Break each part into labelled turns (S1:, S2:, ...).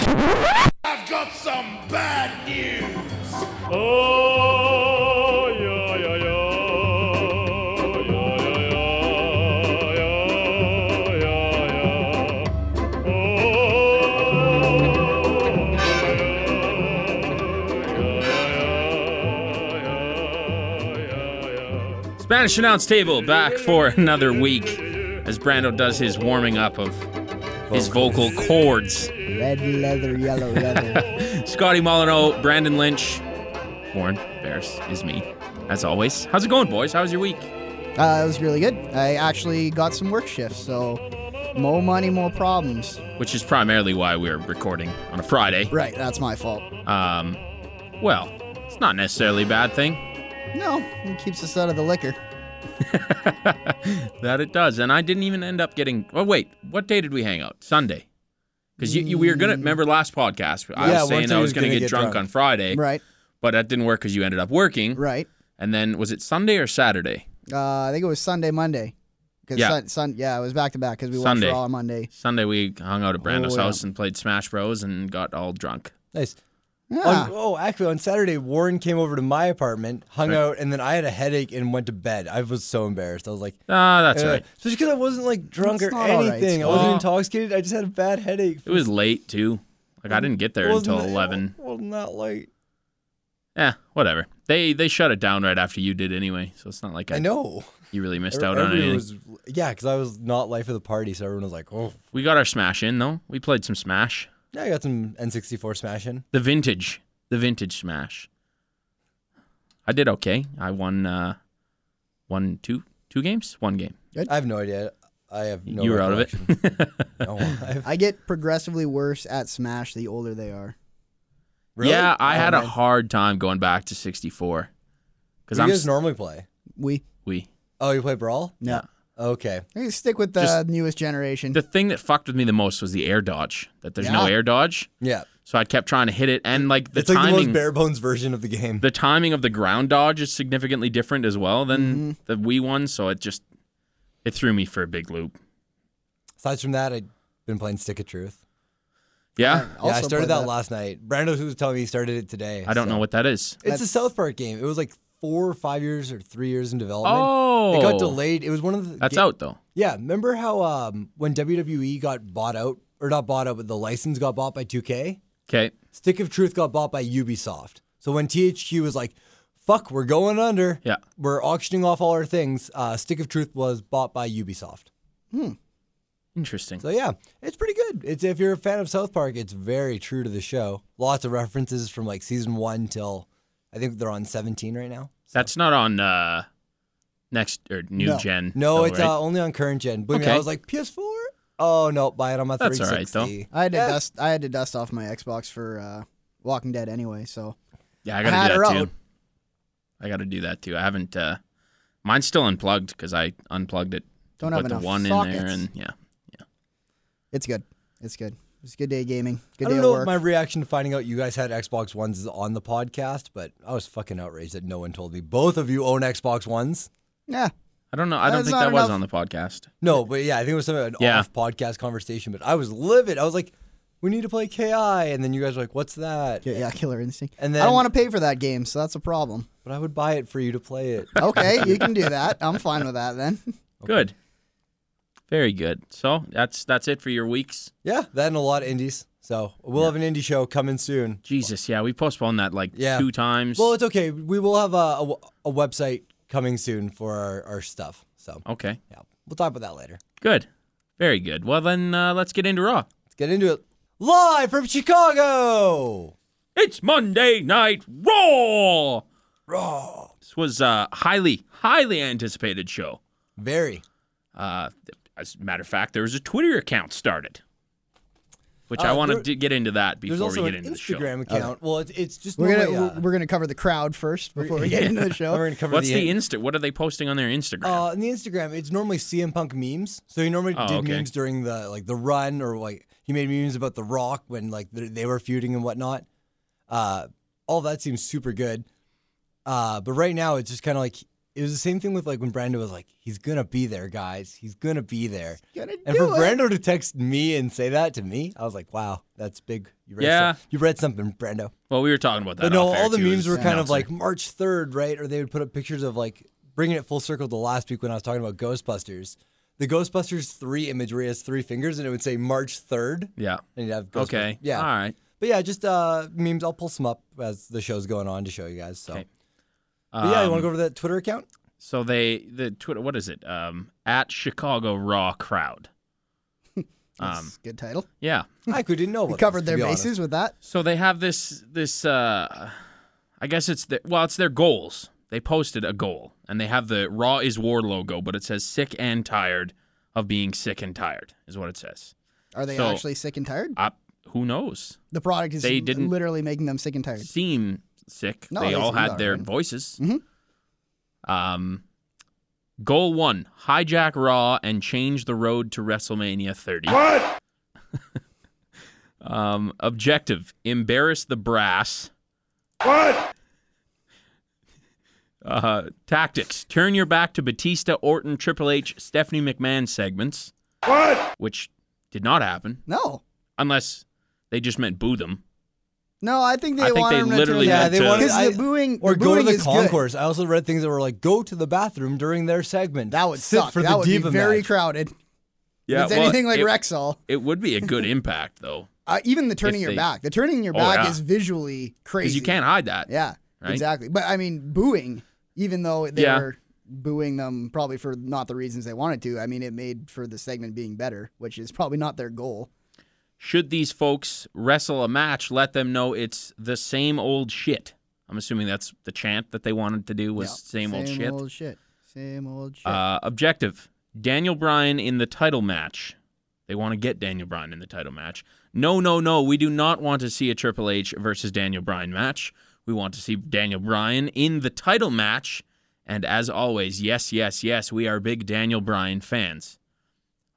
S1: I've got some bad news.
S2: Oh, yeah, yeah, yeah. Yeah, yeah, yeah. Yeah, yeah, yeah. Oh,
S3: Spanish announce table back for another week as Brando does his warming up of his vocal cords.
S4: Red leather, yellow leather.
S3: Scotty Molyneux, Brandon Lynch, Warren Bears is me, as always. How's it going, boys? How was your week?
S4: uh, it was really good. I actually got some work shifts, so more money, more problems.
S3: Which is primarily why we're recording on a Friday.
S4: Right, that's my fault.
S3: Um, well, it's not necessarily a bad thing.
S4: No, it keeps us out of the liquor.
S3: that it does. And I didn't even end up getting. Oh, wait. What day did we hang out? Sunday. Because you, you, we were going to. Remember last podcast? I
S5: Yeah,
S3: was saying
S5: once I
S3: I was
S5: was
S3: going to get,
S5: gonna get
S3: drunk,
S5: drunk.
S3: on Friday.
S4: Right,
S3: But that didn't work because you ended up working.
S4: right.
S3: And then was it Sunday or Saturday?
S4: Uh, I think it was Sunday, Monday. 'Cause
S3: Yeah.
S4: Sun, sun, yeah, it was back to back because we
S3: Sunday.
S4: watched Raw on Monday.
S3: Sunday we hung out at Brando's
S4: Oh, yeah.
S3: house and played Smash Bros and got all drunk.
S5: Nice.
S4: Yeah.
S5: On- oh, actually, on Saturday, Warren came over to my apartment, hung out, and then I had a headache and went to bed. I was so embarrassed. I was like,
S3: Ah, that's
S5: uh,
S3: right.
S5: Especially because I wasn't like drunk
S4: That's
S5: or
S4: not all right.
S5: anything. I wasn't
S3: Well-
S5: intoxicated. I just had a bad headache.
S3: It was late too. Like I didn't get there
S5: Wasn't
S3: until
S5: it-
S3: eleven.
S5: Well, not like
S3: Eh, whatever. They they shut it down right after you did anyway, so it's not like I,
S5: I know.
S3: you really missed out on
S5: Everybody
S3: anything.
S5: was, yeah, because I was not life of the party, so everyone was like, "Oh,
S3: We got our Smash in though. We played some Smash.
S5: yeah, I got some N64 smashing."
S3: The vintage, the vintage Smash. I did okay. I won uh, one two two games, one game.
S5: I have no idea. I have no.
S3: you were out of it.
S5: recollection. no, I have,
S4: I get progressively worse at Smash the older they are.
S5: really?
S3: Yeah, I
S5: Oh,
S3: had a
S5: man.
S3: hard time going back to sixty four.
S5: Who
S3: Because
S5: do
S3: I'm
S5: you guys
S3: s-
S5: normally play?
S4: We
S3: we.
S5: Oh, you play Brawl?
S4: no.
S5: Okay.
S4: I think stick with the
S3: Just-
S4: newest generation.
S3: The thing that fucked with me the most was the air dodge. That there's no
S4: Yeah.
S3: air dodge,
S5: Yeah.
S3: so I kept trying to hit it, and like the
S5: it's like
S3: timing.
S5: the most bare bones version of the game.
S3: the timing of the ground dodge is significantly different as well than
S5: Mm-hmm.
S3: the Wii one, so it just it threw me for a big loop.
S5: Aside from that, I've been playing Stick of Truth.
S3: Yeah,
S5: yeah, I
S4: Also
S5: started
S4: play
S5: that, last night. Brando was telling me he started it today.
S3: I don't know what that is.
S5: It's a
S4: That's-
S5: South Park game. It was like four or five years or three years in development.
S3: Oh,
S5: It got delayed. It was one of the.
S3: That's
S5: ga-
S3: out though.
S5: Yeah. Remember how um, when WWE got bought out, or not bought out, but the license got bought by 2K?
S3: Okay,
S5: Stick of Truth got bought by Ubisoft. So when THQ was like, fuck, we're going under.
S3: Yeah.
S5: We're auctioning off all our things. Uh, Stick of Truth was bought by Ubisoft.
S3: interesting.
S5: So yeah, it's pretty good. It's if you're a fan of South Park, it's very true to the show. Lots of references from like season one till I think they're on seventeen right now.
S3: That's not on uh next or new
S4: No.
S3: gen.
S5: No,
S3: though,
S5: it's
S3: right?
S5: uh, only on current gen. Believe me,
S3: Okay.
S5: I was like PS4. Oh no, buy it on my
S3: That's all right,
S5: 360.
S4: I had to
S5: Yeah.
S4: dust. I had to dust off my Xbox for uh, Walking Dead anyway. So
S3: yeah. I
S4: I had
S3: gotta do
S4: her
S3: that
S4: out.
S3: too. I gotta do that too. I haven't. uh Mine's still unplugged because I unplugged it.
S4: Don't
S3: put
S4: have
S3: the
S4: enough
S3: one in there,
S4: sockets.
S3: and yeah.
S4: it's good. It's good. It's a good day of gaming. Good
S5: I
S4: day
S5: don't
S4: at
S5: know
S4: work.
S5: if my reaction to finding out you guys had Xbox Ones is on the podcast, but I was fucking outraged that no one told me. Both of you own Xbox Ones.
S4: yeah,
S3: I don't know. I don't
S4: That's
S3: think
S4: not
S3: that was
S4: enough.
S3: on the podcast.
S5: No, but yeah, I think it was some an
S3: Yeah.
S5: off podcast conversation. But I was livid. I was like, "We need to play Ki," and then you guys were like, "What's that?"
S4: yeah, yeah, Killer Instinct.
S5: And
S4: I
S5: then-
S4: don't want to pay for that game, so that's a problem.
S5: But I would buy it for you to play it.
S4: Okay, you can do that. I'm fine with that then.
S3: Good. Very good. So that's that's it for your weeks.
S5: Yeah, that and a lot of indies. So we'll have an indie show coming soon.
S3: Jesus, yeah, we postponed that like
S5: Yeah.
S3: two times.
S5: Well, it's okay. We will have a, a w- a website coming soon for our, our stuff. So
S3: okay,
S5: yeah, we'll talk about that later.
S3: good, very good. Well, then uh, let's get into Raw.
S5: Let's get into it. Live from Chicago.
S3: It's Monday Night Raw.
S5: Raw.
S3: This was a highly, highly anticipated show.
S5: Very.
S3: Uh, as a matter of fact, there was a Twitter account started, which I
S5: Uh,
S3: want
S5: there-
S3: to get into that
S5: There's
S3: before we
S5: also
S3: get
S5: an
S3: into the show.
S5: Instagram account. Well, it's, it's just
S4: We're gonna
S5: normally, uh,
S4: we're gonna cover the crowd first before we get into the show.
S5: we're gonna cover
S3: What's the,
S5: in-
S3: Insta? What are they posting on their Instagram?
S5: Uh, in the Instagram, it's normally CM Punk memes. So he normally
S3: Oh,
S5: did
S3: okay.
S5: memes during the like the run, or like he made memes about The Rock when like th- they were feuding and whatnot. Uh, all that seems super good. Uh, but right now, it's just kind of like it was the same thing with like when Brando was like, "He's gonna be there, guys. He's gonna be there."
S4: Gonna
S5: And
S4: do
S5: for
S4: it.
S5: Brando to text me and say that to me, I was like, "Wow, that's big." You read
S3: Yeah.
S5: some- you read something, Brando.
S3: Well, we were talking about that.
S5: But no,
S3: off air,
S5: all the
S3: too,
S5: memes
S3: is
S5: were kind of
S3: announcing.
S5: like March 3rd, right? Or they would put up pictures of like bringing it full circle to last week when I was talking about Ghostbusters. The Ghostbusters 3 image where he has three fingers and it would say March 3rd.
S3: yeah.
S5: And you'd have Ghostbusters.
S3: Okay.
S5: Yeah.
S3: All right.
S5: But yeah, just uh, memes. I'll pull some up as the show's going on to show you guys. So.
S3: Okay.
S5: But yeah, you want
S3: Um,
S5: to go over that Twitter account?
S3: So they the Twitter what is it? Um at Chicago Raw crowd. um
S4: That's a good title.
S3: yeah.
S5: I could- didn't know about
S4: We
S5: this,
S4: covered
S5: Um, to
S4: their
S5: be honest.
S4: bases with that.
S3: So they have this this uh I guess it's their well, it's their goals. They posted a goal and they have the Raw is War logo, but it says sick and tired of being sick and tired is what it says.
S4: Are they
S3: So-
S4: actually sick and tired?
S3: I, who knows?
S4: The product is
S3: They didn't-
S4: literally making them sick and tired.
S3: Seem sick.
S4: No,
S3: they
S4: they
S3: all
S4: seem
S3: had
S4: all
S3: their
S4: right. Mm-hmm.
S3: voices.
S4: Mhm.
S3: Um Goal one, hijack Raw and change the road to WrestleMania 30.
S1: What?
S3: Um, objective: embarrass the brass.
S1: What?
S3: Uh, tactics: turn your back to Batista, Orton, Triple H, Stephanie McMahon segments,
S1: What?
S3: which did not happen
S4: No,
S3: unless they just meant boo them.
S4: no, I think they
S3: I think
S4: wanted
S3: they
S4: them to
S3: literally
S4: turn-
S5: Yeah,
S3: meant
S5: they
S3: to.
S5: wanted-
S4: because
S5: I-
S4: the booing
S5: Or
S4: the
S5: go to
S4: booing
S5: the
S4: is good.
S5: concourse. I also read things that were like, go to the bathroom during their segment.
S4: That would
S5: Sit
S4: suck.
S5: for
S4: that
S5: the
S4: would
S5: diva
S4: be very
S5: match.
S4: crowded.
S3: Yeah,
S4: if it's anything like
S3: it,
S4: Rexall,
S3: it would be a good impact though,
S4: uh, even the turning
S3: If
S4: your
S3: they-
S4: back. The turning your
S3: Oh,
S4: back
S3: yeah.
S4: is visually
S3: because
S4: crazy.
S3: you can't hide that.
S4: Yeah,
S3: right?
S4: exactly. But I mean, booing, even though they
S3: Yeah.
S4: were booing them probably for not the reasons they wanted to. I mean, it made for the segment being better, which is probably not their goal.
S3: Should these folks wrestle a match, let them know it's the same old shit. I'm assuming that's the chant that they wanted to do was
S4: Yeah.
S3: same, old shit.
S4: old shit. Same old shit.
S3: Uh, objective Daniel Bryan in the title match. They want to get Daniel Bryan in the title match. No, no, no. We do not want to see a Triple H versus Daniel Bryan match. We want to see Daniel Bryan in the title match. And as always, yes, yes, yes, we are big Daniel Bryan fans.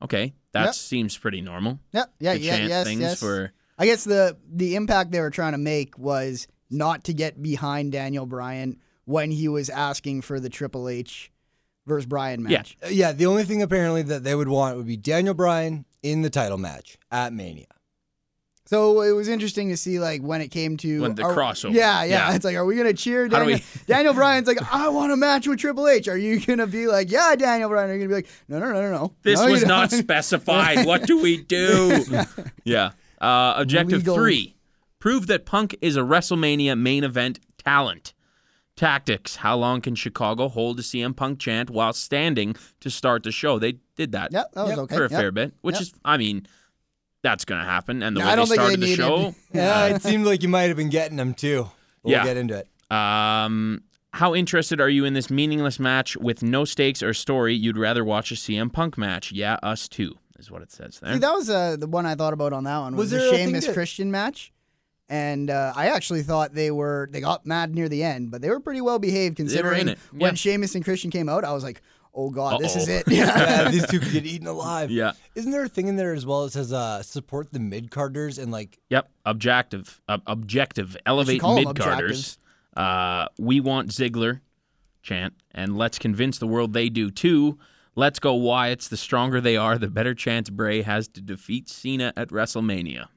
S3: Okay, that
S4: Yep.
S3: seems pretty normal.
S4: yeah, yeah,
S3: to
S4: yeah,
S3: chant
S4: yes,
S3: things
S4: yes.
S3: for
S4: I guess the the impact they were trying to make was not to get behind Daniel Bryan when he was asking for the Triple H versus Bryan
S3: Yeah.
S4: match.
S5: Uh, Yeah, the only thing apparently that they would want would be Daniel Bryan in the title match at Mania.
S4: So it was interesting to see like when it came to
S3: When the
S4: are-
S3: crossover.
S4: Yeah, yeah,
S3: Yeah.
S4: It's like, are we gonna cheer
S3: How do
S4: Daniel? Daniel Bryan's like, I want a match with Triple H. Are you gonna be like, yeah, Daniel Bryan? Are you gonna be like, no, no, no, no, no.
S3: this
S4: No, you
S3: was not
S4: don't."
S3: specified. what do we do? yeah. Uh, objective
S4: Legal.
S3: three prove that Punk is a WrestleMania main event talent. Tactics How long can Chicago hold a CM Punk chant while standing to start the show? They did that
S4: Yep, that was
S5: Yep,
S4: okay.
S3: for a
S4: Yep.
S3: fair bit, which
S4: Yep.
S3: is, I mean, that's going to happen. And the
S4: Yeah,
S3: way
S4: I don't
S3: they
S4: think they
S3: started the
S4: needed-
S3: show.
S5: Yeah, Uh, it seemed like you might have been getting them too. We'll
S3: Yeah.
S5: get into it.
S3: Um, how interested are you in this meaningless match with no stakes or story? You'd rather watch a CM Punk match. Yeah, us too, is what it says there.
S4: See, that was uh, the one I thought about on that one. Was,
S5: Was there a
S4: the
S5: thing
S4: Sheamus
S5: that-
S4: Christian match? And uh, I actually thought they were they got mad near the end, but they were pretty well behaved
S3: in
S4: considering
S3: it, yeah.
S4: when Sheamus and Christian came out, I was like, oh god, this is
S3: Uh-oh.
S4: it. Yeah.
S5: Yeah, these two could get eaten alive.
S3: Yeah.
S5: Isn't there a thing in there as well that says uh, support the mid carders and like
S3: Yep. Objective. ob- objective. Elevate
S4: call 'em
S3: mid
S4: objectives.
S3: carders. Uh, we want Ziggler chant, and let's convince the world they do too. Let's go Wyatts. The stronger they are, the better chance Bray has to defeat Cena at WrestleMania.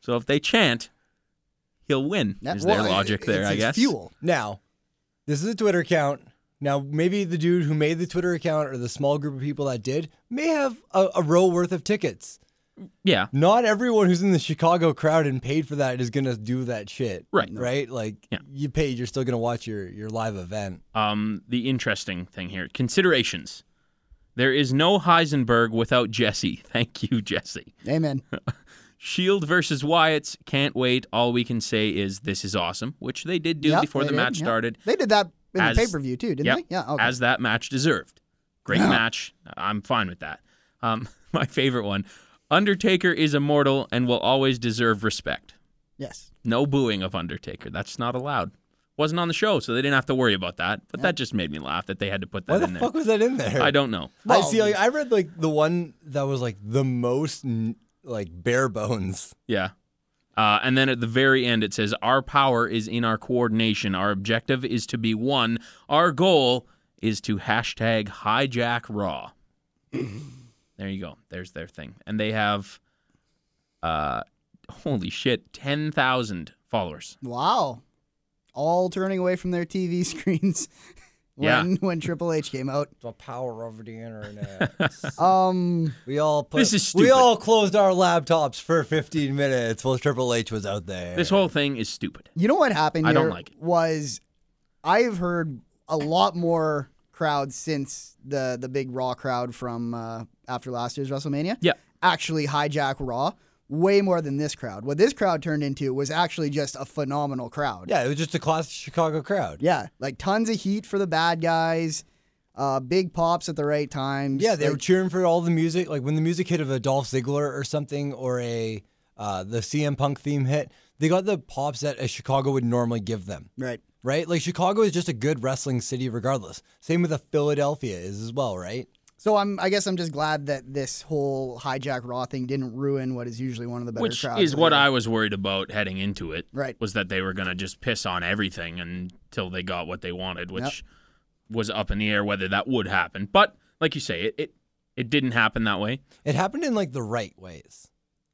S3: So if they chant, he'll win.
S4: That-
S3: is
S4: well,
S3: their
S4: it-
S3: logic there?
S4: it's
S3: I
S4: his
S3: guess.
S4: Fuel.
S5: now? This is a Twitter account. Now maybe the dude who made the Twitter account or the small group of people that did may have a, a row worth of tickets.
S3: Yeah.
S5: Not everyone who's in the Chicago crowd and paid for that is gonna do that shit.
S3: Right.
S5: Right? Like
S3: Yeah.
S5: you paid, you're still gonna watch your, your live event.
S3: Um, the interesting thing here: considerations. There is no Heisenberg without Jesse. Thank you, Jesse.
S4: Amen.
S3: Shield versus Wyatt's can't wait. All we can say is this is awesome, which they did do
S4: Yep,
S3: before
S4: they
S3: the
S4: did,
S3: match
S4: yeah.
S3: started.
S4: They did that in
S3: As-
S4: the pay per view too, didn't
S3: Yep,
S4: they? Yeah. Okay.
S3: as that match deserved. Great match. I'm fine with that. Um, my favorite one: Undertaker is immortal and will always deserve respect.
S4: yes.
S3: No booing of Undertaker. That's not allowed. Wasn't on the show, so they didn't have to worry about that. But that just made me laugh that they had to put that
S5: Why the
S3: in there.
S5: fuck was that in there?
S3: I don't know.
S5: I see. Like, I read like the one that was like the most n- like bare bones.
S3: Yeah. Uh, and then at the very end, it says, Our power is in our coordination. Our objective is to be one. Our goal is to hashtag hijack Raw. there you go. There's their thing. And they have, uh, holy shit, 10,000 followers.
S4: Wow. All turning away from their TV screens when when Triple H came out.
S5: The power over the internet.
S4: Um
S5: we all put,
S3: This is
S5: we
S3: stupid.
S5: all closed our laptops for 15 minutes while Triple H was out there.
S3: This whole thing is stupid.
S4: you know what happened
S3: I don't
S4: here
S3: like it.
S4: was I've heard a lot more crowds since the the big Raw crowd from uh, after last year's WrestleMania.
S3: Yeah.
S4: actually hijack Raw way more than this crowd. What this crowd turned into was actually just a phenomenal crowd.
S5: yeah, it was just a classic Chicago crowd.
S4: Yeah, like tons of heat for the bad guys, uh, big pops at the right times.
S5: Yeah, they were
S4: like,
S5: cheering for all the music. Like when the music hit of a Dolph Ziggler or something, or a uh, the CM Punk theme hit, they got the pops that a Chicago would normally give them.
S4: right.
S5: Right? Like Chicago is just a good wrestling city, regardless. Same with a Philadelphia is as well, right?
S4: So I'm, I guess I'm just glad that this whole hijack Raw thing didn't ruin what is usually one of the better
S3: Which
S4: crowds.
S3: is
S4: of
S3: what
S4: the year.
S3: I was worried about heading into it.
S4: Right.
S3: Was that they were going to just piss on everything until they got what they wanted, which was up in the air whether that would happen. But like you say, it it, it didn't happen that way.
S5: It happened in like the right ways,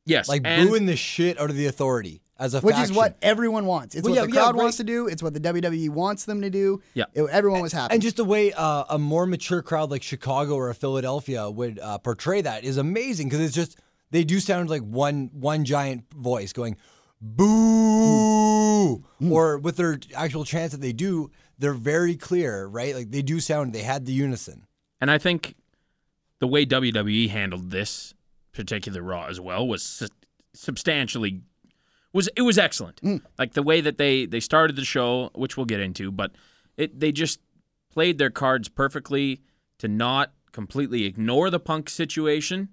S3: Yes.
S5: like
S3: and
S5: booing the shit out of the authority as a
S4: Which
S5: faction.
S4: is what everyone wants. It's
S5: Well,
S4: what
S5: yeah,
S4: the
S5: yeah,
S4: crowd
S5: right.
S4: wants to do. It's what the WWE wants them to do.
S3: Yeah.
S4: It- everyone was happy.
S5: And just the way uh, a more mature crowd like Chicago or Philadelphia would uh, portray that is amazing because it's just they do sound like one one giant voice going boo or with their actual chants that they do they're very clear right like they do sound they had the unison
S3: And I think the way WWE handled this particular Raw as well was su- substantially was it was excellent. Like the way that they they started the show, which we'll get into, but it they just played their cards perfectly to not completely ignore the Punk situation,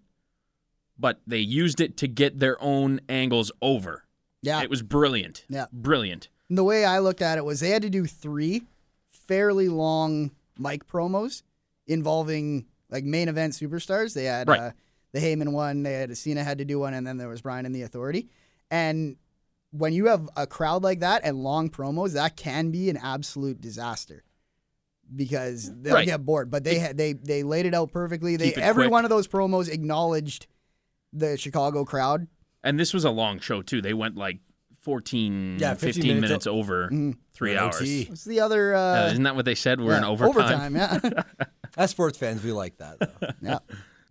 S3: but they used it to get their own angles over.
S4: yeah.
S3: It was brilliant.
S4: Yeah.
S3: Brilliant.
S4: And the way I looked at it was they had to do three fairly long mic promos involving like main event superstars. They had
S3: Right.
S4: uh, the Heyman one, they had Cena had to do one, and then there was Brian and the Authority. And when you have a crowd like that and long promos, that can be an absolute disaster because they'll
S3: Right.
S4: get bored. But they had they they laid it out perfectly. They
S3: Keep it
S4: every
S3: quick.
S4: one of those promos acknowledged the Chicago crowd.
S3: And this was a long show too. They went like 14
S5: Yeah, 15
S3: 15,
S5: minutes
S3: minutes, over 3
S5: An
S3: hours.
S5: OT.
S4: What's the other? Uh,
S3: Uh, isn't that what they said? We're in
S4: yeah, Overtime,
S3: overtime.
S4: yeah.
S5: as sports fans we like that though.
S4: yeah.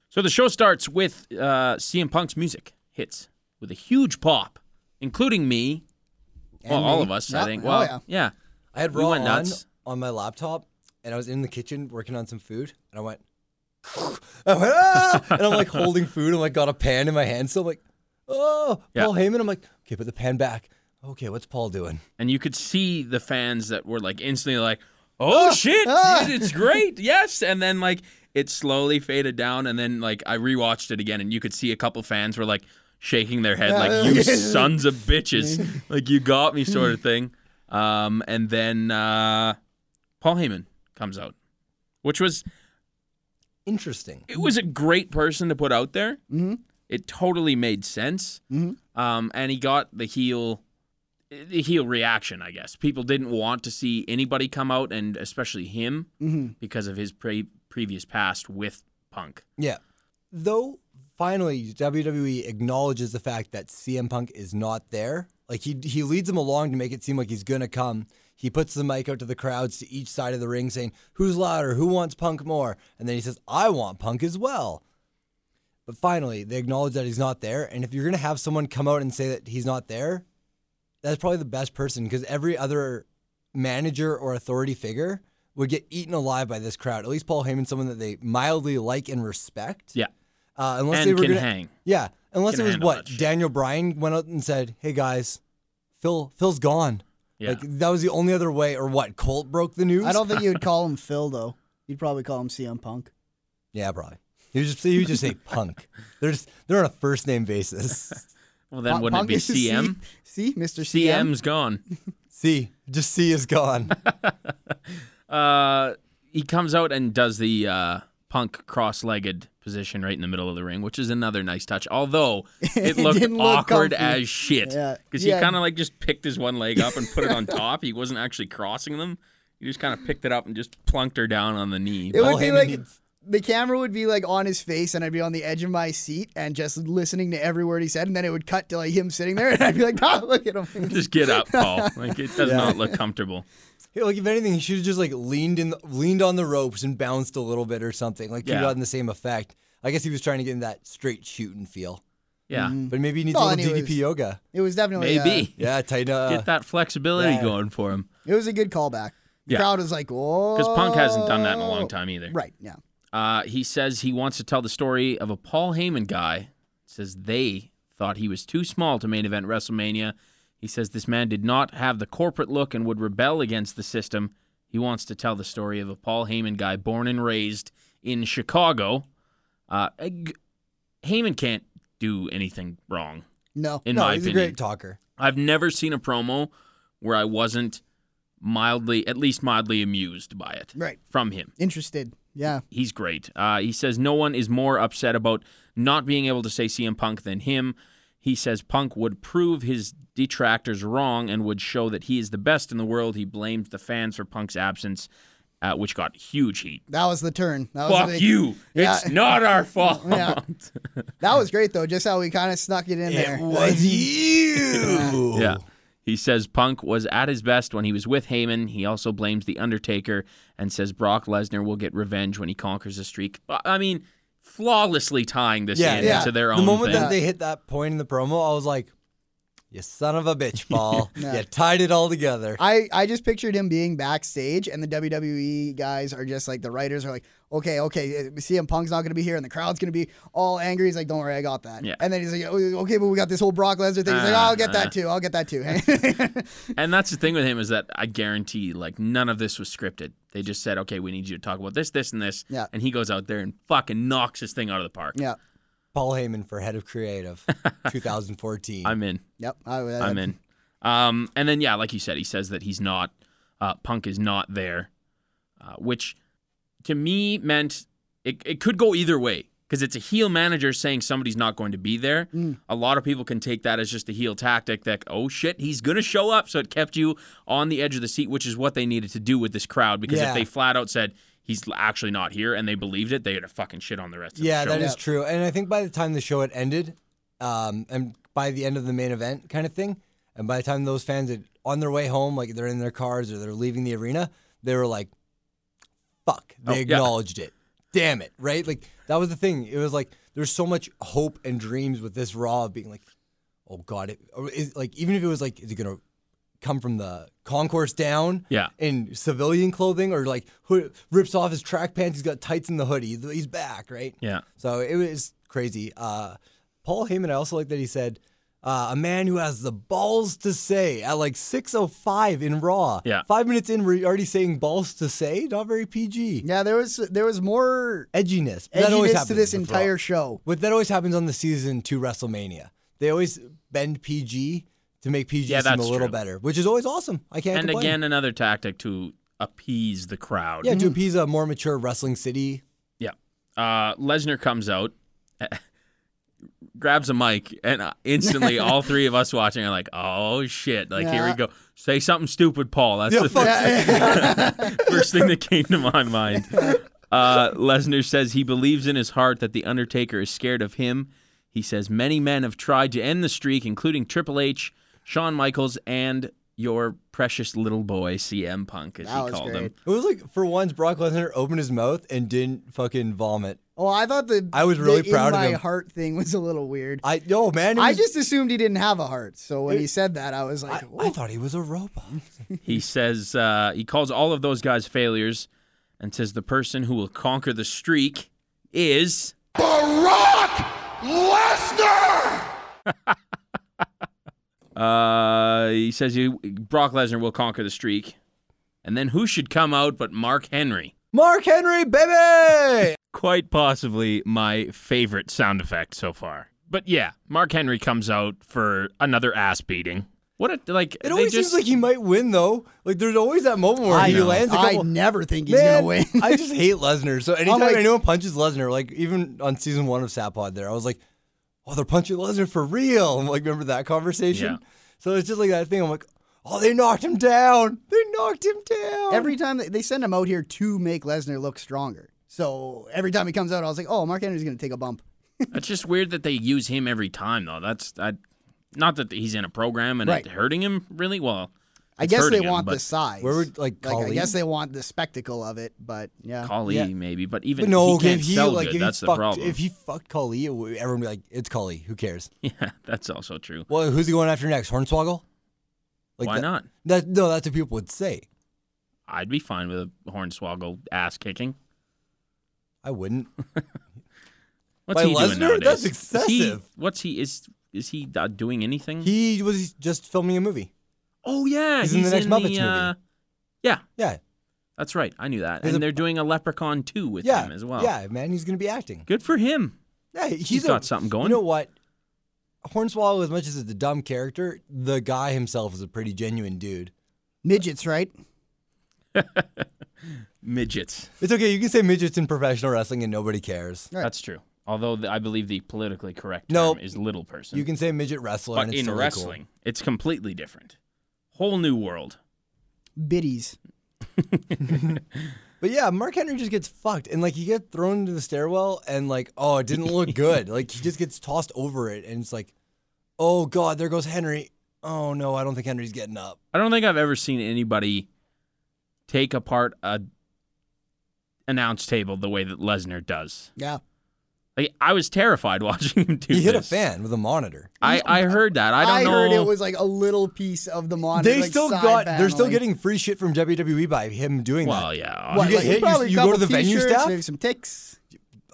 S3: So the show starts with uh, CM Punk's music hits with a huge pop, including me. well,
S4: And
S3: all
S4: me.
S3: of us,
S4: Yeah,
S3: I think.
S4: oh,
S3: Well,
S4: yeah.
S3: yeah.
S5: I had
S3: We
S5: raw
S3: went
S5: on
S3: nuts.
S5: on my laptop and I was in the kitchen working on some food and I went I went, ah! and I'm like holding food. I'm like got a pan in my hand, so I'm like, oh,
S3: Yeah.
S5: Paul Heyman. I'm like, okay, put the pan back. Okay, what's Paul doing?
S3: And you could see the fans that were like instantly like, "Oh shit,
S4: ah."
S3: dude, it's great, yes!" And then like it slowly faded down, and then like I rewatched it again, and you could see a couple fans were like shaking their head, like "You sons of bitches, like you got me," sort of thing. Um, and then uh, Paul Heyman comes out, which was
S5: Interesting.
S3: it was a great person to put out there. Mm-hmm. It totally made sense. Mm-hmm. Um, and he got the heel, the heel reaction. I guess people didn't want to see anybody come out, and especially him, because of his pre- previous past with Punk.
S5: Yeah. Though finally WWE acknowledges the fact that CM Punk is not there. Like he he leads them along to make it seem like he's gonna come. He puts the mic out to the crowds to each side of the ring saying, Who's louder? Who wants punk more? And then he says, I want punk as well. But finally, they acknowledge that he's not there. And if you're gonna have someone come out and say that he's not there, that's probably the best person because every other manager or authority figure would get eaten alive by this crowd. At least Paul Heyman's someone that they mildly like and respect.
S3: Yeah,
S5: Uh, unless
S3: and
S5: they were
S3: can
S5: gonna,
S3: hang.
S5: Yeah, unless
S3: can
S5: it was
S3: handle
S5: what
S3: that shit.
S5: Daniel Bryan went out and said, "Hey guys, Phil Phil's gone."
S3: Yeah.
S5: Like that was the only other way, or what? Colt broke the news.
S4: I don't think you would call him Phil though. You'd probably call him CM Punk.
S5: Yeah, probably. He would just he would just say punk. They're just they're on a first name basis.
S3: Well, then
S4: Punk-
S3: wouldn't
S4: Punk
S3: it be
S4: is C-
S3: CM?
S4: C, Mr. CM.
S3: CM's gone.
S5: C just C is gone.
S3: Uh, he comes out and does the uh, Punk cross-legged position right in the middle of the ring, which is another nice touch. Although it
S4: It
S3: looked
S4: didn't look
S3: awkward
S4: comfy.
S3: as shit
S4: Yeah.
S3: because
S4: Yeah.
S3: he kind of like just picked his one leg up and put it on top. He wasn't actually crossing them. He just kind of picked it up and just plunked her down on the knee.
S4: It
S5: Paul
S4: would be
S5: Heyman
S4: like
S5: needs-
S4: the camera would be like on his face, and I'd be on the edge of my seat and just listening to every word he said, and then it would cut to like him sitting there, and I'd be like, "Ah, look at him."
S3: just get up, Paul. Like it does not look comfortable.
S5: Yeah, like if anything, he should have just like leaned in, leaned on the ropes and bounced a little bit or something. Like he
S3: Yeah.
S5: would gotten the same effect. I guess he was trying to get in that straight shooting feel,
S3: Yeah,
S5: but maybe he needs
S4: Oh,
S5: a
S4: and he
S5: little DDP
S4: was-
S5: yoga.
S4: It was definitely uh,
S3: maybe
S5: Yeah, tight. Uh,
S3: get that flexibility
S5: yeah.
S3: going for him
S4: it was a good callback. The
S3: Yeah.
S4: crowd was like, "Whoa,"
S3: because Punk hasn't done that in a long time either.
S4: Right? Yeah.
S3: Uh, he says he wants to tell the story of a Paul Heyman guy. Says they thought he was too small to main event WrestleMania. He says this man did not have the corporate look and would rebel against the system. He wants to tell the story of a Paul Heyman guy born and raised in Chicago. Uh, ag- Heyman can't do anything wrong.
S4: No.
S3: In
S5: no,
S3: my
S5: he's
S3: opinion.
S5: a great talker.
S3: I've never seen a promo where I wasn't mildly, at least mildly amused by it
S4: Right.
S3: from him
S4: Interested. Yeah.
S3: he's great. Uh, he says no one is more upset about not being able to say CM Punk than him. He says Punk would prove his detractors wrong and would show that he is the best in the world. He blames the fans for Punk's absence, uh, which got huge heat.
S4: That was the turn. That was
S3: Fuck
S4: the big-
S3: you!
S4: Yeah.
S3: It's not our fault.
S4: Yeah. That was great though. Just how we kind of snuck it in there.
S5: It was you.
S3: Yeah. He says Punk was at his best when he was with Heyman. He also blames The Undertaker and says Brock Lesnar will get revenge when he conquers the streak. I I mean, flawlessly tying this
S5: Yeah,
S3: in
S5: yeah.
S3: to their own
S5: the moment
S3: thing.
S5: that they hit that point in the promo, I was like, "You son of a bitch, Paul!
S4: Yeah.
S5: You tied it all together."
S4: I, I just pictured him being backstage, and the WWE guys are just like the writers are like, okay, okay, uh, CM Punk's not gonna be here, and the crowd's gonna be all angry. He's like, don't worry, I got that.
S3: Yeah.
S4: And then he's like, "Oh, okay, but we got this whole Brock Lesnar thing. He's like, "Oh,
S3: Uh,
S4: I'll get
S3: uh.
S4: that too. I'll get that too.
S3: Uh-huh. And that's the thing with him is that I guarantee, like, none of this was scripted. They just said, okay, we need you to talk about this, this, and this.
S4: Yeah.
S3: And he goes out there and fucking knocks this thing out of the park.
S4: yeah.
S5: Paul Heyman for head of creative, 2014.
S3: I'm in.
S4: Yep. I, I,
S3: I'm in. Um, and then, yeah, like you said, he says that he's not, uh, Punk is not there, uh, which to me meant it, it could go either way because it's a heel manager saying somebody's not going to be there.
S5: Mm.
S3: A lot of people can take that as just a heel tactic that, oh shit, he's going to show up. So it kept you on the edge of the seat, which is what they needed to do with this crowd because
S5: Yeah.
S3: if they flat out said, He's actually not here, and they believed it. They had a fucking shit on the rest of
S5: Yeah,
S3: the show.
S5: that is true. And I think by the time the show had ended, um, and by the end of the main event kind of thing, and by the time those fans had on their way home, like they're in their cars or they're leaving the arena, they were like, fuck. They
S3: Oh, yeah.
S5: acknowledged it. Damn it. Right? Like that was the thing. It was like there's so much hope and dreams with this Raw of being like, oh God, it, or is, like even if it was like, is it going to come from the concourse down?
S3: Yeah.
S5: in civilian clothing or like who rips off his track pants. He's got tights in the hoodie. He's- He's back, right?
S3: Yeah.
S5: So it was crazy. Uh, Paul Heyman, I also like that he said, uh, a man who has the balls to say at like 6.05 in Raw.
S3: Yeah.
S5: Five minutes in, we're already saying balls to say. Not very PG.
S4: Yeah. There was there was more
S5: Edginess. But that always
S4: edginess to
S5: happens
S4: this
S5: with Raw.
S4: entire show.
S5: But that always happens on the season to WrestleMania. They always bend PG to make PG
S3: Yeah,
S5: seem a
S3: that's
S5: little
S3: true.
S5: better, which is always awesome. I can't
S3: And
S5: complain.
S3: again, mm-hmm. another tactic to appease the crowd.
S5: Yeah, to appease a more mature wrestling city.
S3: Yeah. Uh, Lesnar comes out, grabs a mic, and uh, instantly all three of us watching are like, "Oh shit! Like here we
S4: Yeah.
S3: go. Say something stupid, Paul." That's the
S5: fuck
S3: first thing that came to my mind. Uh, Lesnar says he believes in his heart that the Undertaker is scared of him. He says many men have tried to end the streak, including Triple H, Shawn Michaels, and your precious little boy CM Punk, as
S4: That
S3: he
S4: was
S3: called him.
S4: great.
S5: It was like for once Brock Lesnar opened his mouth and didn't fucking vomit.
S4: Oh, I thought the
S5: I was really
S4: the
S5: proud
S4: in
S5: of
S4: my
S5: him.
S4: heart thing was a little weird.
S5: I no man. it
S4: I
S5: was-
S4: just assumed he didn't have a heart. So when he said that, I was
S5: I,
S4: like,
S5: I
S3: oh.
S4: "Whoa."
S5: thought he was a robot.
S3: He says uh, he calls all of those guys failures, and says the person who will conquer the streak is
S1: Barack Lesnar!
S3: uh, he says you Brock Lesnar will conquer the streak, and then who should come out but Mark Henry?
S5: Mark Henry, baby.
S3: Quite possibly my favorite sound effect so far. But yeah, Mark Henry comes out for another ass beating. What a like.
S5: It
S3: they
S5: always
S3: just,
S5: seems like he might win though. Like there's always that moment where
S4: I,
S5: he
S4: know.
S5: lands a
S4: I
S5: couple.
S4: never think he's
S5: Man,
S4: gonna win.
S5: I just hate Lesnar. So anytime
S4: like-
S5: anyone punches Lesnar, like even on season one of Sapod, there I was like, "Oh, they're punching Lesnar for real." I'm like, remember that conversation?
S3: Yeah.
S5: So it's just like that thing. I'm like, "Oh, they knocked him down. They knocked him down."
S4: every time they, they send him out here to make Lesnar look stronger. So every time he comes out, I was like, oh, Mark Henry's gonna take a bump.
S3: It's just weird that they use him every time though. That's I, not that he's in a program and
S4: Right.
S3: it hurting him really. Well,
S4: I
S3: it's
S4: guess they
S3: hurting him,
S4: want
S3: but
S4: the size.
S5: Where would, like,
S4: like I
S5: Kali?
S4: guess they want the spectacle of it, but yeah.
S3: Kali
S5: Yeah.
S3: maybe, but even
S5: but no,
S3: he can't
S5: if he
S3: sell
S5: like
S3: good.
S5: if
S3: That's
S5: he
S3: the
S5: fucked
S3: problem.
S5: if he fucked Kali, it would- everyone would be like, "It's Kali. Who cares?"
S3: yeah, that's also true.
S5: Well, who's he going after next? Hornswoggle? Like
S3: Why
S5: that-
S3: not?
S5: That no, that's what people would say.
S3: I'd be fine with a Hornswoggle ass kicking.
S5: I wouldn't.
S3: Mm-hmm. What's
S5: By
S3: he doing
S5: Lesnar?
S3: nowadays?
S5: That's
S3: Is he-
S5: excessive.
S3: what's he is is he uh, doing anything?
S5: He was just filming a movie.
S3: oh yeah,
S5: He's in the next Muppets movie.
S3: uh, Yeah,
S5: Yeah,
S3: that's right. I knew that.
S5: There's
S3: and
S5: a-
S3: they're doing a Leprechaun 2 with
S5: yeah,
S3: him as well.
S5: Yeah, man, he's gonna be acting.
S3: Good for him.
S5: Yeah, he's,
S3: He's
S5: a-
S3: got something going.
S5: You know what? Hornswoggle, as much as it's a dumb character, the guy himself is a pretty genuine dude.
S4: Midgets, right?
S3: Midgets.
S5: It's okay. You can say midgets in professional wrestling and nobody cares.
S4: Right.
S3: That's true. Although the, I believe the politically correct term
S5: Nope.
S3: is little person.
S5: You can say midget wrestler.
S3: but
S5: and it's
S3: in
S5: totally
S3: wrestling, it's completely different. Whole new world.
S4: Biddies.
S5: cool. but yeah, Mark Henry just gets fucked, and like he gets thrown into the stairwell, and like, oh, it didn't look good. like he just gets tossed over it, and it's like, oh god, there goes Henry. Oh no, I don't think Henry's getting up.
S3: I don't think I've ever seen anybody take apart a announce table the way that Lesnar does.
S4: Yeah.
S3: Like I was terrified watching him do
S5: He hit a
S3: this.
S5: fan with a monitor.
S3: I, I heard that. I don't know.
S4: heard it was like a little piece of the monitor.
S5: They
S4: like,
S5: still
S4: side
S5: got. They're still
S4: paneling.
S5: getting free shit from WWE by him doing
S3: well,
S5: that.
S3: yeah.
S4: What,
S5: You get
S4: like,
S5: hit, you-
S4: probably a
S5: you go to
S4: couple
S5: the venue
S4: t-shirts,
S5: staff?
S4: Maybe some ticks.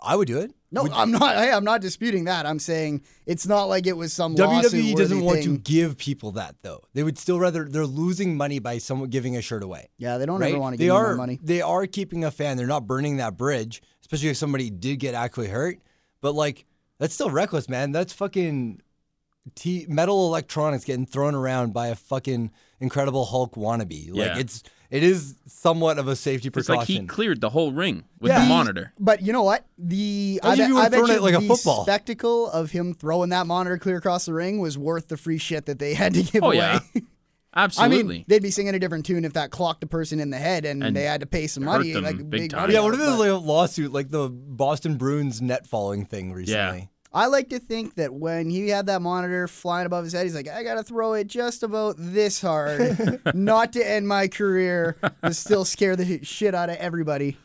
S5: I would do it.
S4: No, I'm not. Hey, I'm not disputing that. I'm saying it's not like it was some
S5: WWE E doesn't
S4: lawsuit-worthy
S5: want to
S4: thing.
S5: give people that though. They would still rather they're losing money by someone giving a shirt away.
S4: Yeah, they don't
S5: Right?
S4: ever want to
S5: they
S4: give
S5: are
S4: you more money.
S5: they are keeping a fan. They're not burning that bridge, especially if somebody did get actually hurt. But like that's still reckless, man. That's fucking t- metal electronics getting thrown around by a fucking Incredible Hulk wannabe. Like
S3: Yeah.
S5: it's it is somewhat of a safety
S3: It's like he
S5: precaution.
S3: cleared the whole ring with
S5: Yeah.
S3: the monitor.
S4: But you know what? The
S5: Imagine if
S4: bet-
S5: you were
S4: bet
S5: throwing
S4: you
S5: it like a
S4: the
S5: football.
S4: spectacle of him throwing that monitor clear across the ring was worth the free shit that they had to give
S3: Oh
S4: away.
S3: yeah.
S4: I
S3: Absolutely.
S4: mean, they'd be singing a different tune if that clocked a person in the head and,
S3: And
S4: they had to pay some
S3: hurt
S4: money,
S3: them
S4: like
S3: big
S4: big
S3: time.
S4: money.
S5: yeah,
S4: out
S5: what
S4: of
S5: if
S4: it,
S5: there's
S4: but-
S5: like a lawsuit like the Boston Bruins net falling thing recently?
S4: I like to think that when he had that monitor flying above his head, he's like, I got to throw it just about this hard, not to end my career, but still scare the shit out of everybody.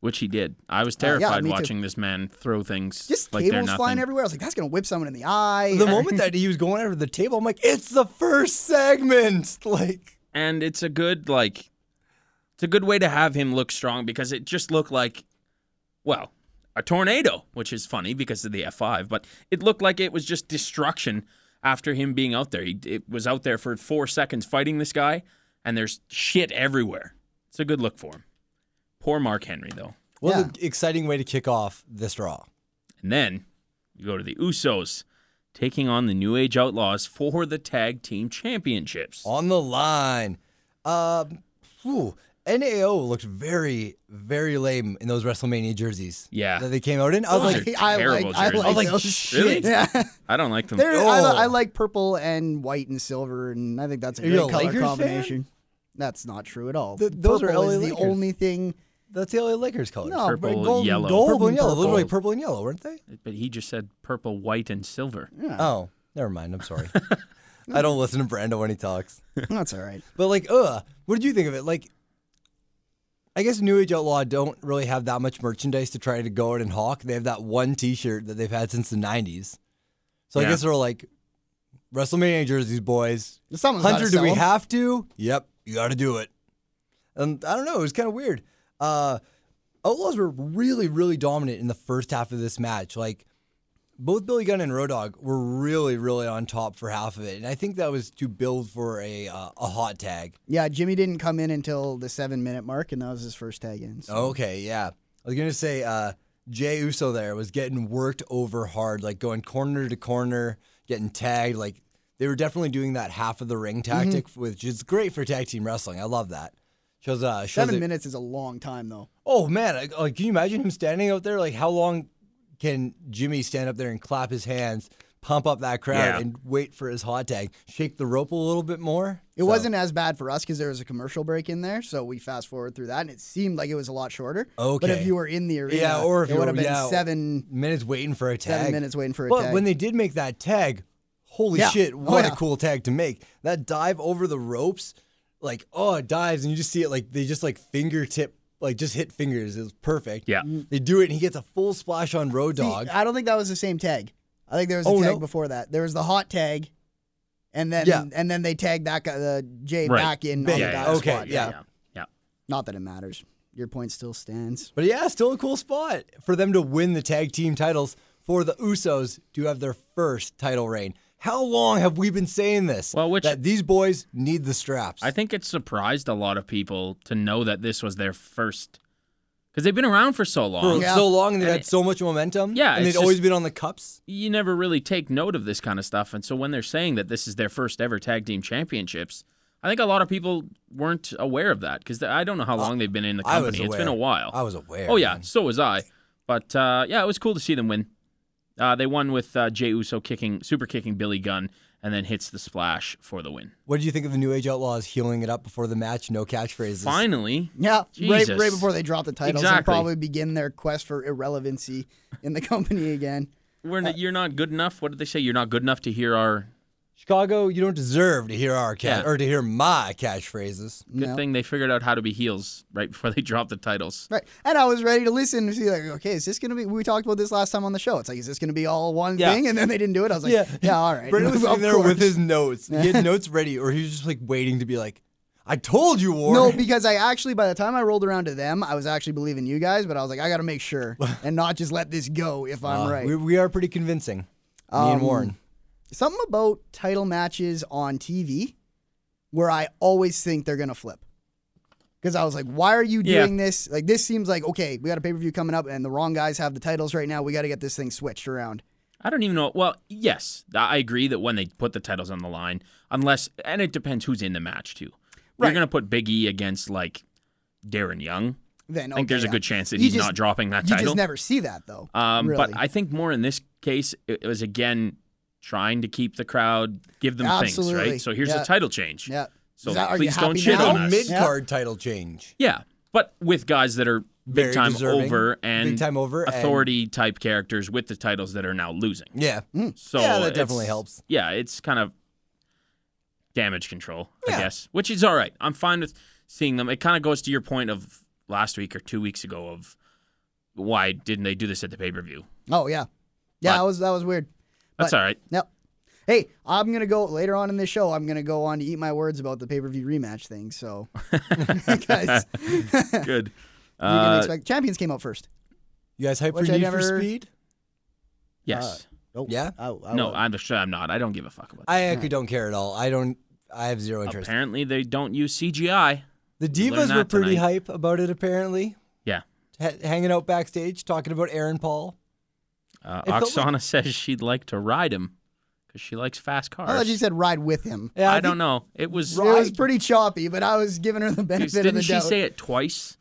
S3: Which he did. I
S4: Uh,
S3: was
S4: yeah,
S3: terrified
S4: me too.
S3: watching this man throw things
S4: Just
S3: like they're
S4: cables
S3: nothing.
S4: flying everywhere. I was like, that's going to whip someone in the eye.
S5: The moment that he was going under the table, I'm like, it's the first segment. Like,
S3: and it's a good like it's a good way to have him look strong because it just looked like well a tornado which is funny because of the f5 but it looked like it was just destruction after him being out there he it was out there for four seconds fighting this guy and there's shit everywhere it's a good look for him poor mark henry though
S5: what an exciting way to kick off this Raw.
S3: and then you go to the usos taking on the new age outlaws for the tag team championships
S5: On the line. Um, whew, NAO looked very, very lame in those WrestleMania jerseys.
S3: Yeah.
S5: That they came out in. I was
S3: Those
S5: like,
S3: are
S4: I
S3: terrible
S4: like- I
S3: jerseys.
S4: like
S5: I was like,
S4: those.
S5: shit.
S3: Really?
S4: yeah.
S3: i don't like them
S4: There, I,
S5: Oh.
S4: I like purple and white and silver, and I think that's a
S5: Are you
S4: great
S5: a
S4: color
S5: Lakers fan?
S4: combination. That's not true at all.
S5: Th- those are
S4: purple
S5: LA
S4: is the
S5: Lakers.
S4: only thing.
S5: That's the LA Lakers colors.
S4: No, but
S3: Purple,
S4: golden,
S3: yellow.
S4: gold
S5: Purple and yellow,
S4: purple.
S5: literally purple and yellow, weren't they?
S3: But he just said purple, white, and silver.
S5: Oh, never mind. I'm sorry. I don't listen to Brando when he talks.
S4: That's all right.
S5: But like, uh, what did you think of it? Like, I guess New Age Outlaw don't really have that much merchandise to try to go out and hawk. They have that one T-shirt that they've had since the '90s. So I
S3: Yeah.
S5: guess they're like, WrestleMania jerseys, boys.
S4: Someone's gotta
S5: Hunter, do we
S4: sell 'em.
S5: have to? Yep, you got to do it. And I don't know. It was kind of weird. Uh, Outlaws were really, really dominant in the first half of this match. Like both Billy Gunn and Road Dogg were really, really on top for half of it, and I think that was to build for a uh, a hot tag.
S4: Yeah, Jimmy didn't come in until the seven minute mark, and that was his first tag in. so-
S5: Okay, yeah. I was gonna say uh, Jay Uso there was getting worked over hard, like going corner to corner, getting tagged. Like they They were definitely doing that half of the ring
S4: Mm-hmm.
S5: tactic, which is great for tag team wrestling. I love that. Shows uh shows
S4: Seven
S5: it-
S4: minutes is a long time though.
S5: Oh man, like, like can you imagine him standing out there? Like how long can Jimmy stand up there and clap his hands, pump up that crowd,
S3: Yeah.
S5: and wait for his hot tag? Shake the rope a little bit more.
S4: It wasn't as bad for us because there was a commercial break in there, so we fast forward through that, and it seemed like it was a lot shorter. But if
S5: Okay.
S4: you were in the arena,
S5: Yeah, or if
S4: it
S5: you
S4: would
S5: were-
S4: have been
S5: yeah.
S4: seven
S5: minutes waiting for a tag.
S4: seven minutes waiting for a
S5: but
S4: tag.
S5: when they did make that tag, holy
S4: Yeah.
S5: shit,
S4: Oh,
S5: what
S4: yeah.
S5: a cool tag to make. That dive over the ropes, like, oh, it dives, and you just see it like they just like fingertip, like just hit fingers. It was perfect.
S3: Yeah.
S5: They do it and he gets a full splash on Road
S4: See,
S5: Dog.
S4: I don't think that was the same tag. I think there was a
S5: Oh,
S4: tag
S5: no?
S4: before that. There was the hot tag, and then
S5: Yeah.
S4: and then they tagged that guy, the Jay
S3: Right.
S4: back in on
S5: Big.
S4: the
S5: Yeah,
S4: dive
S5: yeah, okay,
S4: squad.
S5: yeah.
S3: yeah, yeah.
S4: Not that it matters. Your point still stands.
S5: But yeah, still a cool spot for them to win the tag team titles for the Usos to have their first title reign. How long have we been saying this?
S3: Well, which-
S5: that these boys need the straps.
S3: I think it surprised a lot of people to know that this was their first, because they've been around for so
S5: for
S3: long.
S4: Yeah.
S5: so long and they've
S3: And
S5: had
S3: it-
S5: so much momentum.
S3: Yeah,
S5: and
S3: it's
S5: they'd
S3: just-
S5: always been on the cups.
S3: You never really take note of this kind of stuff, and so when they're saying that this is their first ever tag team championships, I think a lot of people weren't aware of that because I don't know how long they've been in the
S5: Uh, I
S3: company.
S5: was aware.
S3: It's been a while.
S5: I was aware.
S3: Oh yeah,
S5: man.
S3: so was I. But uh, yeah, it was cool to see them win. Uh, they won with uh, Jey Uso kicking, super kicking Billy Gunn, and then hits the splash for the win.
S5: What did you think of the New Age Outlaws healing it up before the match? No catchphrases.
S3: Finally,
S4: Yeah, right,
S3: Jesus.
S4: right before they drop the titles and
S3: Exactly.
S4: probably begin their quest for irrelevancy in the company again.
S3: we're
S4: Uh,
S3: n- you're not good enough. What did they say? You're not good enough to hear our.
S5: Chicago, you don't deserve to hear our cat
S3: Yeah.
S5: or to hear my catchphrases.
S3: Good
S4: No.
S3: thing they figured out how to be heels right before they dropped the titles.
S4: Right. And I was ready to listen to see like, okay, is this gonna be we talked about this last time on the show. It's like, is this gonna be all one
S5: Yeah.
S4: thing? And then they didn't do it. I was like, Yeah, all right.
S5: Brandon was
S4: Of
S5: sitting there
S4: course.
S5: with his notes. He had notes ready, or he was just like waiting to be like, "I told you, Warren."
S4: No, because I actually, by the time I rolled around to them, I was actually believing you guys, but I was like, I got to make sure and not just let this go if I'm
S5: Uh,
S4: right.
S5: We, we are pretty convincing. Me
S4: Um,
S5: and Warren.
S4: Something about title matches on TV where I always think they're going to flip. Because I was like, why are you
S3: Yeah.
S4: doing this? Like, this seems like, okay, we got a pay per view coming up and the wrong guys have the titles right now. We got to get this thing switched around.
S3: I don't even know. Well, yes, I agree that when they put the titles on the line, unless and it depends who's in the match too.
S4: Right.
S3: You're gonna put Big E against like Darren Young.
S4: Then
S3: I think there's a good chance that he's not dropping that
S4: You
S3: title.
S4: just never see that, though.
S3: Um,
S4: really.
S3: But I think more in this case, it it was again trying to keep the crowd, give them things,
S4: Absolutely.
S3: right? So here's
S4: Yeah.
S3: a title change.
S4: Yeah.
S3: So
S4: Is that- are you
S3: please don't
S4: happy
S3: shit
S4: now?
S3: on
S5: No
S3: us.
S5: mid card title change.
S3: yeah, but with guys that are big
S5: Very
S3: time
S5: deserving,
S3: over and
S5: big time over and-
S3: authority type characters with the titles that are now losing.
S5: Yeah.
S3: So
S5: Yeah, that
S3: it's-
S5: definitely helps.
S3: Yeah, it's kind of damage control,
S5: Yeah.
S3: I guess, which is all right. I'm fine with seeing them. It kind of goes to your point of last week or two weeks ago of why didn't they do this at the pay per view?
S4: Oh, yeah. Yeah,
S3: But-
S4: that was, that was weird.
S3: That's
S4: But-
S3: all right.
S4: Yep. Hey, I'm gonna go later on in this show. I'm gonna go on to eat my words about the pay per view rematch thing. So, guys, you can
S3: Good. Uh,
S4: expect champions came out first.
S5: You guys hype
S4: Which
S5: for
S4: I
S5: Need for
S4: never-
S5: Speed?
S3: yes.
S4: Oh
S5: Yeah?
S4: I, I
S3: no,
S4: will.
S3: I'm sure I'm not. I don't give a fuck about that.
S5: I actually don't care at all. I don't. I have zero interest.
S3: Apparently, they don't use CGI.
S5: The
S3: learned
S5: divas were
S3: that
S5: pretty
S3: tonight.
S5: hype about it. Apparently,
S3: Yeah.
S5: H- hanging out backstage talking about Aaron Paul.
S3: Uh,
S5: It felt
S3: Oksana says she'd like to ride him because she likes fast cars.
S4: I thought Oh, you said ride with him.
S5: Yeah,
S3: I,
S5: think-
S3: don't know. It was.
S4: It was pretty choppy, but I was giving her the benefit of
S3: Didn't
S4: the
S3: she
S4: doubt.
S3: say it twice?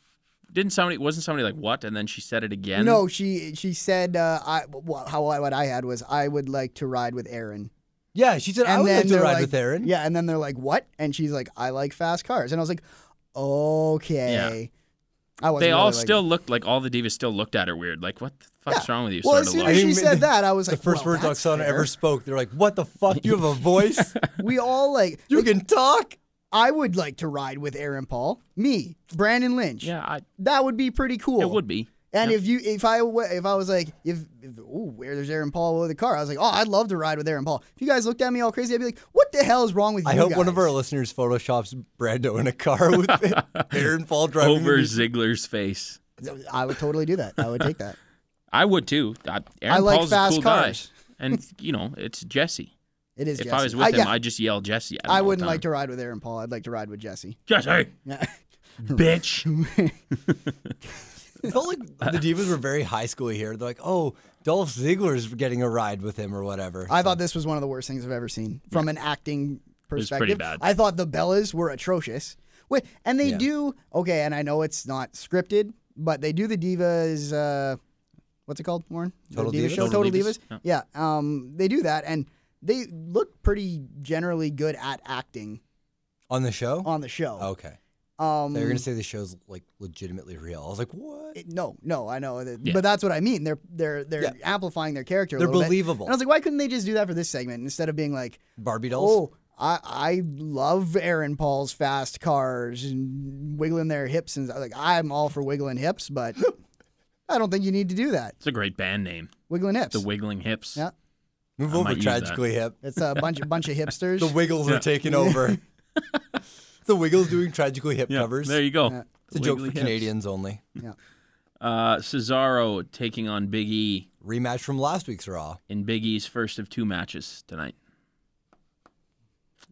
S3: Didn't somebody? Wasn't somebody like what? And then she said it again.
S4: no, she she said uh, I well, how I- what I had was I would like to ride with Aaron.
S5: Yeah, she said I would like to
S4: they're
S5: ride with Aaron.
S4: Yeah, and then they're like, "What?" And she's like, "I like fast cars." And I was like, "Okay." I wasn't
S3: They all
S4: really like-
S3: still looked like all the divas still looked at her weird. Like what the fuck's wrong with you?
S4: Well,
S3: sort
S4: as
S3: of
S4: soon
S3: look.
S4: as
S5: I
S4: she
S5: mean,
S4: said that, I was
S5: The
S4: like,
S5: first
S4: well,
S5: words
S4: that's
S5: Oksana
S4: fair.
S5: ever spoke, they're like, "What the fuck? You have a voice.
S4: We all like.
S5: you
S4: like,
S5: can talk."
S4: I would like to ride with Aaron Paul, me, Brandon Lynch.
S3: yeah, I,
S4: that would be pretty cool.
S3: it would be.
S4: And if you, if I, wa- if I was like, if, if ooh, where there's Aaron Paul with the car, I was like, oh, I'd love to ride with Aaron Paul. If you guys looked at me all crazy, I'd be like, what the hell is wrong with
S5: I
S4: you
S5: hope one of
S4: guys?
S5: our listeners photoshops Brando in a car with Aaron Paul driving.
S3: Over
S5: the-
S3: Ziggler's face.
S4: I would totally do that. I would take that.
S3: I would too. I,
S4: I
S3: Aaron
S4: like
S3: Paul's
S4: fast
S3: a cool guy.
S4: cars.
S3: and you know it's Jesse.
S4: It is.
S3: If
S4: Jesse.
S3: I was with him,
S4: yeah,
S3: I'd just yell Jesse. At him
S4: I
S3: all the
S4: wouldn't
S3: time.
S4: like to ride with Aaron Paul. I'd like to ride with Jesse.
S3: Jesse,
S4: Yeah.
S3: bitch.
S5: It felt like the Divas were very high school here. They're like, oh, Dolph Ziggler's getting a ride with him or whatever.
S4: I thought this was one of the worst things I've ever seen from an acting
S3: was
S4: perspective.
S3: pretty bad.
S4: I thought the Bellas were atrocious. Wait, and they
S5: Yeah.
S4: do okay, and I know it's not scripted, but they do the divas. Uh, what's it called, Warren? The
S5: Total
S4: Divas
S5: Divas?
S4: show,
S3: Total
S4: Total,
S3: Divas,
S4: Divas. Yeah. um, they do that, and they look pretty generally good at acting
S5: on the show.
S4: on the show.
S5: okay,
S4: Um,
S5: they were Oh, gonna say the show's like legitimately real. I was like, what?
S4: it- no, no, I know, that,
S3: Yeah.
S4: but that's what I mean. They're they're they're amplifying their character. a
S5: They're
S4: little bit.
S5: believable.
S4: And I was like, why couldn't they just do that for this segment instead of being like,
S5: Barbie dolls.
S4: Oh, I I love Aaron Paul's fast cars and wiggling their hips and like I'm all for wiggling hips, but I don't think you need to do that.
S3: It's a great band name.
S4: Wiggling hips.
S3: The Wiggling Hips.
S4: Yeah.
S5: Move
S3: I might
S5: over,
S3: use that.
S5: tragically hip.
S4: it's a bunch of bunch of hipsters.
S5: The Wiggles
S3: Yeah.
S5: are taking over. the Wiggles doing tragically hip
S3: Yeah,
S5: covers.
S3: There you go.
S4: Yeah.
S5: it's a
S3: The
S5: joke for
S3: Wiggly Hips.
S5: Canadians only.
S3: Uh, Cesaro taking on Big E
S5: Rematch from last week's Raw.
S3: in Big E's first of two matches tonight.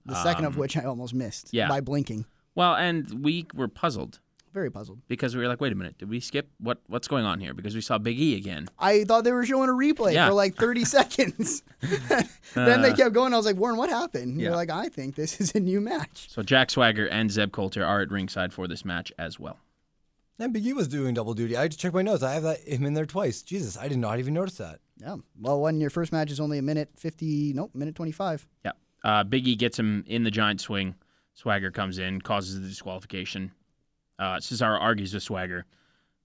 S4: the second of which I almost missed
S3: Um, yeah.
S4: by blinking.
S3: Well, and we were puzzled
S4: Very puzzled.
S3: because we were like, wait a minute, did we skip what what's going on here? Because we saw Big E again.
S4: I thought they were showing a replay
S3: Yeah. Uh.
S4: for like 30 seconds. then they kept going. I was like, Warren, what happened?
S3: yeah.
S4: You're like, I think this is a new match.
S3: So Jack Swagger and Zeb Coulter are at ringside for this match as well.
S5: And Big E was doing double duty. I had to check my notes. I have that him in there twice. Jesus, I did not even notice that.
S4: Yeah. Well, when your first match is only a minute 50, nope, minute 25.
S3: Yeah. Uh, Big E gets him in the giant swing. Swagger comes in, causes the disqualification. Uh, Cesaro argues with Swagger,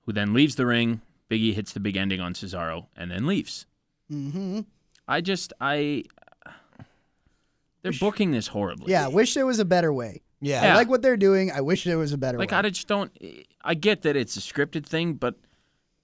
S3: who then leaves the ring. Big E hits the big ending on Cesaro and then leaves.
S4: Mm-hmm.
S3: I just, I. They're booking this horribly.
S4: Yeah. Wish there was a better way.
S5: Yeah.
S3: Yeah.
S4: I like what they're doing. I wish there was a better
S3: Like,
S4: way.
S3: I just don't. I get that it's a scripted thing, but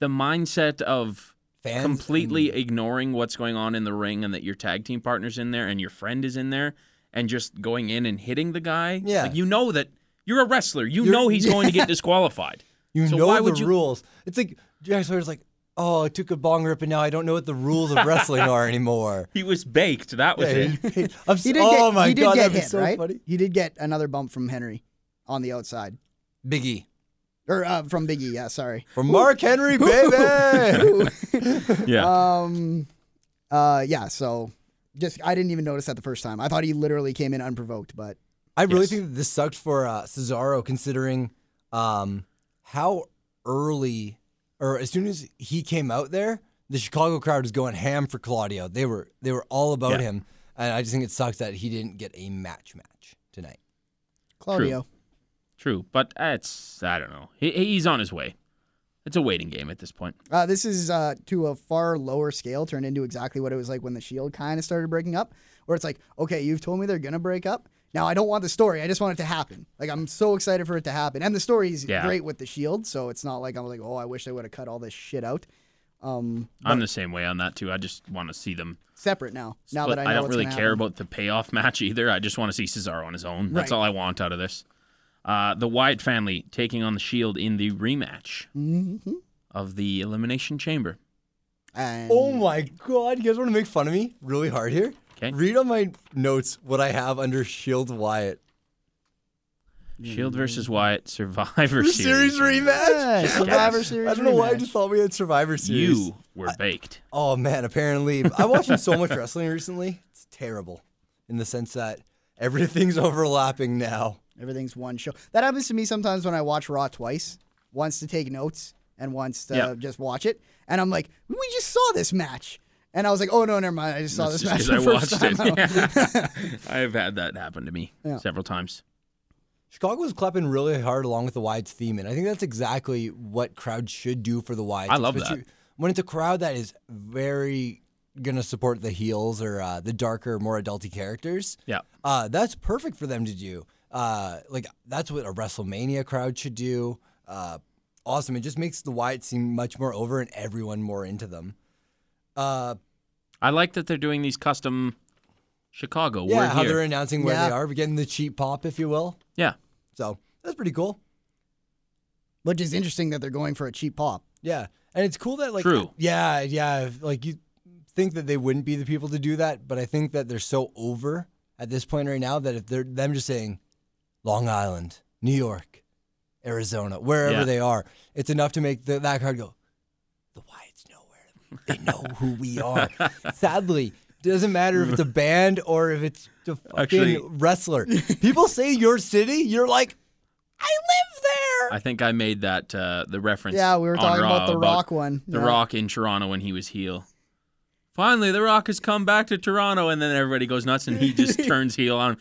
S3: the mindset of
S5: Fans
S3: completely ignoring what's going on in the ring and that your tag team partner's in there and your friend is in there and just going in and hitting the guy.
S5: Yeah.
S3: Like, you know that you're a wrestler. You
S5: You're-
S3: know he's going to get disqualified.
S5: You
S3: So
S5: know
S3: why
S5: the
S3: would you-
S5: rules. It's like Jack Sawyer's like, oh, I took a bong rip and now I don't know what the rules of wrestling are anymore.
S3: He was baked. That was it.
S5: I'm
S4: He
S5: so,
S4: did
S5: oh
S4: get,
S5: my
S4: he did
S5: god,
S4: get
S5: that'd be
S4: hit,
S5: so
S4: right?
S5: funny.
S4: He did get another bump from Henry on the outside,
S5: Biggie
S4: or uh, from Biggie. Yeah, sorry.
S5: from Mark Henry, baby.
S3: Yeah.
S4: Um, uh, yeah. So, just I didn't even notice that the first time. I thought he literally came in unprovoked, but
S5: I really
S3: Yes.
S5: think that this sucked for uh, Cesaro, considering um, how early or as soon as he came out there, the Chicago crowd was going ham for Claudio. They were they were all about
S3: Yeah.
S5: him, and I just think it sucks that he didn't get a match match tonight.
S4: Claudio.
S3: True. But it's, I don't know. He, he's on his way. It's a waiting game at this point.
S4: Uh, this is uh, to a far lower scale, turned into exactly what it was like when the Shield kind of started breaking up, where it's like, okay, you've told me they're gonna break up. Now I don't want the story. I just want it to happen. Like I'm so excited for it to happen, and the story's
S3: Yeah.
S4: great with the Shield, so it's not like I'm like, oh, I wish they would have cut all this shit out. Um,
S3: I'm the same way on that, too. I just want to see them.
S4: separate now. Now
S3: But
S4: that I, know
S3: don't
S4: what's
S3: really
S4: gonna
S3: care
S4: happen.
S3: about the payoff match either. I just want to see Cesaro on his own. That's
S4: Right.
S3: all I want out of this. Uh, the Wyatt family taking on the Shield in the rematch
S4: Mm-hmm.
S3: of the Elimination Chamber.
S4: And
S5: Oh my god, you guys want to make fun of me really hard here?
S3: 'Kay.
S5: Read on my notes what I have under Shield Wyatt.
S4: Mm-hmm.
S3: Shield versus Wyatt Survivor
S5: Series
S3: Series.
S5: rematch.
S4: Yeah, Survivor
S3: Yes.
S4: Series.
S5: I don't know why I
S4: rematch.
S5: just thought we had Survivor Series.
S3: You were baked.
S5: Oh man, apparently I'm watching so much wrestling recently. It's terrible in the sense that everything's overlapping now.
S4: everything's one show. That happens to me sometimes when I watch Raw twice. Once to take notes and once to
S3: Yeah.
S4: just watch it. And I'm like, we just saw this match. And I was like, oh no, never mind. I just saw
S3: That's
S4: this match.
S3: just
S4: The first
S3: I
S4: time.
S3: watched it. I've had that happen to me several times.
S5: Chicago was clapping really hard along with the Wides theme, and I think that's exactly what crowds should do for the Wides.
S3: I love that.
S5: especially When it's a crowd that is very gonna support the heels or uh, the darker, more adulty characters,
S3: Yeah.
S5: uh, that's perfect for them to do. Uh, like that's what a WrestleMania crowd should do. Uh, awesome. It just makes the Wyatt seem much more over and everyone more into them. Uh,
S3: I like that they're doing these custom Chicago.
S5: Yeah,
S3: we're
S5: how
S3: here.
S5: they're announcing where
S4: Yeah.
S5: they are, we're getting the cheap pop, if you will.
S3: yeah.
S5: So that's pretty cool.
S4: Which is interesting that they're going for a cheap pop.
S5: Yeah, and it's cool that like
S3: True.
S5: Yeah, yeah. Like you think that they wouldn't be the people to do that, but I think that they're so over at this point right now that if they're them just saying Long Island, New York, Arizona, wherever
S3: Yeah.
S5: they are. It's enough to make the, that card go, the Wyatts know where they know who we are. Sadly, doesn't matter if it's a band or if it's a fucking
S3: Actually-
S5: wrestler. People say your city, you're like, I live there.
S3: I think I made that uh, the reference.
S4: Yeah, we were
S3: on
S4: talking
S3: Raw
S4: about the Rock one.
S3: The
S4: Yeah.
S3: Rock in Toronto when he was heel. Finally, The Rock has come back to Toronto, and then everybody goes nuts, and he just turns heel on. him.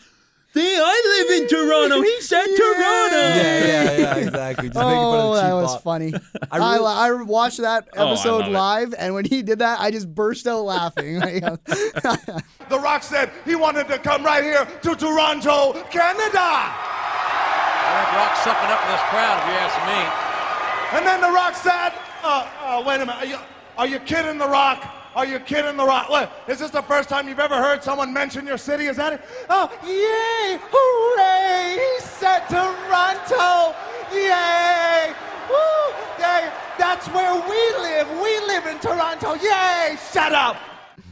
S3: Hey, I live in Toronto. He said Toronto.
S5: yeah, yeah, yeah, exactly. Just making fun of
S4: Oh,
S5: the cheap
S4: that was
S5: pop.
S4: funny. I,
S5: really-
S4: li- I, watched that
S3: Oh, I
S4: episode
S3: love it.
S4: live, and when he did that, I just burst out laughing. Like,
S1: The Rock said he wanted to come right here to Toronto, Canada.
S6: I think Rock's sucking up to this crowd, if you ask me.
S1: And then The Rock said, uh, uh, wait a minute, are you, are you kidding The Rock? Are you kidding The Rock? What, is this the first time you've ever heard someone mention your city? Is that it? Oh, yay! Hooray! He said Toronto! Yay! Woo! Yay! That's where we live! We live in Toronto! Yay! Shut up!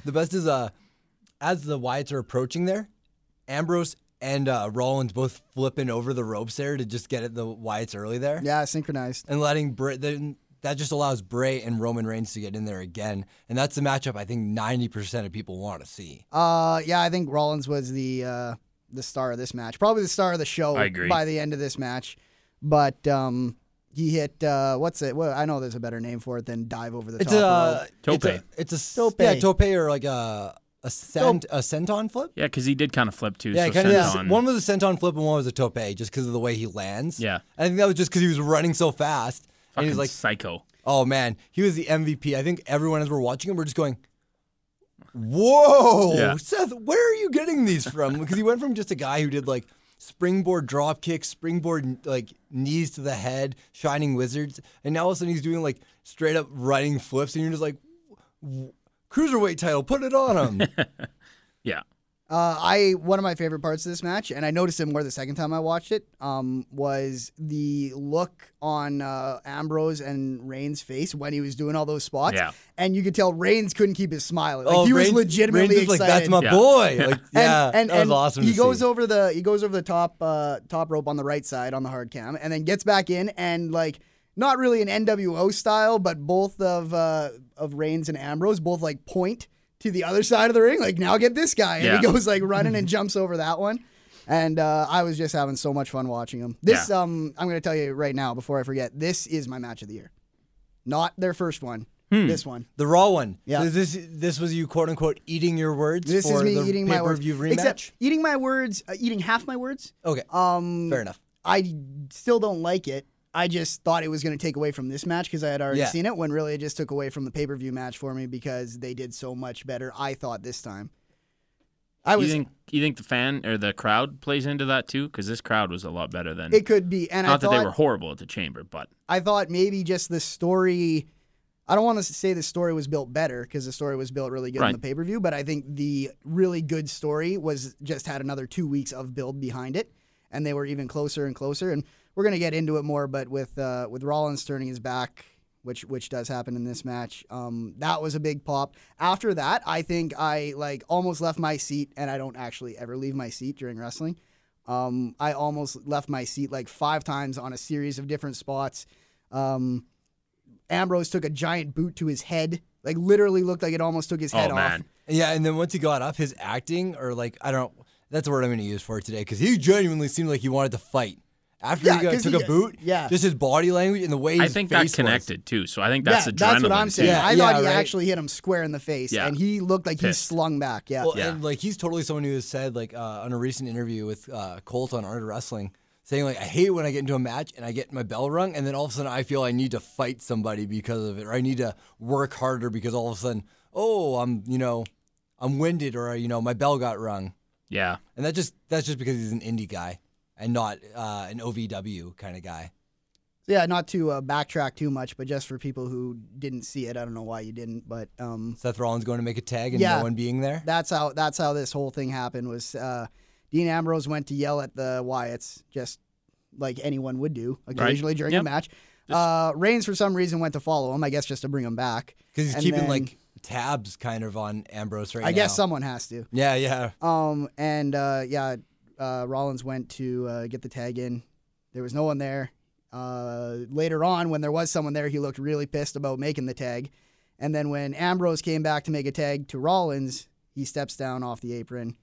S5: The best is uh, as the Wyatts are approaching there, Ambrose and uh, Rollins both flipping over the ropes there to just get at the Wyatts early there,
S4: yeah, synchronized.
S5: and letting Bray. Then that just allows Bray and Roman Reigns to get in there again, and that's the matchup I think ninety percent of people want to see.
S4: Uh, yeah, I think Rollins was the uh, the star of this match, probably the star of the show.
S3: I agree.
S4: By the end of this match, but um, he hit uh, what's it? Well, I know there's a better name for it than dive over the
S5: It's uh,
S4: top.
S5: a
S4: rope.
S3: Tope.
S5: It's a, it's a s-
S4: Tope.
S5: Yeah, tope or like a a cent a centon flip.
S3: Yeah, because he did kind of flip too.
S5: Yeah,
S3: so
S5: kind of.
S3: send
S5: Yeah.
S3: on.
S5: One was a centon flip and one was a tope, just because of the way he lands.
S3: Yeah.
S5: I think that was just because he was running so fast, and
S3: fucking
S5: he was like
S3: psycho.
S5: Oh man, he was the MVP. I think everyone as we're watching him, we're just going, "Whoa,
S3: Yeah.
S5: Seth, where are you getting these from?" Because he went from just a guy who did like springboard drop kicks, springboard like knees to the head, shining wizards, and now all of a sudden he's doing like straight up running flips, and you're just like, "W- "Cruiserweight title, put it on him."
S3: Yeah,
S4: Uh, I one of my favorite parts of this match, and I noticed it more the second time I watched it, um, was the look on uh, Ambrose and Reigns' face when he was doing all those spots.
S3: Yeah.
S4: and you could tell Reigns couldn't keep his smile. Like
S5: oh,
S4: he
S5: Reigns-
S4: was legitimately
S5: Reigns is
S4: excited.
S5: like, "That's my
S3: Yeah.
S5: boy!" Like,
S4: And-
S5: yeah,
S4: and,
S5: that was
S4: and
S5: awesome.
S4: He
S5: to
S4: goes
S5: see.
S4: over the he goes over the top uh, top rope on the right side on the hard cam, and then gets back in and like not really an NWO style, but both of uh, of Reigns and Ambrose both like point to the other side of the ring, like now get this guy, and
S3: Yeah.
S4: he goes like running and jumps over that one. And uh, I was just having so much fun watching him. This
S3: Yeah.
S4: um I'm gonna tell you right now before I forget. This is my match of the year, not their first one.
S5: Hmm.
S4: This one.
S5: the raw one.
S4: Yeah.
S5: So this this was you quote unquote eating your words.
S4: This
S5: for
S4: is me
S5: the
S4: eating my words.
S5: pay-per-view rematch.
S4: Except eating my words, uh, eating half my words.
S5: okay,
S4: Um,
S5: fair enough.
S4: I still don't like it. I just thought it was going to take away from this match because I had already
S5: Yeah.
S4: seen it. When really, it just took away from the pay per view match for me because they did so much better. I thought this time. I
S3: you
S4: was.
S3: think you think the fan or the crowd plays into that too? Because this crowd was a lot better than.
S4: It could be, and
S3: not
S4: I
S3: that
S4: thought
S3: they were horrible at the chamber, but
S4: I thought maybe just the story. I don't want to say the story was built better because the story was built really good in
S3: Right.
S4: the pay per view, but I think the really good story was just had another two weeks of build behind it, and they were even closer and closer. And we're gonna get into it more, but with uh, with Rollins turning his back, which which does happen in this match, um, that was a big pop. After that, I think I like almost left my seat, and I don't actually ever leave my seat during wrestling. Um, I almost left my seat like five times on a series of different spots. Um, Ambrose took a giant boot to his head, like literally looked like it almost took his head
S3: oh
S4: off.
S3: man,
S5: Yeah, and then once he got up, his acting or like I don't that's the word I'm going to use for it today because he genuinely seemed like he wanted to fight after
S4: Yeah,
S5: he got,
S4: 'cause
S5: took
S4: he-
S5: a boot.
S4: yeah.
S5: just his body language and the way his
S3: I think
S5: face
S3: that
S5: was.
S3: connected too. So I think that's
S4: yeah,
S3: adrenaline.
S4: that's what I'm
S3: too.
S4: saying.
S5: Yeah,
S4: I thought
S5: yeah,
S4: he
S5: right.
S4: actually hit him square in the face,
S3: Yeah.
S4: and he looked like
S3: Pissed.
S4: he slung back. Yeah,
S5: Well,
S3: Yeah.
S5: and like he's totally someone who has said like uh, on a recent interview with uh, Colt on Art of Wrestling. Saying like I hate when I get into a match and I get my bell rung and then all of a sudden I feel I need to fight somebody because of it or I need to work harder because all of a sudden oh I'm you know I'm winded or you know my bell got rung
S3: Yeah,
S5: And that just that's just because he's an indie guy and not uh, an OVW kind of guy.
S4: So, yeah. Not to uh, backtrack too much, but just for people who didn't see it, I don't know why you didn't, but um,
S5: Seth Rollins going to make a tag and
S4: Yeah.
S5: no one being there.
S4: that's how that's how this whole thing happened. Was uh, Dean Ambrose went to yell at the Wyatts, just like anyone would do occasionally during
S3: Yep.
S4: a match. Uh, Reigns for some reason went to follow him. I guess just to bring him back.
S5: Because he's
S4: And
S5: keeping
S4: then-
S5: like tabs kind of on Ambrose right
S4: I
S5: now.
S4: guess someone has to.
S5: Yeah, yeah.
S4: Um, and uh, yeah, uh, Rollins went to uh, get the tag in. There was no one there. Uh, later on, when there was someone there, he looked really pissed about making the tag. And then when Ambrose came back to make a tag to Rollins, he steps down off the apron,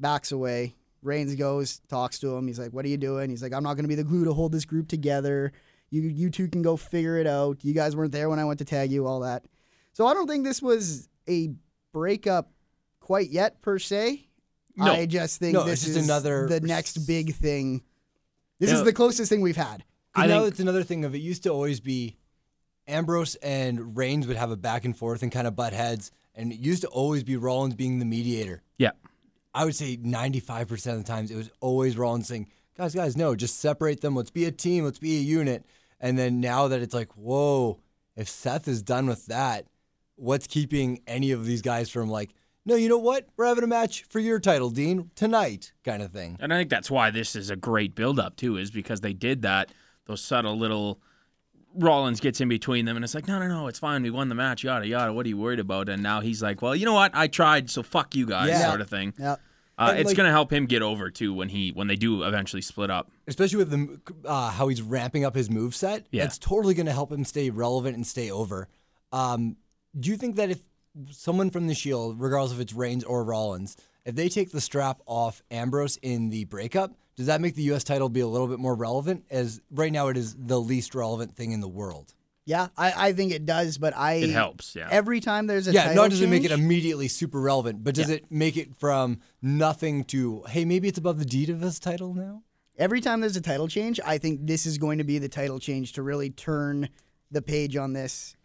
S4: backs away. Reigns goes, talks to him. He's like, "What are you doing?" He's like, "I'm not going to be the glue to hold this group together. You you two can go figure it out. You guys weren't there when I went to tag you, all that." So I don't think this was a breakup quite yet per se.
S3: No.
S4: I just think
S5: No,
S4: this
S5: it's just
S4: is
S5: another-
S4: the next big thing. This
S3: Yeah.
S4: is the closest thing we've had.
S5: I
S3: I
S5: know
S3: think-
S5: it's another thing of it used to always be Ambrose and Reigns would have a back and forth and kind of butt heads, and it used to always be Rollins being the mediator.
S3: Yeah.
S5: I would say 95% of the times it was always Rollins saying, guys, guys, no, just separate them. Let's be a team. Let's be a unit. And then now that it's like, whoa, if Seth is done with that, what's keeping any of these guys from like, no, you know what? We're having a match for your title, Dean, tonight, kind of thing.
S3: And I think that's why this is a great build up too, is because they did that, those subtle little Rollins gets in between them and it's like, no, no, no, it's fine. We won the match, yada yada. What are you worried about? And now he's like, Well, you know what? I tried, so fuck you guys,
S5: Yeah.
S3: sort of thing.
S4: Yeah.
S3: Uh,
S5: And,
S3: it's
S5: like-
S3: gonna help him get over too when he when they do eventually split up.
S5: especially with the uh, how he's ramping up his move set.
S3: Yeah.
S5: That's totally going to help him stay relevant and stay over. Um, do you think that if someone from the Shield, regardless if it's Reigns or Rollins, if they take the strap off Ambrose in the breakup, does that make the U.S. title be a little bit more relevant? As right now, it is the least relevant thing in the world.
S4: Yeah, I, I think it does, but I
S3: It helps, yeah.
S4: Every time there's a
S5: Yeah,
S4: title
S5: not does it make it
S4: change-
S5: immediately super relevant, but does it make it from nothing to hey, maybe it's above the Divas title now?
S4: every time there's a title change, I think this is going to be the title change to really turn the page on this.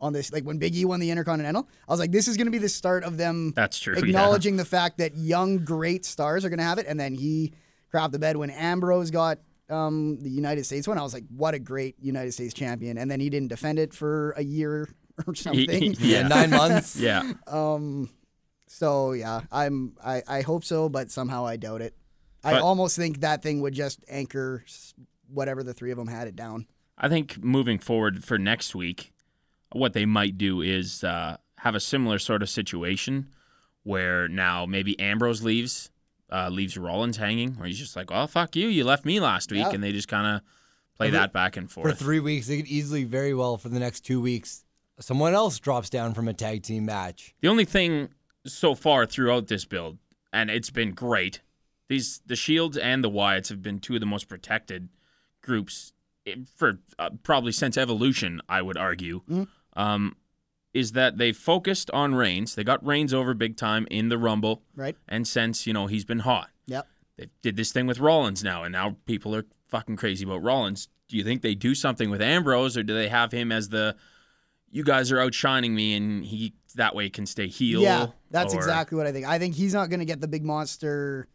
S4: On this, like when Big E won the Intercontinental, I was like, this is going to be the start of them
S3: That's true, yeah.
S4: acknowledging the fact that young great stars are going to have it. And then he crapped the bed when Ambrose got um, the United States one. I was like, what a great United States champion. And then he didn't defend it for a year or something. Um,
S5: In
S3: yeah.
S5: nine months.
S3: Yeah.
S4: So yeah, I'm I, I hope so, but somehow I doubt it. I
S3: But-
S4: almost think that thing would just anchor s- whatever the three of them had it down.
S3: I think moving forward for next week, what they might do is uh, have a similar sort of situation where now maybe Ambrose leaves, uh, leaves Rollins hanging, where he's just like, "Well, fuck you, you left me last week,"
S4: Yeah.
S3: and they just kind of play that back and
S5: for
S3: forth.
S5: three weeks. They could easily, very well, for the next two weeks, someone else drops down from a tag team match.
S3: The only thing so far throughout this build, and it's been great. These the Shields and the Wyatts have been two of the most protected groups eh, for uh, probably since evolution. I would argue. Um, is that they focused on Reigns? They got Reigns over big time in the Rumble,
S4: Right.
S3: and since you know he's been hot,
S4: Yep.
S3: they did this thing with Rollins now, and now people are fucking crazy about Rollins. Do you think they do something with Ambrose, or do they have him as the you guys are outshining me, and he that way can stay heel?
S4: yeah, that's
S3: or-
S4: exactly what I think. I think he's not going to get the big monster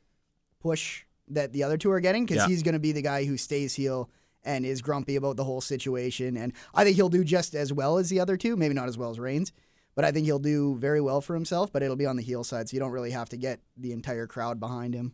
S4: push that the other two are getting because
S3: Yeah.
S4: he's going to be the guy who stays heel and is grumpy about the whole situation. And I think he'll do just as well as the other two, maybe not as well as Reigns, but I think he'll do very well for himself. But it'll be on the heel side, so you don't really have to get the entire crowd behind him.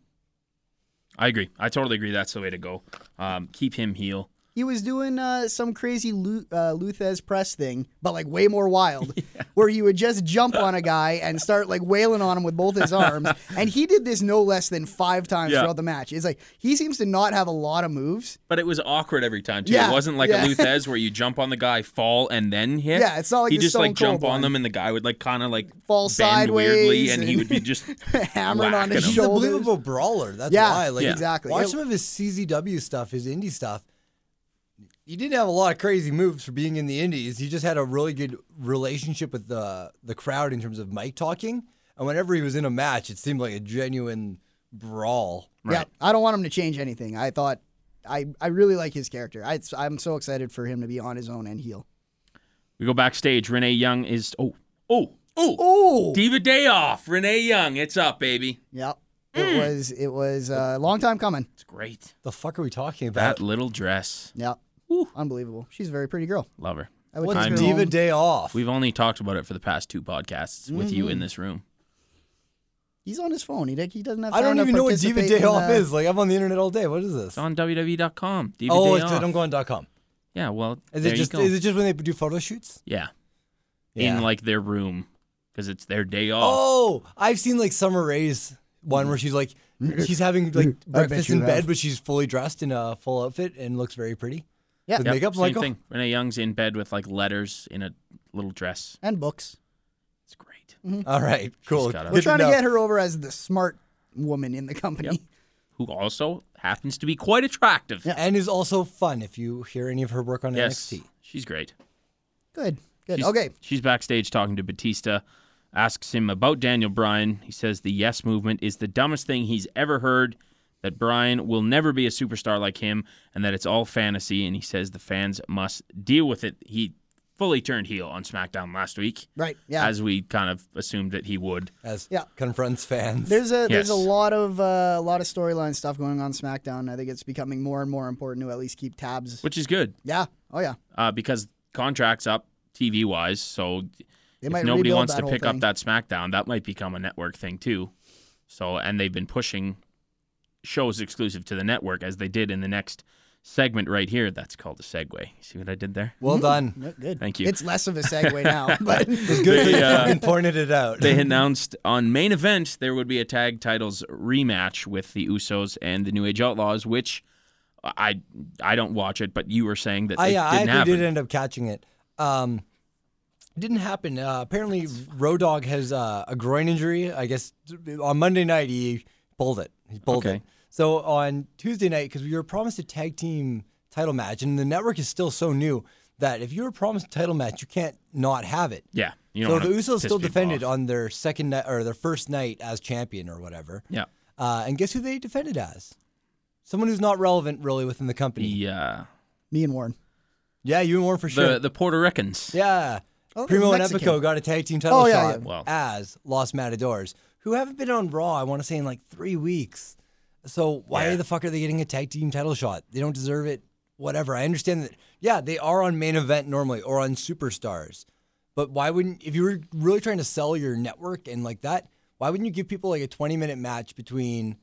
S3: I agree. I totally agree. That's the way to go. Um, keep him heel.
S4: He was doing uh, some crazy Lu- uh, Luthez press thing, but like way more wild, where he would just jump on a guy and start like wailing on him with both his arms. and he did this no less than five times
S3: Yeah.
S4: throughout the match. It's like he seems to not have a lot of moves.
S3: But it was awkward every time too.
S4: Yeah,
S3: it wasn't like
S4: yeah.
S3: a Luthez where you jump on the guy, fall, and then hit.
S4: Yeah, it's not like
S3: he
S4: the
S3: just like
S4: Stone Cold
S3: jump on
S4: one.
S3: them, and the guy would like kind of like
S4: Fall
S3: bend weirdly,
S4: sideways
S3: and, he
S4: and-
S3: would be just
S4: Hammering on
S3: Whacking
S4: his
S3: him.
S5: He's a
S4: shoulders.
S5: believable brawler. That's
S4: Yeah,
S5: why. Like,
S3: Yeah.
S4: exactly.
S5: Watch
S4: It-
S5: some of his CZW stuff, his indie stuff. He didn't have a lot of crazy moves for being in the indies. He just had a really good relationship with the the crowd in terms of mic talking. And whenever he was in a match, it seemed like a genuine brawl.
S4: Yeah, I don't want him to change anything. I thought I, I really like his character. I, I'm so excited for him to be on his own and heel.
S3: We go backstage. Renee Young is oh oh oh
S4: Oh,
S3: Diva Day off. Renee Young, it's up, baby.
S4: yeah.
S5: Mm.
S4: It was it was a long time coming.
S3: It's great.
S5: The fuck are we talking about?
S3: That little dress,
S4: Yeah,
S3: Woo.
S4: unbelievable. She's a very pretty girl.
S3: love her.
S4: I would
S5: What's
S4: take her
S5: Diva
S4: home.
S5: Day off?
S3: We've only talked about it for the past two podcasts with you
S4: Mm-hmm.
S3: in this room.
S4: He's on his phone. He, like, he doesn't have.
S5: I
S4: time
S5: don't
S4: to
S5: even know what Diva
S4: participate
S5: Day
S4: in
S5: off
S4: the-
S5: is. Like, I'm on the internet all day. What is this?
S3: It's on WWE.com. Diva
S5: Oh,
S3: Day
S5: it's
S3: off.
S5: at imgoing.com.
S3: yeah, well,
S5: Is
S3: there
S5: it just
S3: you go.
S5: is it just when they do photo shoots?
S3: yeah.
S5: Yeah.
S3: in like their room because it's their day off.
S5: Oh, I've seen like Summer Rae's one where she's like she's having like
S4: I bet
S5: breakfast
S4: you
S5: in
S4: have.
S5: bed, but she's fully dressed in a full outfit and looks very pretty.
S4: Yeah.
S5: With
S4: Yep,
S5: makeup,
S3: same
S5: Michael?
S3: thing. Renee Young's in bed with like letters in a little dress.
S4: and books.
S3: It's great.
S4: Mm-hmm.
S5: All right, cool.
S3: Hmm. got a-
S5: Good
S4: We're trying to
S5: know.
S4: get her over as the smart woman in the company.
S3: Yep. Who also happens to be quite attractive.
S4: Yeah.
S5: and is also fun if you hear any of her work on
S3: Yes,
S5: NXT.
S3: she's great.
S4: Good. Good.
S3: She's-
S4: okay.
S3: She's backstage talking to Batista, asks him about Daniel Bryan. He says the yes movement is the dumbest thing he's ever heard, that Bryan will never be a superstar like him, and that it's all fantasy. And he says the fans must deal with it. He fully turned heel on SmackDown last week,
S4: Right. Yeah.
S3: as we kind of assumed that he would.
S5: As
S4: Yeah.
S5: confronts fans.
S4: There's a there's a
S3: Yes.
S4: lot of uh, a lot of storyline stuff going on SmackDown. I think it's becoming more and more important to at least keep tabs.
S3: Which is good
S4: Yeah. Oh yeah.
S3: uh, because contracts up TV wise, so
S4: They
S3: if
S4: might
S3: nobody
S4: rebuild
S3: wants
S4: that
S3: to
S4: whole
S3: pick
S4: thing.
S3: up that SmackDown, that might become a network thing too. So, and they've been pushing shows exclusive to the network as they did in the next segment right here. That's called a segue. See what I did there?
S4: Mm-hmm.
S5: well done.
S4: Yeah, good.
S3: Thank you.
S4: It's less of a segue now, but
S5: Good
S3: They,
S5: that you
S3: uh,
S5: fucking pointed it out.
S3: They announced on main event there would be a tag titles rematch with the Usos and the New Age Outlaws, which I I don't watch it, but you were saying that
S5: I,
S3: it
S5: yeah, I
S3: didn't happen.
S5: actually did end up catching it. Um, it didn't happen. Uh, apparently, Road Dog has uh, a groin injury. I guess on Monday night he pulled it. He pulled
S3: Okay.
S5: it. So on Tuesday night, because we were promised a tag team title match, and the network is still so new that if you were promised a title match, you can't not have it.
S3: yeah, you
S5: So
S3: know
S5: the Usos still defended on their second night or their first night as champion or whatever.
S3: yeah.
S5: Uh, and guess who they defended as? Someone who's not relevant really within the company.
S3: The uh,
S4: me and Warren.
S5: Yeah, you and Warren for sure.
S3: the the Puerto Ricans.
S5: Yeah.
S4: Oh,
S5: Primo and
S4: Mexican.
S5: Epico got a tag team title
S4: Oh, yeah,
S5: shot
S4: yeah.
S3: Wow.
S5: as Los Matadors, who haven't been on Raw, I want to say, in like three weeks. So why
S3: Yeah.
S5: the fuck are they getting a tag team title shot? They don't deserve it. Whatever. I understand that. Yeah, they are on main event normally or on superstars. But why wouldn't, if you were really trying to sell your network and like that, why wouldn't you give people like a 20 minute match between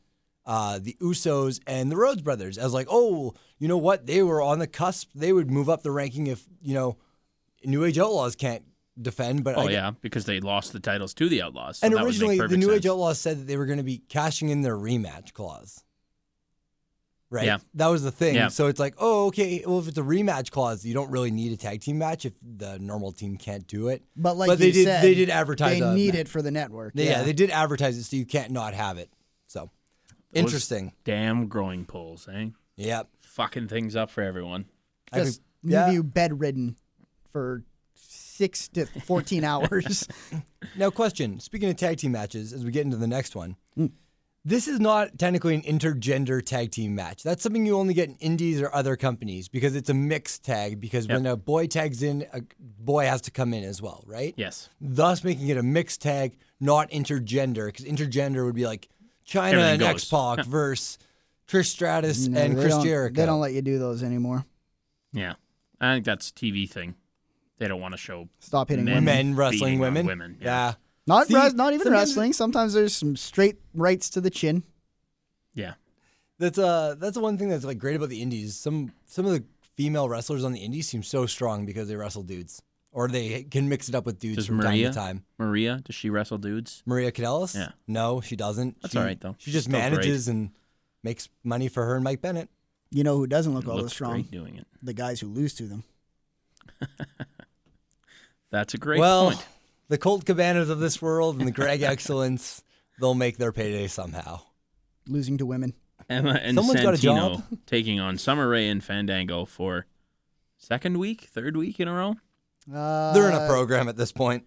S5: uh, the Usos and the Rhodes brothers as like, oh, you know what? They were on the cusp. They would move up the ranking if, you know, New Age Outlaws can't defend. But
S3: Oh
S5: I,
S3: yeah, because they lost the titles to the Outlaws. so
S5: And
S3: that would make
S5: originally, the
S3: perfect
S5: New
S3: sense.
S5: Age Outlaws said that they were going to be cashing in their rematch clause. Right?
S3: Yeah.
S5: That was the thing.
S3: Yeah.
S5: So it's like, oh, okay. Well, if it's a rematch clause, you don't really need a tag team match if the normal team can't do it.
S4: But like
S5: but they
S4: you
S5: did,
S4: said,
S5: they did advertise
S4: They
S5: a
S4: need
S5: ma-
S4: it for the network.
S5: They- yeah. they did advertise it, so you can't not have it. So
S3: Those
S5: interesting.
S3: Damn growing polls, eh?
S5: Yep.
S3: Fucking things up for everyone.
S5: I could-
S4: just leave you bedridden for six to fourteen hours.
S5: Now, question. Speaking of tag team matches, as we get into the next one,
S4: Hmm.
S5: this is not technically an intergender tag team match. That's something you only get in indies or other companies because it's a mixed tag. Because when a boy tags in, a boy has to come in as well, right?
S3: Yes.
S5: Thus, making it a mixed tag, not intergender, because intergender would be like China
S3: Everything
S5: and
S3: goes.
S5: X Pac versus Trish Stratus
S4: No,
S5: and
S4: they
S5: Chris
S4: don't-
S5: Jericho.
S4: They don't let you do those anymore.
S3: Yeah. I think that's TV thing. They don't want to show
S4: Stop hitting
S3: Men.
S4: women.
S5: men wrestling
S3: Beating on
S5: women.
S3: women, yeah.
S5: yeah.
S4: Not
S5: See,
S4: res- not even
S5: sometimes-
S4: wrestling. Sometimes there's some straight rights to the chin.
S3: Yeah.
S5: That's uh that's the one thing that's like great about the indies. Some some of the female wrestlers on the indies seem so strong because they wrestle dudes. Or they can mix it up with dudes
S3: Does
S5: from
S3: Maria
S5: time to time.
S3: Maria, does she wrestle dudes?
S5: Maria Kanellis?
S3: Yeah.
S5: No, she doesn't.
S3: That's
S5: She-
S3: all right, though.
S5: She just
S3: Still great.
S5: manages and makes money for her and Mike Bennett.
S4: You know who doesn't look all that
S3: Looks
S4: strong?
S3: great doing it.
S4: The guys who lose to them.
S3: That's a great
S5: well,
S3: point.
S5: the Colt Cabanas of this world and the Greg Excellence, they'll make their payday somehow.
S4: Losing to women.
S3: Emma and
S5: someone's got a
S3: Santino
S5: job.
S3: taking on Summer Rae and Fandango for second week, third week in a row.
S4: Uh,
S5: They're in a program at this point.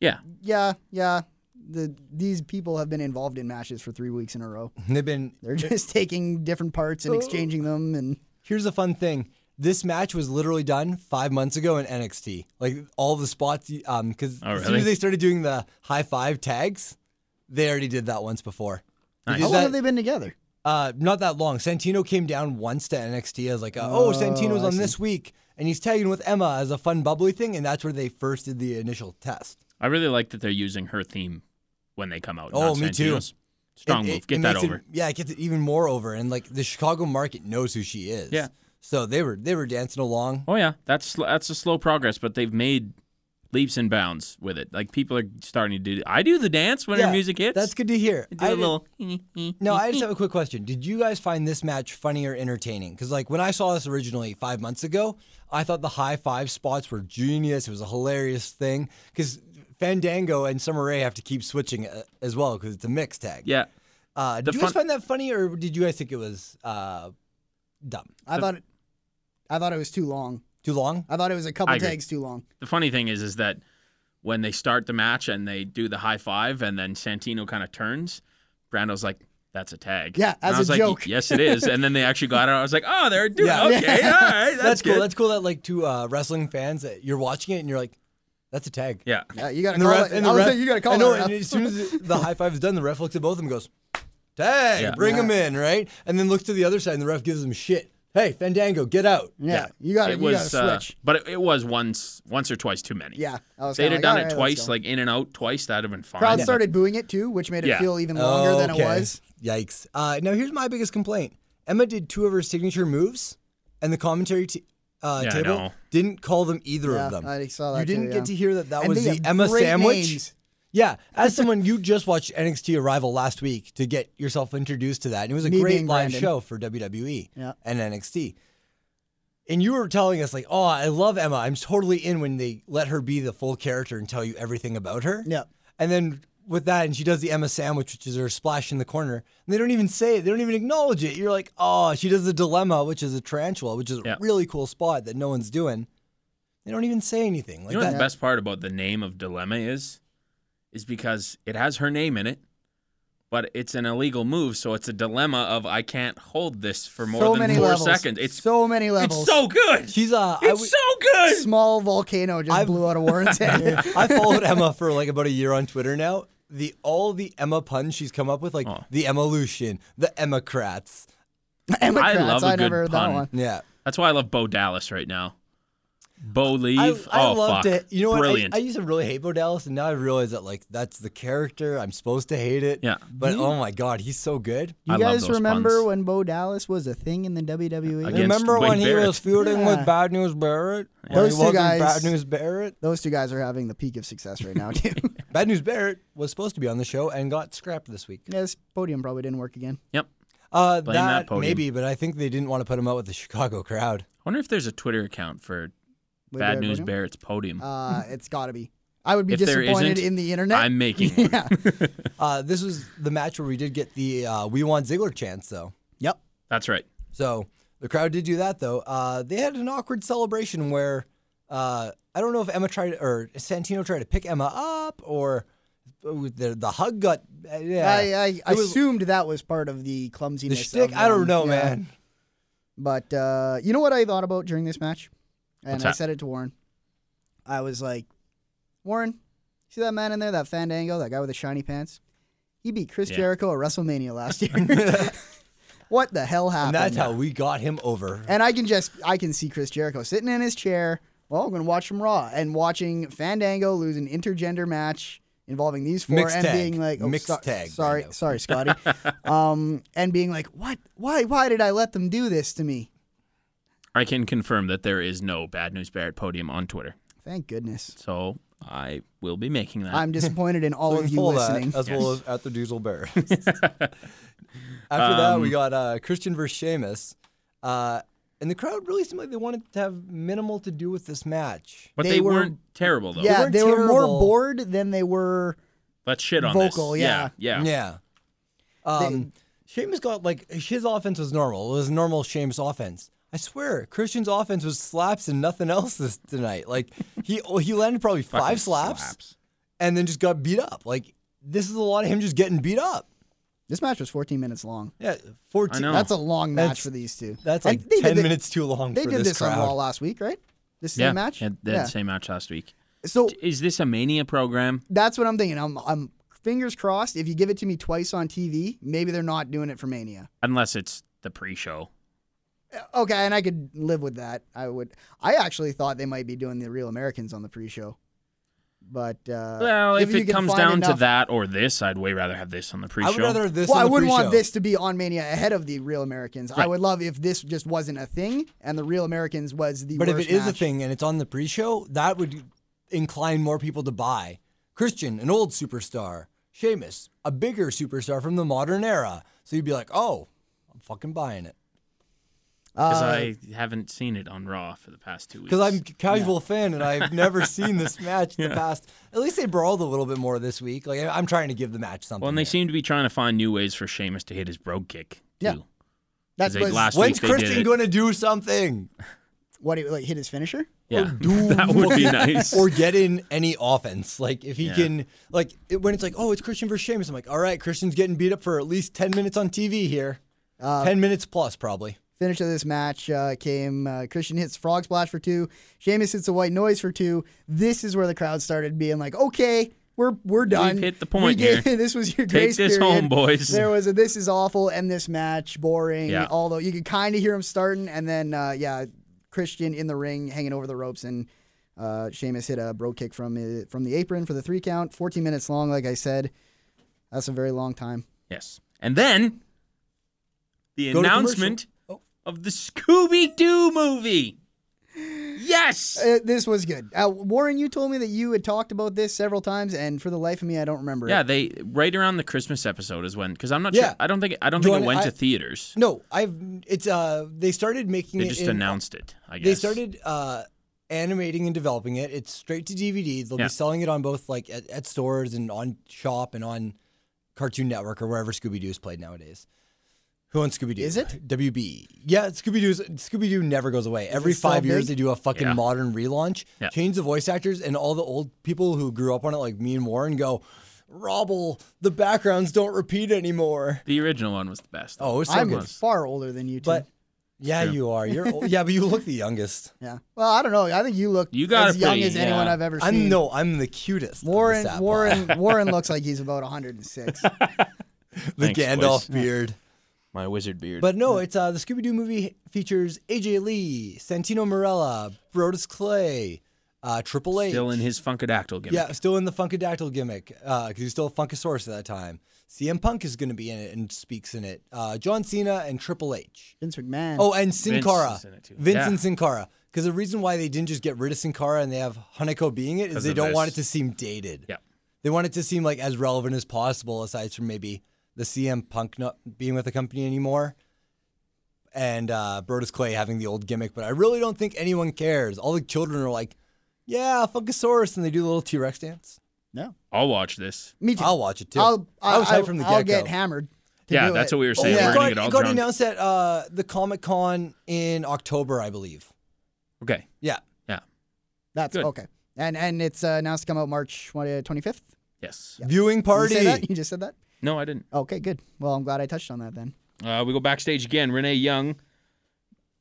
S3: Yeah.
S4: Yeah, yeah. The these people have been involved in matches for three weeks in a row.
S5: They've been
S4: They're just taking different parts
S5: Oh.
S4: and exchanging them, and
S5: Here's the fun thing. This match was literally done five months ago in NXT. Like all the spots, um, because
S3: Oh,
S5: as soon
S3: really?
S5: as they started doing the high five tags, they already did that once before. They
S3: Nice.
S5: did
S4: how long
S5: that,
S4: have they been together?
S5: uh, not that long. Santino came down once to NXT as like, a, oh, Santino's on this week, and he's tagging with Emma as a fun bubbly thing, and that's where they first did the initial test.
S3: I really like that they're using her theme when they come out.
S5: Oh,
S3: not
S5: me too.
S3: Santino's. Strong
S5: It- it-
S3: move.
S5: it
S3: Get that
S5: makes it-
S3: over.
S5: yeah, it gets it even more over, and like the Chicago market knows who she is.
S3: Yeah.
S5: So they were they were dancing along.
S3: Oh yeah, that's sl- that's a slow progress, but they've made leaps and bounds with it. Like people are starting to do. I do the dance when
S5: Yeah,
S3: her music hits.
S5: That's good to hear.
S3: Do a
S5: I did-
S3: little.
S5: No, I just have a quick question. Did you guys find this match funny or entertaining? Because like when I saw this originally five months ago, I thought the high five spots were genius. It was a hilarious thing. Because Fandango and Summer Rae have to keep switching uh, as well because it's a mix tag.
S3: Yeah.
S5: Uh,
S3: The
S5: did you guys
S3: fun-
S5: find that funny, or did you guys think it was uh, dumb?
S4: I thought it, I thought it was too long.
S5: Too long?
S4: I thought it was a
S3: I
S4: couple
S3: agree.
S4: tags too long.
S3: The funny thing is, is that when they start the match and they do the high five, and then Santino kind of turns, Brando's like, "That's a tag."
S4: Yeah,
S3: And
S4: as
S3: I
S4: a
S3: was like,
S4: joke.
S3: Yes, it is. And then they actually got it. I was like, "Oh, they're doing
S5: Yeah.
S3: okay. All right, that's,
S5: that's cool.
S3: good."
S5: That's cool that like two uh, wrestling fans that you're watching it and you're like, that's a tag.
S3: yeah.
S4: Yeah, you gotta
S5: And the
S4: call
S5: ref,
S4: it.
S5: and the
S4: I was
S5: ref,
S4: saying you gotta call
S5: I know,
S4: it. a
S5: and
S4: ref.
S5: as soon as the high five is done, the ref looks at both of them, and goes, "Tag,
S3: Yeah.
S5: bring him in, right?" And then looks to the other side, and the ref gives him shit. Hey, Fandango, get out.
S4: yeah, you gotta
S3: it
S4: you
S3: was,
S4: gotta
S3: uh,
S4: switch.
S3: but it, it was once, once or twice too many.
S4: yeah, I was
S3: They'd
S4: kinda like,
S3: have done
S4: "All
S3: it
S4: right, let's
S3: twice,
S4: go."
S3: like in and out twice. That'd have been fine.
S4: crowd
S3: but-
S4: started booing it too, which made it
S3: Yeah.
S4: feel even longer than it
S5: Okay.
S4: was.
S5: Yikes. Uh, now here's my biggest complaint. Emma did two of her signature moves, and the commentary t- uh,
S3: Yeah, I know.
S5: table didn't call them either
S4: Yeah,
S5: of them.
S4: I saw that
S5: You
S4: too,
S5: didn't
S4: yeah.
S5: get to hear that that
S4: And
S5: was
S4: they
S5: the
S4: have
S5: Emma
S4: great
S5: sandwich.
S4: names.
S5: Yeah, as someone you just watched NXT Arrival last week to get yourself introduced to that, and it was a
S4: Me
S5: great
S4: being
S5: live
S4: Brandon.
S5: show for WWE
S4: Yeah.
S5: and NXT. And you were telling us like, "Oh, I love Emma. I'm totally in when they let her be the full character and tell you everything about her."
S4: Yeah.
S5: And then with that, and she does the Emma sandwich, which is her splash in the corner. And they don't even say it. They don't even acknowledge it. You're like, "Oh, she does the dilemma, which is a tarantula, which is
S3: Yeah.
S5: a really cool spot that no one's doing." They don't even say anything. Like
S3: you know what
S5: that.
S3: the best part about the name of Dilemma is? Is because it has her name in it, but it's an illegal move, so it's a dilemma of I can't hold this for more
S4: so
S3: than
S4: many
S3: four
S4: levels.
S3: seconds. It's
S4: so many levels.
S3: it's so good.
S5: She's uh, I
S3: it's
S5: would-
S3: so good.
S4: small volcano just
S5: I've-
S4: blew out of Warren's head.
S5: I followed Emma for like about a year on Twitter now. The all the Emma puns she's come up with, like
S3: Oh.
S5: the Evolution, the Emocrats.
S4: Democrats,
S3: I love a good
S4: never heard
S3: pun.
S4: that one.
S5: Yeah.
S3: That's why I love Bo Dallas right now. Bo
S5: I,
S3: leave.
S5: I
S3: oh
S5: loved
S3: fuck!
S5: it. You know what? I-
S3: Brilliant.
S5: I, used to really hate Bo Dallas, and now I realize that like that's the character. I'm supposed to hate it.
S3: Yeah.
S5: But oh my god, he's so good.
S4: You
S3: I love
S4: guys
S3: those
S4: remember
S3: puns.
S4: when Bo Dallas was a thing in the E? WWE?
S3: Against
S5: Remember
S3: Wade
S5: when he
S3: Barrett.
S5: was feuding
S4: Yeah.
S5: with Bad News Barrett? When
S4: Those
S5: he
S4: two
S5: wasn't
S4: guys-
S5: Bad News Barrett.
S4: Those two guys are having the peak of success right now, too.
S5: Bad News Barrett was supposed to be on the show and got scrapped this week.
S4: yeah, this podium probably didn't work again.
S3: Yep. I
S5: Uh,
S3: Blame that podium.
S5: maybe, but I think they didn't want to put him out with the Chicago crowd.
S3: wonder if there's a Twitter account for
S4: Wait,
S3: Bad
S4: did I
S3: News
S4: put him?
S3: Barrett's podium.
S4: Uh, it's got to be. I would be
S3: If there
S4: disappointed
S3: isn't,
S4: in the internet.
S3: I'm making one.
S4: yeah.
S5: Uh, this was the match where we did get the uh, "We Want Ziggler" chance, though.
S4: Yep.
S3: That's right.
S5: So the crowd did do that, though. Uh, they had an awkward celebration where uh, I don't know if Emma tried or Santino tried to pick Emma up, or the, the hug got uh, yeah.
S4: I, I
S5: It was
S4: assumed that was part of the
S5: the
S4: clumsiness.
S5: shtick.
S4: of
S5: I don't
S4: them.
S5: know,
S4: Yeah.
S5: man.
S4: But uh, you know what I thought about during this match, and
S3: What's
S4: I
S3: that?
S4: said it to Warren. I was like, Warren, see that man in there, that Fandango, that guy with the shiny pants? He beat Chris
S3: Yeah.
S4: Jericho at WrestleMania last year. what the hell happened?
S5: And that's how we got him over.
S4: And I can just I can see Chris Jericho sitting in his chair. Well, I'm gonna watch him Raw and watching Fandango lose an intergender match involving these four
S5: Mixed
S4: and
S5: tag.
S4: being like, oh,
S5: Mixed
S4: so-
S5: tag,
S4: sorry,
S5: Brando.
S4: sorry, Scotty, um, and being like, what? Why? Why did I let them do this to me?
S3: I can confirm that there is no Bad News Barrett podium on Twitter.
S4: Thank goodness.
S3: So I will be making that.
S4: I'm disappointed in all of you
S5: Full that,
S4: listening.
S5: as well as at the Diesel Bear. After that, we got uh, Christian versus Sheamus, uh, and the crowd really seemed like they wanted to have minimal to do with this match.
S3: but they,
S4: they were-
S3: weren't terrible though.
S4: yeah,
S5: weren't
S4: they were
S5: terrible.
S4: more bored than they were.
S3: Let's shit on
S4: Vocal,
S3: this.
S4: yeah.
S3: yeah, yeah.
S5: Yeah. Um, Sheamus got like his offense was normal. It was normal Sheamus offense. I swear, Christian's offense was slaps and nothing else this tonight. Like he oh, he landed probably
S3: Fucking
S5: five slaps, and then just got beat up. Like this is a lot of him just getting beat up.
S4: This match was 14 minutes long.
S5: Yeah, fourteen.
S3: I know.
S4: That's a long match
S5: That's-
S4: for these two.
S5: That's
S4: And
S5: like
S4: they did
S5: ten
S4: thi-
S5: minutes too long.
S4: They
S5: for
S4: did
S5: this,
S4: this on
S5: crowd.
S4: Raw last week, right? This same
S3: Yeah,
S4: match.
S3: Yeah, they had the same match last week.
S4: So
S3: Is this a Mania program?
S4: that's what I'm thinking. I'm, I'm fingers crossed. If you give it to me twice on TV, maybe they're not doing it for Mania.
S3: Unless it's the pre-show.
S4: Okay, and I could live with that. I would. I actually thought they might be doing the Real Americans on the pre-show, but uh,
S3: Well, if,
S4: you
S3: it
S4: can
S3: comes
S4: find
S3: down to
S4: enough-
S3: that or this, I'd way rather have this on the pre-show.
S5: I would rather this.
S4: Well, I
S5: on the
S4: would want
S5: pre-show.
S4: this to be on Mania ahead of the Real Americans. I
S3: Right.
S4: would love if this just wasn't a thing and the Real Americans was the.
S5: But if
S4: worst
S5: it is a
S4: match.
S5: thing and it's on the pre-show, that would incline more people to buy. Christian, an old superstar. Sheamus, a bigger superstar from the modern era. So you'd be like, oh, I'm fucking buying it.
S4: Uh,
S3: Because I haven't seen it on Raw for the past two weeks.
S5: Because I'm a casual fan and I've never seen this match in the past. At least they brawled a little bit more this week. Like I- I'm trying to give the match something.
S3: Well, and they
S5: here.
S3: seem to be trying to find new ways for Sheamus to hit his brogue kick.
S4: Yeah.
S3: too.
S4: That
S3: Zay
S4: was
S3: Glass-
S5: When's
S3: week they did
S5: Christian
S3: it.
S5: going to do something?
S4: what he, like hit his finisher.
S3: Yeah, that would be nice.
S5: or get in any offense. Like if he
S3: Yeah.
S5: can, like it, when it's like, oh, it's Christian versus Sheamus. I'm like, all right, Christian's getting beat up for at least ten minutes on TV here,
S3: Uh,
S5: ten minutes plus probably.
S4: Finish of this match uh, came uh, Christian hits frog splash for two. Sheamus hits a white noise for two. This is where the crowd started being like, okay, we're we're done.
S3: hit the point
S4: We gave-
S3: here.
S4: this was your
S3: Take
S4: grace
S3: this
S4: period.
S3: home, boys.
S4: There was a this is awful and this match boring.
S3: Yeah.
S4: Although you could kind of hear him starting, and then uh, yeah, Christian in the ring hanging over the ropes and. Uh, Sheamus hit a bro kick from uh, from the apron for the three count. 14 minutes long, like I said. That's a very long time.
S3: Yes. And then the
S5: Go to commercial. Oh.
S3: announcement of the Scooby Doo movie. Yes.
S4: Uh, this was good. Uh, Warren, you told me that you had talked about this several times, and for the life of me, I don't remember.
S3: yeah,
S4: it.
S3: they right around the Christmas episode is when because I'm not
S5: Yeah.
S3: sure. I don't think I don't
S5: Do you
S3: think it
S5: wanna-
S3: went to
S5: I-
S3: theaters.
S5: No, I've it's uh they started making
S3: They
S5: it
S3: just
S5: in- uh,
S3: announced it. I guess
S5: They started uh animating and developing it. It's straight to DVD. They'll
S3: Yeah.
S5: be selling it on both like at, at stores and on shop and on Cartoon Network or wherever Scooby Doo is played nowadays. Who owns Scooby Doo?
S4: Is it?
S5: WB? Yeah, Scooby Doo's Scooby Doo never goes away. Every
S4: it still
S5: five years
S4: big?
S5: they do a fucking
S3: Yeah.
S5: modern relaunch.
S3: Yeah.
S5: Change the voice actors and all the old people who grew up on it, like me and Warren, go, Robble, the backgrounds don't repeat anymore.
S3: the original one was the best.
S5: Oh, it was so
S4: I'm
S5: good.
S4: far older than you two.
S5: But yeah, you are. You're old. yeah, but you look the youngest.
S4: yeah. Well, I don't know. I think you look
S3: You got
S4: as
S3: it
S4: young
S3: pretty,
S4: as anyone
S3: yeah.
S4: I've ever
S5: I'm
S4: seen.
S5: no, I'm the cutest. of the
S4: Warren,
S5: sap
S4: Warren,
S5: lot.
S4: Warren looks like he's about 106.
S5: the
S3: Thanks,
S5: Gandalf
S3: boys.
S5: beard.
S3: my wizard beard.
S5: But no, it's uh, the Scooby Doo movie features AJ Lee, Santino Morella, Brodus Clay, uh, Triple H.
S3: still in his Funkadactyl gimmick.
S5: yeah, still in the Funkadactyl gimmick because he's still a Funkasaurus at that time. CM Punk is going to be in it and speaks in it. Uh, John Cena and Triple H.
S4: Vince McMahon.
S5: Oh, and Sin
S3: Vince
S5: Cara.
S3: is in it too.
S5: Vince
S3: Yeah.
S5: and Sin Cara. Because the reason why they didn't just get rid of Sin Cara and they have Hanako being it is
S3: 'Cause
S5: they
S3: of
S5: don't want it
S3: this.
S5: to seem dated.
S3: Yeah.
S5: They want it to seem like as relevant as possible, aside from maybe the CM Punk not being with the company anymore and uh, Brodus Clay having the old gimmick. But I really don't think anyone cares. All the children are like, yeah, Funkasaurus, and they do the little T Rex dance.
S4: no.
S3: I'll watch this.
S4: Me too.
S5: I'll watch it too.
S4: I'll,
S5: I was
S4: I'll,
S5: hyped from the
S4: I'll
S5: get go.
S4: get hammered. to
S3: Yeah,
S4: do
S3: that's
S4: it.
S3: what we were
S5: Oh,
S3: saying.
S5: yeah.
S3: We're
S5: it
S3: gonna
S5: got,
S3: get all
S5: it got
S3: drunk.
S5: announced at uh, the Comic Con in October, I believe.
S3: Okay.
S5: Yeah.
S3: Yeah.
S4: That's
S3: Good.
S4: okay. And and it's uh, announced to come out March 25th.
S3: Yes.
S5: Viewing
S4: Did
S5: party.
S4: You, say that? you just said that?
S3: No, I didn't.
S4: Okay, good. Well, I'm glad I touched on that then.
S3: Uh, we go backstage again. Renee Young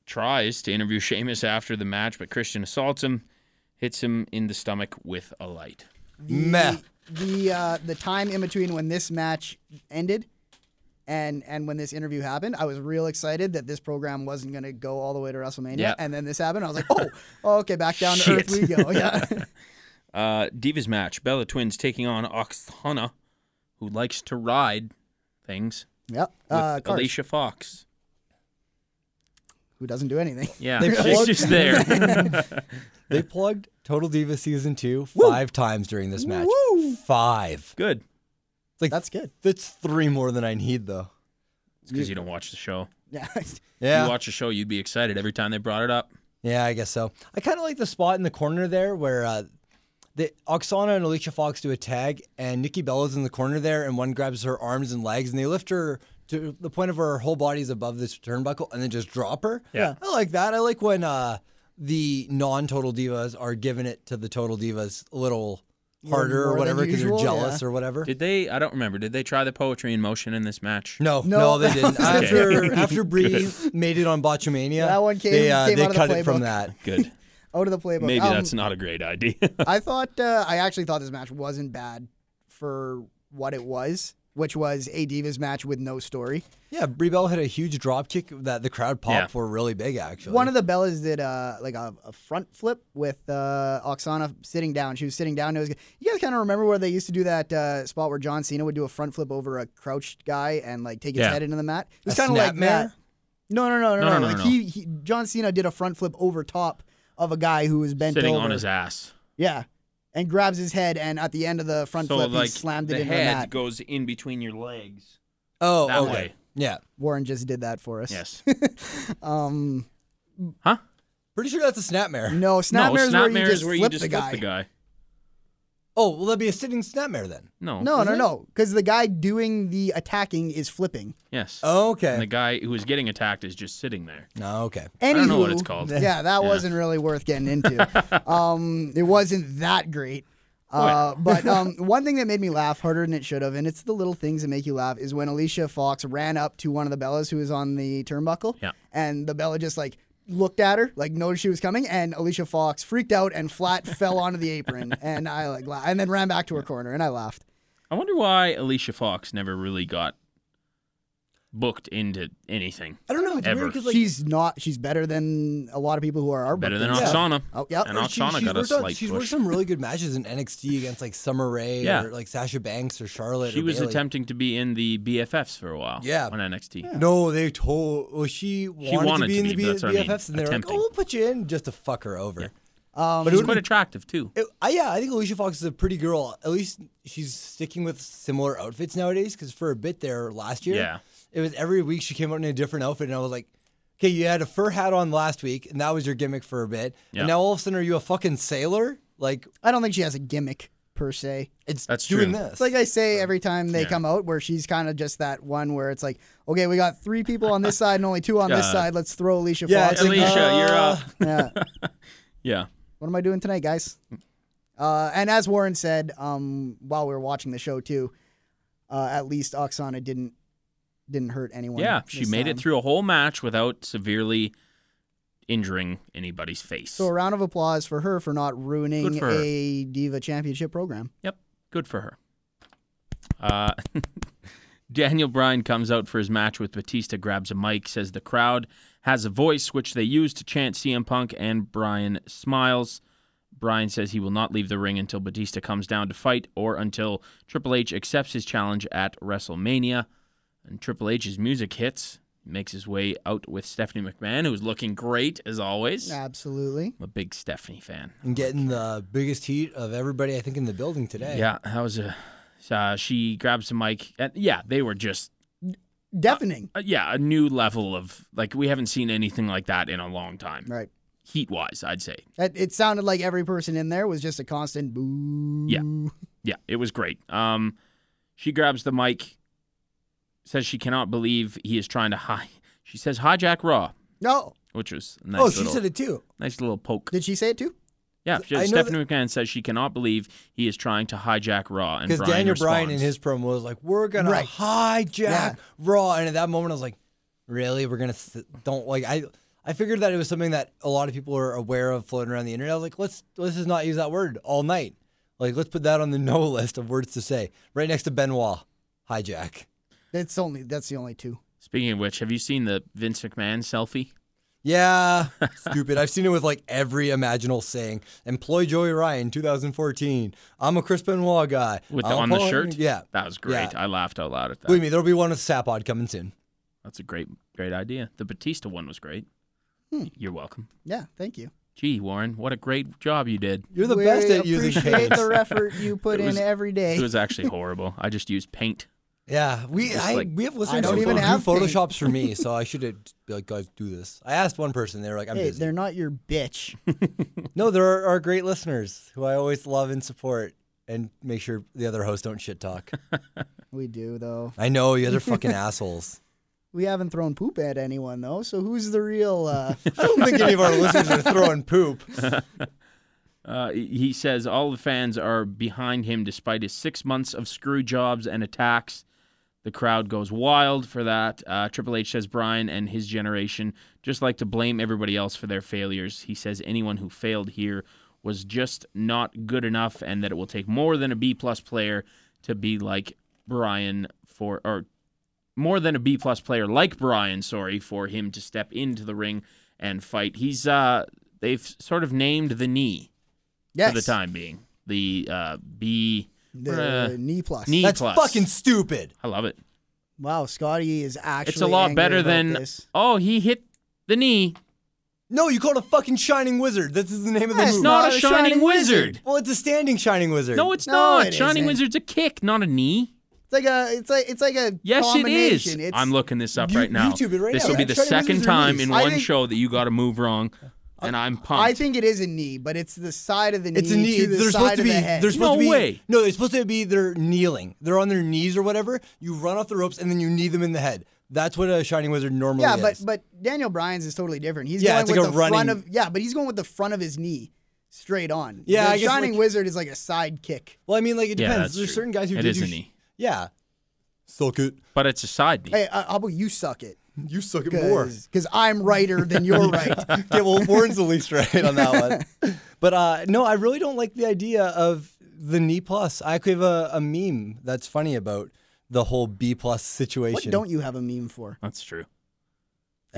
S3: tries to interview Sheamus after the match, but Christian assaults him, hits him in the stomach with a light.
S5: Meh.
S4: the uh, the time in between when this match ended and and when this interview happened, I was real excited that this program wasn't going to go all the way to WrestleMania.
S3: Yeah.
S4: And then this happened. I was like, oh, oh, okay, back down to earth
S3: Shit.
S4: we go. Yeah.
S3: Uh, Divas match. Bella Twins taking on Oksana, who likes to ride things
S4: yep.
S3: with
S4: Uh, Carter,
S3: Alicia Fox.
S4: who doesn't do anything.
S3: Yeah,
S5: They
S3: she's
S5: plugged-
S3: just there.
S5: They plugged Total Diva season two five times during this match.
S4: Woo.
S5: Five.
S3: Good.
S5: It's Like
S4: That's good.
S5: That's three more than I need though.
S3: It's because you don't watch the show.
S4: Yeah.
S5: Yeah.
S3: You watch the show, you'd be excited every time they brought it up.
S5: yeah, I guess so. I kind of like the spot in the corner there where uh, the Oksana and Alicia Fox do a tag, and Nikki Bella's in the corner there, and one grabs her arms and legs, and they lift her to the point of her whole body's above this turnbuckle, and then just drop her.
S3: Yeah.
S5: I like that. I like when uh, the non-total divas are giving it to the total divas a little
S4: more
S5: harder or
S4: than
S5: whatever because they're
S4: usual,
S5: jealous
S4: yeah.
S5: or whatever.
S3: Did they? I don't remember. Did they try the poetry in motion in this match?
S5: No,
S4: No.
S5: no, they didn't. After
S3: Okay.
S5: after Bree made it on Botchamania,
S4: That one came-
S5: they, uh,
S4: came
S5: they
S4: out of the
S5: cut it
S4: playbook.
S5: from that.
S3: Good.
S4: Out of the playbook.
S3: Maybe
S4: Um,
S3: that's not a great idea.
S4: I thought uh, I actually thought this match wasn't bad for what it was, which was a Divas match with no story.
S5: Yeah, Brie Bell had a huge drop kick that the crowd pop
S3: Yeah.
S5: were really big actually.
S4: One of the Bellas did uh, like a, a front flip with uh, Oksana sitting down. She was sitting down. It was, you guys kind of remember where they used to do that uh, spot where John Cena would do a front flip over a crouched guy and like take his
S3: Yeah.
S4: head into the mat. It was
S5: A
S4: kind of
S5: snap
S4: like
S5: mare?
S4: that. No, no, no, no,
S3: No, no, no,
S4: Like
S3: no.
S4: He, he, John Cena did a front flip over top of a guy who was bent
S3: Sitting
S4: over.
S3: on his ass.
S4: Yeah, and grabs his head, and at the end of the front
S3: so
S4: flip,
S3: like
S4: he slammed
S3: the
S4: it into the
S3: head
S4: mat.
S3: goes in between your legs.
S5: Oh,
S3: That
S5: okay.
S3: way.
S5: Yeah.
S4: Warren just did that for us.
S3: Yes.
S4: Um,
S3: Huh?
S5: Pretty sure that's a snapmare.
S4: no,
S3: no,
S4: snapmare is
S3: snapmare
S4: where you just
S3: is where
S4: flip
S3: you just
S4: the
S3: flip
S4: guy.
S3: the guy.
S5: Oh, well, that'd be a sitting snapmare then.
S3: No.
S4: No, no, no, because the guy doing the attacking is flipping.
S3: Yes.
S5: Oh,
S3: And the
S5: okay.
S3: guy who was getting attacked is just sitting there.
S5: No, okay.
S4: Anywho,
S3: don't know what it's called.
S4: Yeah, that wasn't really worth getting into. um, it wasn't that great. Uh, but um, one thing that made me laugh harder than it should have, and it's the little things that make you laugh, is when Alicia Fox ran up to one of the Bellas who was on the turnbuckle,
S3: Yeah.
S4: and the Bella just like looked at her, like noticed she was coming, and Alicia Fox freaked out and flat fell onto the apron, and I like la- and then ran back to her corner, and I laughed.
S3: I wonder why Alicia Fox never really got booked into anything.
S5: I don't know. It's
S3: Ever.
S5: weird 'cause, like,
S4: she's not. She's better than a lot of people who are our
S3: Better than
S4: bookings.
S5: Yeah.
S3: Oksana.
S4: Oh, yep.
S3: And
S5: Or
S3: Oksana
S5: she's
S3: got a
S5: worked on-
S3: slight
S5: She's worked
S3: push.
S5: some really good matches in NXT against like Summer Rae
S3: Yeah.
S5: or like Sasha Banks or Charlotte.
S3: She
S5: or
S3: was
S5: Bayley.
S3: attempting to be in the BFFs for a while.
S5: Yeah.
S3: On NXT.
S5: No, they told. Well, she wanted,
S3: wanted
S5: to be
S3: to
S5: in
S3: be,
S5: the B-
S3: that's what I mean,
S5: BFFs, and they were like,
S3: attempting.
S5: "Oh, we'll put you in just to fuck her over."
S3: But it was quite attractive too.
S5: It- I, yeah, I think Alicia Fox is a pretty girl. At least she's sticking with similar outfits nowadays. Because for a bit there last year,
S3: Yeah.
S5: it was every week she came out in a different outfit, and I was like, "Okay, you had a fur hat on last week, and that was your gimmick for a bit,
S3: Yeah.
S5: and now all of a sudden are you a fucking sailor? Like
S4: I don't think she has a gimmick per se.
S5: it's
S3: That's
S5: doing
S3: true.
S5: this.
S4: It's like I say every time they
S3: Yeah.
S4: come out, where she's kind of just that one where it's like, okay, we got three people on this side and only two on this
S3: God.
S4: side. Let's throw Alicia
S5: Yeah,
S4: Fox.
S5: it's like,
S3: Alicia, you're
S5: uh,
S3: up.
S4: yeah.
S3: Yeah.
S4: What am I doing tonight, guys? Uh, and as Warren said, um, while we were watching the show too, uh, at least Oksana didn't didn't hurt anyone.
S3: Yeah. She
S4: this
S3: made
S4: time.
S3: it through a whole match without severely injuring anybody's face.
S4: So a round of applause for her for not ruining
S3: Good for her.
S4: a Diva Championship program.
S3: Yep. Good for her. Uh, Daniel Bryan comes out for his match with Batista, grabs a mic, says the crowd has a voice, which they use to chant CM Punk, and Bryan smiles. Bryan says he will not leave the ring until Batista comes down to fight or until Triple H accepts his challenge at WrestleMania. And Triple H's music hits, makes his way out with Stephanie McMahon, who's looking great as always.
S4: Absolutely.
S3: I'm a big Stephanie fan.
S5: and getting the biggest heat of everybody I think in the building today.
S3: Yeah, that was a. Uh, she grabs the mic, and yeah, they were just
S4: Deafening.
S3: uh, yeah a new level of like we haven't seen anything like that in a long time.
S4: right.
S3: Heat wise, I'd say
S4: That it sounded like every person in there was just a constant boo.
S3: Yeah. yeah, it was great. Um, she grabs the mic, says she cannot believe he is trying to hi. She says hijack Raw,
S4: No.
S3: which was a nice
S5: Oh, she
S3: little
S5: said it too.
S3: nice little poke.
S4: Did she say it too?
S3: Yeah, she-
S5: I know
S3: Stephanie McMahon says she cannot believe he is trying to hijack Raw, and
S5: Because
S3: Brian
S5: Daniel Bryan in
S3: responds,
S5: his promo was like, "We're gonna
S4: Right.
S5: hijack
S4: Yeah.
S5: Raw," and at that moment, I was like, "Really? We're gonna s- don't like I." I figured that it was something that a lot of people are aware of floating around the internet. I was like, "Let's let's just not use that word all night. Like, let's put that on the no list of words to say, right next to Benoit hijack."
S4: That's only that's the only two.
S3: Speaking of which, have you seen the Vince McMahon selfie?
S5: Yeah, stupid. I've seen it with like every imaginable saying. Employ Joey Ryan, 2014. I'm a Chris Benoit guy.
S3: with the,
S5: I'm
S3: on the
S5: Paul-
S3: shirt.
S5: Yeah.
S3: that was great.
S5: Yeah.
S3: I laughed out loud at that.
S5: Believe me, there'll be one with Sapod coming soon.
S3: That's a great, great idea. The Batista one was great.
S5: Hmm.
S3: You're welcome.
S4: Yeah, thank you.
S3: Gee, Warren, what a great job you did.
S5: You're the
S4: we
S5: best at using
S4: appreciate
S5: names.
S4: the effort you put
S3: It was-
S4: in every day.
S3: It was actually horrible. I just used paint.
S5: Yeah, we I,
S3: like,
S5: we have listeners
S4: don't
S5: who
S4: even
S5: do
S4: have
S5: photoshops for me, so I should have be like, guys, do this. I asked one person, they were like, I'm
S4: hey,
S5: busy.
S4: they're not your bitch.
S5: No, there are, are great listeners who I always love and support, and make sure the other hosts don't shit talk.
S4: we do though.
S5: I know you guys are fucking assholes.
S4: We haven't thrown poop at anyone though, so who's the real? Uh,
S5: I don't think any of our listeners are throwing poop.
S3: Uh, he says all the fans are behind him despite his six months of screw jobs and attacks. The crowd goes wild for that. Uh, Triple H says Brian and his generation just like to blame everybody else for their failures. He says anyone who failed here was just not good enough, and that it will take more than a B plus player to be like Brian for or more than a B plus player like Brian, sorry, for him to step into the ring and fight. He's uh they've sort of named the knee
S4: yes,
S3: for the time being. The uh, B.
S4: the
S3: uh,
S4: knee plus.
S3: knee-
S5: That's
S3: plus.
S5: fucking stupid.
S3: I love it.
S4: wow, Scotty is actually.
S3: It's a lot
S4: angry
S3: better
S4: about
S3: than
S4: this.
S3: oh he hit the knee.
S5: No, you called a fucking shining wizard. This is the name of the
S4: Yeah, it's
S5: move.
S3: not, a shining, wizard.
S5: Well, it's a standing shining wizard.
S3: No, it's
S4: No,
S3: not.
S4: it
S3: shining
S4: isn't.
S3: wizard's a kick, not a knee.
S4: It's like a it's like it's like a
S3: Yes, it is.
S4: combination. It's,
S3: I'm looking this up
S5: You-
S3: right now.
S5: YouTube it right
S3: this
S5: now.
S3: will be
S5: Yeah,
S3: the
S5: shining
S3: second
S5: wizard's
S3: time
S5: knees.
S3: in
S4: I
S3: one
S4: think-
S3: show that you got a move wrong, and I'm pumped.
S4: I think it is a knee, but it's the side of the knee.
S5: It's a knee.
S4: To the side
S5: they're supposed to
S4: of
S5: be.
S4: The head.
S5: They're supposed
S3: No
S5: to be.
S3: way.
S5: No, they're supposed to be. They're kneeling. They're on their knees or whatever. You run off the ropes and then you knee them in the head. That's what a shining wizard normally
S4: yeah,
S5: is.
S4: but but Daniel Bryan's is totally different. He's
S5: Oh, Yeah,
S4: going
S5: it's
S4: with
S5: like a
S4: the front
S5: running-
S4: of yeah, but he's going with the front of his knee straight on.
S5: Yeah,
S4: the
S5: I guess,
S4: Shining
S5: like-
S4: Wizard is like a side kick.
S5: well, I mean, like it
S3: Yeah,
S5: depends.
S3: that's
S5: There's
S3: true.
S5: certain guys who
S3: It
S5: do
S3: is
S5: do
S3: a
S5: sh-
S3: knee.
S5: Yeah, suck it.
S3: but it's a side knee.
S4: Hey, uh, how about you suck it?
S5: You suck it more.
S4: Because I'm righter than you're right.
S5: okay, well, Warren's the least right on that one. But uh, no, I really don't like the idea of the knee plus. I actually have a, a meme that's funny about the whole B plus
S4: What
S5: situation.
S4: don't you have a meme for?
S3: That's true. Your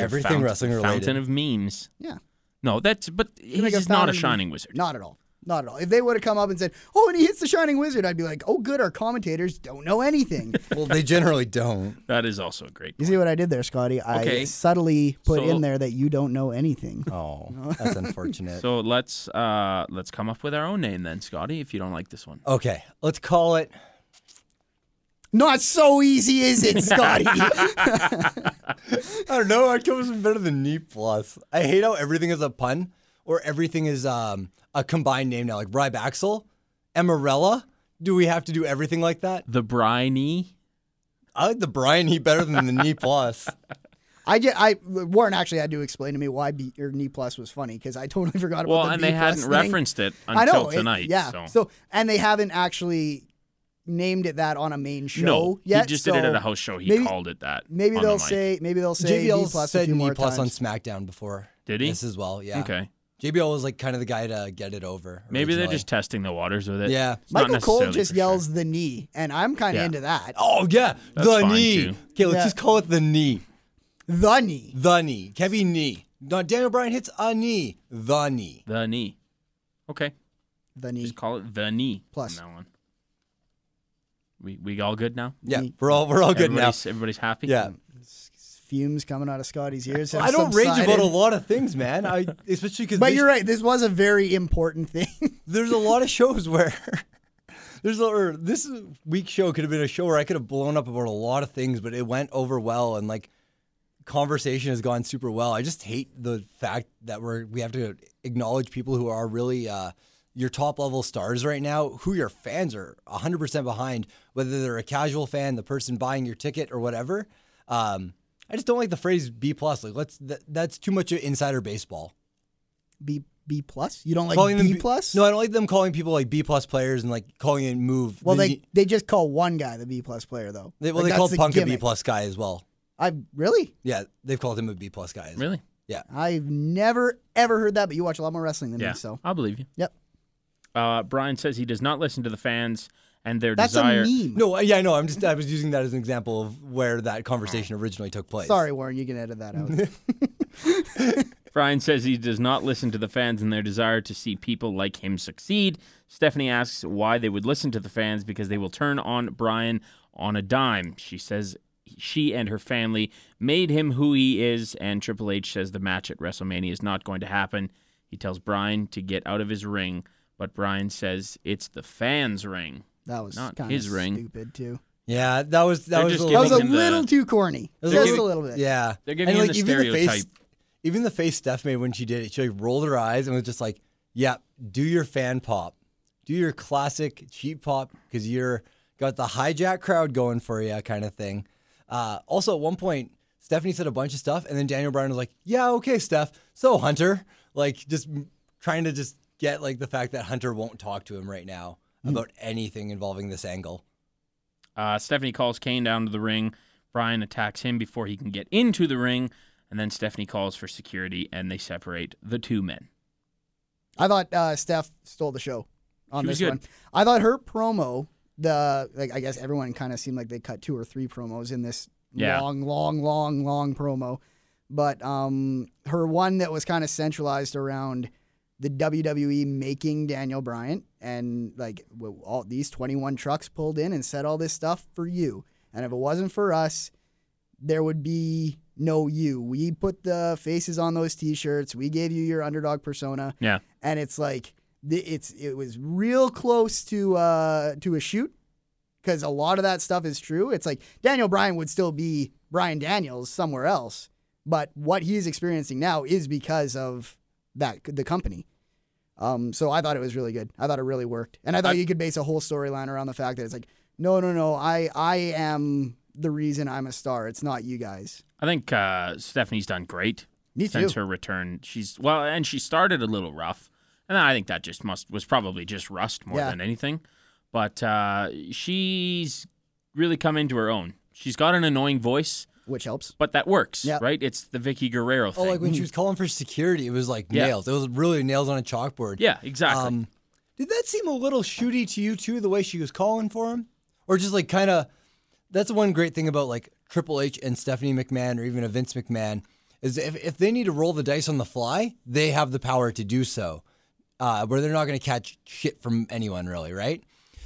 S5: Everything
S3: fount-
S5: wrestling related.
S3: Fountain of memes.
S4: Yeah.
S3: No, that's but he's
S4: Like
S3: just not a
S4: fountain-
S3: shining wizard.
S4: Not at all. Not at all. If they would have come up and said, "Oh, and he hits the Shining Wizard," I'd be like, "Oh, good. Our commentators don't know anything."
S5: well, they generally don't.
S3: That is also a great.
S4: you see what I did there, Scotty? I
S3: Okay.
S4: subtly put
S3: So-
S4: in there that you don't know anything.
S5: Oh, that's unfortunate.
S3: So let's uh let's come up with our own name then, Scotty. If you don't like this one,
S5: okay, let's call it.
S4: Not so easy, is it, Scotty?
S5: I don't know. I comes better than knee plus. I hate how everything is a pun or everything is um, a combined name now, like Rybaxel, Amarella. Do we have to do everything like that?
S3: the briny.
S5: I like the Brian knee better than the knee plus.
S4: I, ju- I Warren actually had to explain to me why B, or knee plus was funny because I totally forgot about
S3: Well,
S4: the
S3: and
S4: B
S3: they
S4: plus
S3: hadn't
S4: thing.
S3: referenced it
S4: I
S3: until
S4: know, it-
S3: tonight.
S4: yeah.
S3: So,
S4: and they haven't actually named it that on a main show
S3: no,
S4: yet.
S3: he just did it
S4: so
S3: at a house show. He
S4: maybe-
S3: called it that.
S4: Maybe
S3: on the
S4: they'll
S3: mic.
S4: say maybe they'll say
S5: JBL
S4: B plus a
S5: said
S4: few
S5: knee
S4: more
S5: plus on
S4: times.
S5: SmackDown before.
S3: Did he?
S5: This as well, yeah.
S3: Okay.
S5: JBL was like kind of the guy to get it over.
S3: Maybe they're
S5: originally.
S3: just testing the waters with it.
S5: Yeah.
S3: It's not
S4: Michael Cole
S3: necessarily
S4: just
S3: for sure.
S4: yells the knee, and I'm kind of
S3: Yeah.
S4: into that.
S5: Oh yeah,
S3: That's
S5: the
S3: fine,
S5: knee.
S3: too.
S5: Okay, let's
S4: Yeah.
S5: just call it the knee.
S4: The knee.
S5: The knee. Kevin knee. Not Daniel Bryan hits a knee. The knee.
S3: the knee. Okay.
S4: The knee.
S3: Just call it the knee.
S4: Plus.
S3: From now on. We we all good now?
S5: Yeah,
S4: Knee.
S5: we're all we're all good now.
S3: everybody's, Everybody's happy.
S5: Yeah.
S4: Fumes coming out of Scotty's ears. have
S5: I don't rage about
S4: subsided.
S5: a lot of things, man. I especially because
S4: But you're right. This was a very important thing.
S5: there's a lot of shows where there's a, or this week's show could have been a show where I could have blown up about a lot of things, but it went over well and like conversation has gone super well. I just hate the fact that we're we have to acknowledge people who are really uh, your top level stars right now, who your fans are 100% behind, whether they're a casual fan, the person buying your ticket, or whatever. Um, I just don't like the phrase B plus. Like, let's that, that's too much of insider baseball
S4: B B plus. You don't like
S5: calling them
S4: B plus?
S5: No, I don't like them calling people like B plus players and like calling it move.
S4: Well,
S5: the
S4: they
S5: knee-
S4: they just call one guy the B plus player though.
S5: they, well
S4: Like,
S5: they
S4: that's
S5: called
S4: the
S5: Punk a B
S4: gimmick.
S5: plus guy as well.
S4: I really,
S5: Yeah, they've called him a B plus guy. As
S3: Really?
S4: I've never ever heard that. But you watch a lot more wrestling than
S3: Yeah.
S4: me, so
S3: I believe you.
S4: yep.
S3: Uh, Brian says he does not listen to the fans and their
S4: That's
S3: desire.
S4: a meme.
S5: No, I- yeah, I know. I'm just I was using that as an example of where that conversation originally took place.
S4: Sorry, Warren, you can edit that out.
S3: Brian says he does not listen to the fans and their desire to see people like him succeed. Stephanie asks why they would listen to the fans because they will turn on Brian on a dime. She says she and her family made him who he is, and Triple H says the match at WrestleMania is not going to happen. He tells Brian to get out of his ring, but Brian says it's the fans' ring.
S4: That was
S3: Not
S4: kind of
S3: his ring.
S4: stupid too.
S5: Yeah, that was that
S3: They're
S5: was
S3: just
S5: a
S4: That
S3: Giving
S4: was
S5: little,
S4: a
S3: him the-
S4: little too corny.
S5: They're
S4: Just
S5: giving-
S4: a little bit.
S5: yeah.
S3: They're giving
S5: and,
S3: him
S5: like,
S3: the
S5: even The face,
S3: stereotype.
S5: even the face Steph made when she did it, she like rolled her eyes and was just like, "Yep, do your fan pop, do your classic cheap pop, because you're got the hijack crowd going for you, kind of thing." Uh, also, at one point, Stephanie said a bunch of stuff, and then Daniel Bryan was like, "Yeah, okay, Steph. So Hunter, like, just m- trying to just get like the fact that Hunter won't talk to him right now
S4: Mm-hmm.
S5: about anything involving this angle."
S3: Uh, Stephanie calls Kane down to the ring. Brian attacks him before he can get into the ring, and then Stephanie calls for security, and they separate the two men.
S4: I thought uh, Steph stole the show on
S3: She was
S4: this
S3: good.
S4: one. I thought her promo, the like I guess everyone kind of seemed like they cut two or three promos in this
S3: Yeah.
S4: long, long, long, long promo. But um, her one that was kind of centralized around the WWE making Daniel Bryant and like w- all these 21 trucks pulled in and said all this stuff for you. And if it wasn't for us, there would be know you. We put the faces on those T-shirts. We gave you your underdog persona,
S3: Yeah.
S4: and it's like th- it's it was real close to uh to a shoot because a lot of that stuff is true. It's like Daniel Bryan would still be Brian Daniels somewhere else, but what he's experiencing now is because of that the company. Um, so I thought it was really good. I thought it really worked, and I thought you could base a whole storyline around the fact that it's like, no, no, no, I, I am the reason I'm a star. It's not you guys.
S3: I think uh, Stephanie's done great
S4: Me
S3: since
S4: too.
S3: her return. She's well, and she started a little rough, and I think that just must was probably just rust more
S4: Yeah.
S3: than anything. But uh, she's really come into her own. She's got an annoying voice,
S4: Which helps.
S3: but that works,
S4: Yeah.
S3: right? It's the Vicky Guerrero
S5: Oh,
S3: thing.
S5: like when she was calling for security, it was like
S3: Yeah.
S5: nails. It was really nails on a chalkboard.
S3: yeah, exactly.
S5: Um, did that seem a little shooty to you too, the way she was calling for him, or just like kind of? That's the one great thing about like Triple H and Stephanie McMahon, or even a Vince McMahon, is if if they need to roll the dice on the fly, they have the power to do so, uh, where they're not going to catch shit from anyone really, right?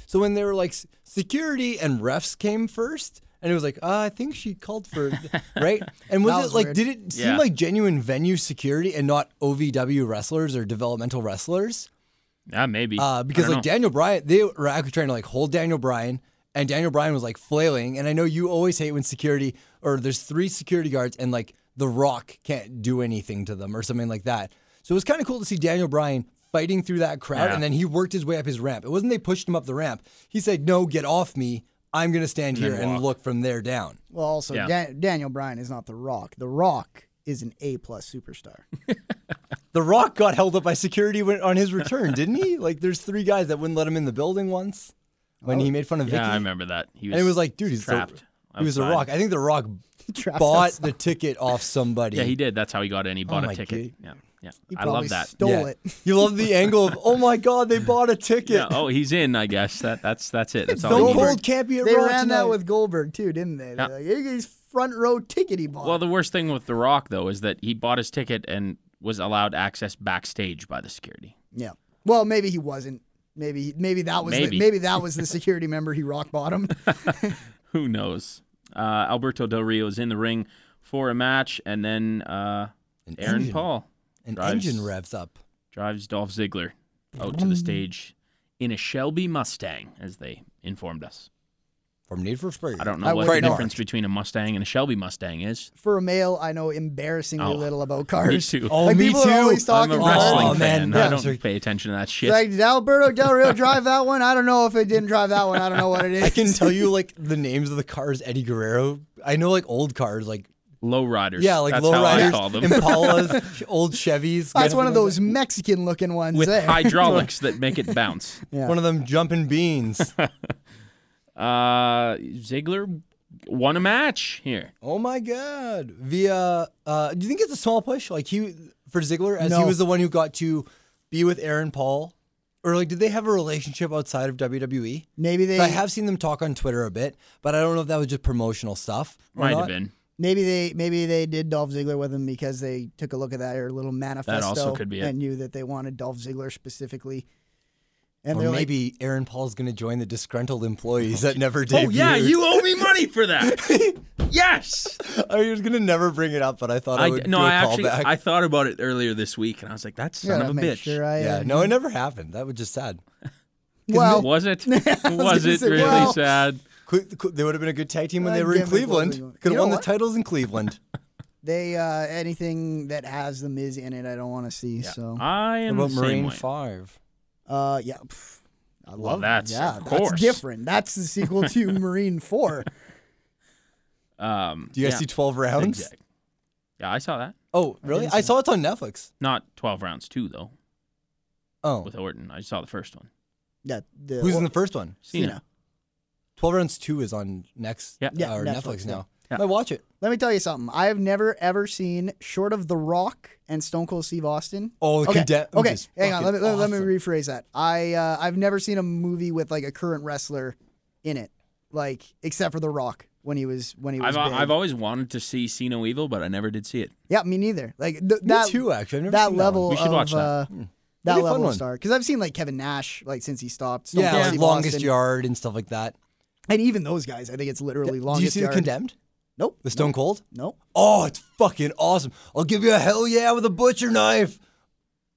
S5: So when they were like s- security and refs came first, and it was like, uh, I think she called for th- right, and was,
S4: That was
S5: it like
S4: weird.
S5: did it seem
S3: Yeah.
S5: like genuine venue security and not OVW wrestlers or developmental wrestlers?
S3: yeah, maybe
S5: Uh, because
S3: I don't
S5: like
S3: know.
S5: Daniel Bryan, they were actually trying to like hold Daniel Bryan, and Daniel Bryan was like flailing. And I know you always hate when security or there's three security guards and like The Rock can't do anything to them or something like that. So it was kind of cool to see Daniel Bryan fighting through that crowd,
S3: Yeah.
S5: and then he worked his way up his ramp. It wasn't they pushed him up the ramp. He said, "No, get off me. I'm gonna stand here and look from there down."
S4: Well, also
S3: Yeah.
S4: Dan- Daniel Bryan is not The Rock. The Rock is an A plus superstar.
S5: The Rock got held up by security when, on his return, didn't he? Like there's three guys that wouldn't let him in the building once when he made fun of
S3: Oh, yeah,
S5: Vicky.
S3: I remember that. He was
S5: And it was like, dude, he's
S3: trapped.
S5: The, he was the
S3: outside.
S5: rock. I think the rock
S4: Trapped
S5: bought
S4: outside.
S5: the ticket off somebody.
S3: Yeah, he did. That's how he got in. He bought
S5: Oh my
S3: a ticket.
S5: God.
S3: Yeah, yeah.
S4: He
S3: I
S4: probably
S3: love that.
S4: Stole
S5: Yeah.
S4: it.
S5: you love the angle of, oh my god, they bought a ticket.
S3: Yeah. Oh, he's in. I guess that that's that's it. That's all. he
S5: Stone
S3: needs.
S5: Cold can't be at
S4: They
S5: Raw
S4: ran that
S5: tonight.
S4: with Goldberg too, didn't they? They're like, He's front row ticket he bought.
S3: Well, the worst thing with The Rock though is that he bought his ticket and was allowed access backstage by the security.
S4: yeah. Well, maybe he wasn't. Maybe maybe that was
S3: Maybe.
S4: The, maybe that was the security member he rock bottomed.
S3: Who knows? Uh, Alberto Del Rio is in the ring for a match, and then uh,
S5: An
S3: Aaron
S5: engine,
S3: Paul
S5: An
S3: drives-
S5: engine revs up.
S3: drives Dolph Ziggler out to the stage in a Shelby Mustang, as they informed us.
S5: From Need for Speed.
S3: I don't know
S4: I
S3: what the
S4: wouldn't know.
S3: difference between a Mustang and a Shelby Mustang is.
S4: For a male, I know embarrassingly
S3: Oh.
S4: little about
S3: Me
S4: cars.
S3: too.
S5: Oh,
S4: Like,
S5: me
S4: people are
S5: too.
S4: always
S3: I'm a
S4: talking
S3: wrestling
S5: Oh,
S3: fan.
S5: man,
S3: I
S5: yeah.
S3: don't
S5: Sorry.
S3: pay attention to that shit.
S4: Like, did Alberto Del Rio drive that one? I don't know if it didn't drive that one. I don't know what it is.
S5: I can tell you like the names of the cars Eddie Guerrero. I know like old cars, like
S3: low riders.
S5: yeah, like
S3: That's
S5: low
S3: how I
S5: riders,
S3: call them.
S5: Impalas, old
S4: That's
S5: Chevys. kind
S4: one of
S5: thing
S4: those Mexican looking ones
S5: With
S4: there.
S3: Hydraulics that make it bounce.
S5: like that. One of them jumping beans.
S3: Uh, Ziggler won a match here.
S5: oh my god! Via, uh, do you think it's a small push? Like he for Ziggler, as he
S4: No.
S5: was the one who got to be with Aaron Paul, or like, did they have a relationship outside of WWE?
S4: Maybe they
S5: I have seen them talk on Twitter a bit, but I don't know if that was just promotional stuff. or
S3: Might
S5: not.
S3: have been.
S4: Maybe they maybe they did Dolph Ziggler with him because they took a look at that or little manifesto
S3: could be it.
S4: and knew that they wanted Dolph Ziggler specifically. And
S5: Or
S4: they're
S5: maybe Aaron Paul's going to join the disgruntled employees that never
S3: Oh
S5: debuted.
S3: yeah, you owe me money for that. yes.
S5: I was going to never bring it up, but I thought I,
S3: I,
S5: would
S3: no,
S5: do a
S3: I actually
S5: callback.
S3: I thought about it earlier this week, and I was like, "That
S4: like,
S3: son
S4: "Gotta
S3: of a
S4: make
S3: bitch."
S4: sure I,
S5: yeah,
S4: uh,
S5: no, it never happened. That was just sad.
S4: well,
S3: was it? was
S4: gonna
S3: it
S4: say,
S3: really
S4: well-
S3: sad?
S5: Cle- Cle- They would have been a good tag team when
S4: Uh,
S5: they were in
S4: give me what
S5: Cleveland.
S4: we want. You
S5: Could have
S4: know
S5: won the
S4: what?
S5: titles in Cleveland.
S4: they uh, anything that has the Miz in it, I don't want to see. So
S3: I am the same way.
S5: Five?
S4: uh, yeah, pff, I love it.
S3: that's-
S4: yeah,
S3: of
S4: that's
S3: course.
S4: different. That's the sequel to Marine Four.
S3: Um,
S5: Do you guys
S3: yeah,
S5: see twelve rounds?
S3: zigzag. Yeah, I saw that.
S5: Oh, really? I, saw it's on Netflix.
S3: Not twelve rounds, two though,
S5: Oh,
S3: with Orton. I saw the first one.
S4: Yeah, the,
S5: who's in the first one?
S3: Cena.
S4: Cena.
S5: Twelve rounds two is on next.
S3: Yeah.
S4: Yeah,
S5: uh, or
S4: Netflix,
S5: Netflix,
S4: yeah.
S5: now.
S3: Yeah.
S5: I watch it.
S4: Let me tell you something. I have never ever seen, short of The Rock and Stone Cold Steve Austin.
S5: Oh, the
S4: okay,
S5: condemn-
S4: okay.
S5: which is
S4: hang on. Let me
S5: fucking
S4: let me
S5: awesome.
S4: rephrase that. I uh, I've never seen a movie with like a current wrestler in it, like except for The Rock when he was when he was.
S3: I've uh,
S4: big.
S3: I've always wanted to see See No Evil, but I never did see it.
S4: yeah, me neither. Like th- that
S5: too, actually. I've never
S4: that
S5: seen that
S4: level
S5: one. Hmm.
S3: We should
S4: of
S3: watch that.
S4: Uh, that
S5: That'd be a fun
S4: level of
S5: one.
S4: star because I've seen like Kevin Nash like since he stopped. Stone
S5: Yeah,
S4: Cold
S5: like
S4: Steve
S5: longest
S4: Austin.
S5: yard and stuff like that.
S4: and even those guys. I think it's literally
S5: Do
S4: longest
S5: you see
S4: yard.
S5: the condemned?
S4: Nope.
S5: The Stone Cold?
S4: Nope.
S5: Oh, it's fucking awesome. I'll give you a hell yeah with a butcher knife.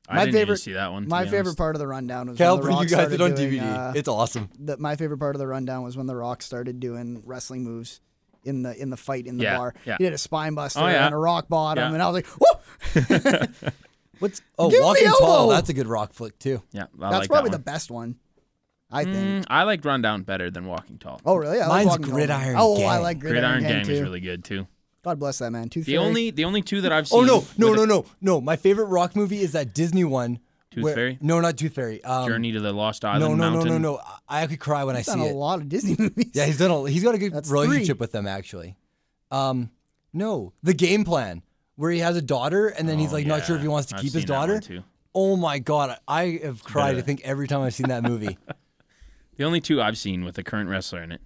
S3: I
S4: My
S3: didn't even
S4: favorite-
S3: see that one. to
S4: My
S3: be
S4: favorite
S3: honest.
S4: part of the rundown was
S5: Okay, I'll
S4: when the
S5: bring
S4: Rock
S5: you guys it
S4: started
S5: on
S4: doing,
S5: DVD.
S4: uh,
S5: it's awesome.
S4: the, my favorite part of the rundown was when The Rock started doing wrestling moves in the in the fight in the
S3: Yeah,
S4: bar.
S3: yeah.
S4: He did a spine buster
S3: Oh, yeah.
S4: and a rock bottom,
S3: Yeah.
S4: and I was like, "Whoa!"
S5: What's oh
S4: Give me
S5: Walking Tall?
S4: elbow.
S5: That's a good rock flick too.
S3: Yeah, I
S4: That's
S3: like
S4: probably
S3: that
S4: the
S3: one.
S4: best one, I think.
S3: Mm, I liked Rundown better than Walking Tall.
S4: Oh, really? I like
S5: Mine's
S4: Walking Tall.
S5: Gridiron
S4: Oh, I
S5: Gang.
S4: like Gridiron,
S3: Gridiron Gang
S4: too.
S3: is really good too.
S4: God bless that man. Tooth
S3: The
S4: Fairy.
S3: only the only two that I've seen.
S5: Oh no, no,
S3: with
S5: no,
S3: a-
S5: no, no! My favorite rock movie is that Disney one.
S3: Tooth Fairy?
S5: No, not Tooth Fairy. Um,
S3: Journey to the Lost Island
S5: No, no, no,
S3: Mountain.
S5: no, no! I- I could cry when
S4: He's
S5: I
S4: done
S5: see
S4: a
S5: it.
S4: lot of Disney movies.
S5: Yeah, he's done a he's got a good
S4: That's
S5: relationship
S4: three.
S5: with them actually. Um, no, the game plan where he has a daughter and then he's
S3: Oh,
S5: like not sure if
S3: yeah.
S5: he wants to
S3: I've
S5: keep his
S3: seen that one,
S5: daughter.
S3: too.
S5: Oh my god, I I have cried. I
S3: better.
S5: think every time I've seen that movie.
S3: The only two I've seen with a current wrestler in it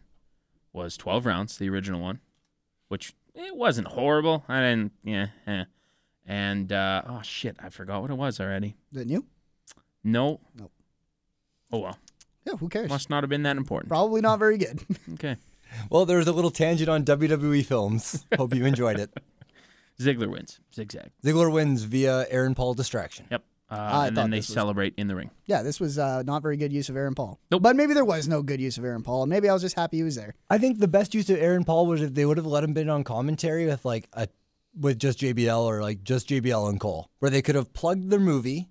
S3: was 12 rounds, the original one, which it wasn't horrible. I didn't, yeah, eh. and uh, oh shit, I forgot what it was already.
S4: Didn't you?
S3: No,
S4: Nope.
S3: Oh well,
S4: Yeah, who cares?
S3: must not have been that important.
S4: Probably not very good.
S3: Okay,
S5: well, there was a little tangent on WWE films. Hope you enjoyed it.
S3: Ziggler wins, zigzag.
S5: Ziggler wins via Aaron Paul distraction.
S3: Yep, uh,
S4: I
S3: and
S4: thought
S3: then they
S4: this was-
S3: celebrate in the ring.
S4: yeah, this was uh, not very good use of Aaron Paul.
S3: Nope.
S4: But maybe there was no good use of Aaron Paul. Maybe I was just happy he was there.
S5: I think the best use of Aaron Paul was if they would have let him been on commentary with like a with just JBL or like just JBL and Cole, where they could have plugged their movie,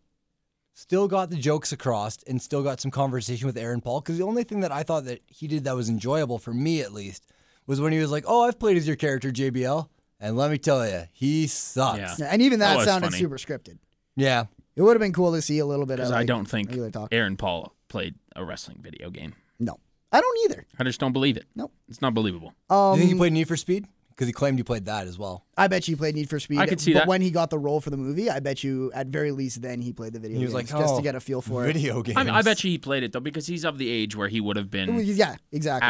S5: still got the jokes across, and still got some conversation with Aaron Paul. Because the only thing that I thought that he did that was enjoyable for me at least was when he was like, "Oh, I've played as your character JBL, and let me tell you, he sucks."
S3: Yeah.
S4: And even
S3: That
S4: that
S3: was
S4: sounded
S3: funny.
S4: super scripted.
S5: Yeah.
S4: It would have been cool to see a little bit of.
S3: Because I
S4: like,
S3: don't think
S4: regular talk.
S3: Aaron Paul played a wrestling video game.
S4: No, I don't either.
S3: I just don't believe it.
S4: Nope.
S3: It's not believable.
S5: Do
S4: Um,
S5: you think he played Need for Speed? Because he claimed he played that as well.
S4: I bet you he played Need for Speed.
S3: I could see
S4: but
S3: that.
S4: when he got the role for the movie, I bet you at very least then he played the video.
S5: He was like,
S4: games, just
S5: "Oh,
S4: to get a feel for it.
S5: Video games.
S3: I, mean, I bet you he played it though because he's of the age where he would have been
S4: Well, Yeah, exactly.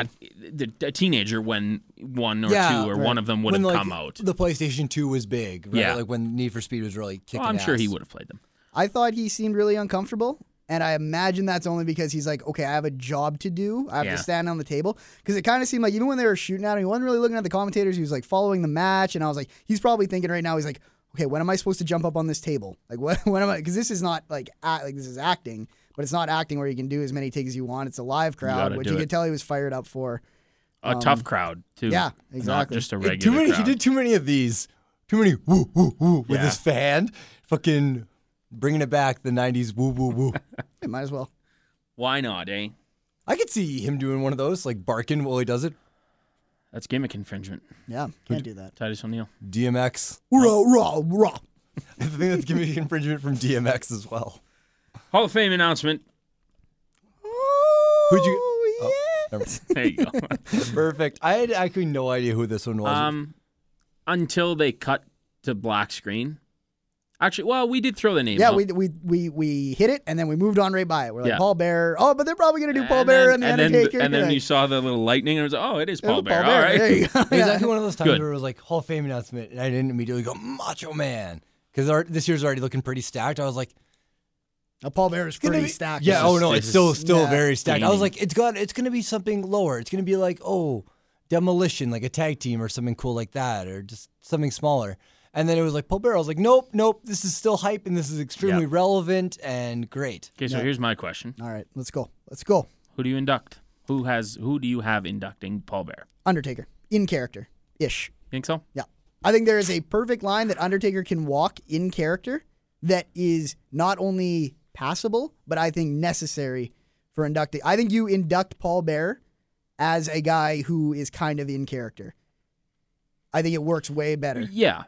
S3: at the, a teenager when one or
S5: Yeah,
S3: two or
S5: right.
S3: one of them would
S5: When,
S3: have
S5: like,
S3: come out.
S5: The PlayStation 2 was big, right?
S3: Yeah.
S5: Like when Need for Speed was really kicking
S3: Well, I'm sure
S5: ass.
S3: he would have played them.
S4: I thought he seemed really uncomfortable. And I imagine that's only because he's like, okay, I have a job to do. I have
S3: Yeah.
S4: to stand on the table. Because it kind of seemed like even when they were shooting at him, he wasn't really looking at the commentators. He was like following the match. And I was like, he's probably thinking right now, he's like, okay, when am I supposed to jump up on this table? Like, what, when am I? Because this is not like, act, like, this is acting, but it's not acting where you can do as many takes as you want. It's a live crowd,
S3: gotta
S4: which
S3: do
S4: you
S3: it.
S4: could tell he was fired up for.
S3: A tough crowd too.
S4: yeah,
S3: Not
S4: exactly.
S3: just a
S5: Um, Yeah,
S3: regular
S5: too many.
S3: crowd.
S5: He did too many of these. Too many woo woo woo with
S3: Yeah.
S5: his fan. Fucking bringing it back the '90s woo woo woo.
S4: It might as well.
S3: Why not, eh?
S5: I could see him doing one of those, like barking while he does it.
S3: That's gimmick infringement.
S4: Yeah, can't do that.
S3: Titus O'Neil.
S5: DMX.
S4: Raw, raw, raw.
S5: I think that's giving infringement from DMX as well.
S3: Hall of Fame announcement.
S5: Who'd you? Oh, never mind.
S3: There you go.
S5: Perfect. I had actually no idea who this one was.
S3: um, until they cut to black screen. Actually, well, we did throw the name.
S4: Yeah,
S3: out.
S4: we, we we we hit it and then we moved on right by it. We're like
S3: Yeah.
S4: Paul Bear. Oh, but they're probably gonna do Paul Bear and the
S3: and then,
S4: Undertaker.
S3: and then
S4: You're
S3: you
S4: like,
S3: saw the little lightning, and it was like, oh, it is
S4: "Oh,
S3: Paul Bear. All right.
S4: There you go.
S5: It was
S4: Yeah.
S5: actually one of those times
S3: Good.
S5: where it was like Hall of Fame announcement, and I didn't immediately go Macho Man because this year's already looking pretty stacked. I was like,
S4: A Paul Bear is
S5: gonna
S4: pretty
S5: be-
S4: stacked.
S5: Yeah.
S3: This
S5: Oh
S3: is-
S5: no,
S3: this
S5: it's still
S4: is-
S5: still
S4: yeah.
S5: very stacked. I was
S3: Gaming.
S5: like, it's got it's gonna be something lower. It's gonna be like oh, demolition, like a tag team or something cool like that, or just something smaller. And then it was like Paul Bear. I was like, nope, nope. This is still hype, and this is extremely
S3: Yeah.
S5: relevant and great.
S3: Okay, so here's my question:
S4: All right, let's go. Let's go.
S3: Who do you induct? Who has? Who do you have inducting Paul Bear?
S4: Undertaker in character ish.
S3: Think so?
S4: Yeah, I think there is a perfect line that Undertaker can walk in character that is not only passable but I think necessary for inducting. I think you induct Paul Bear as a guy who is kind of in character. I think it works way better.
S3: Yeah,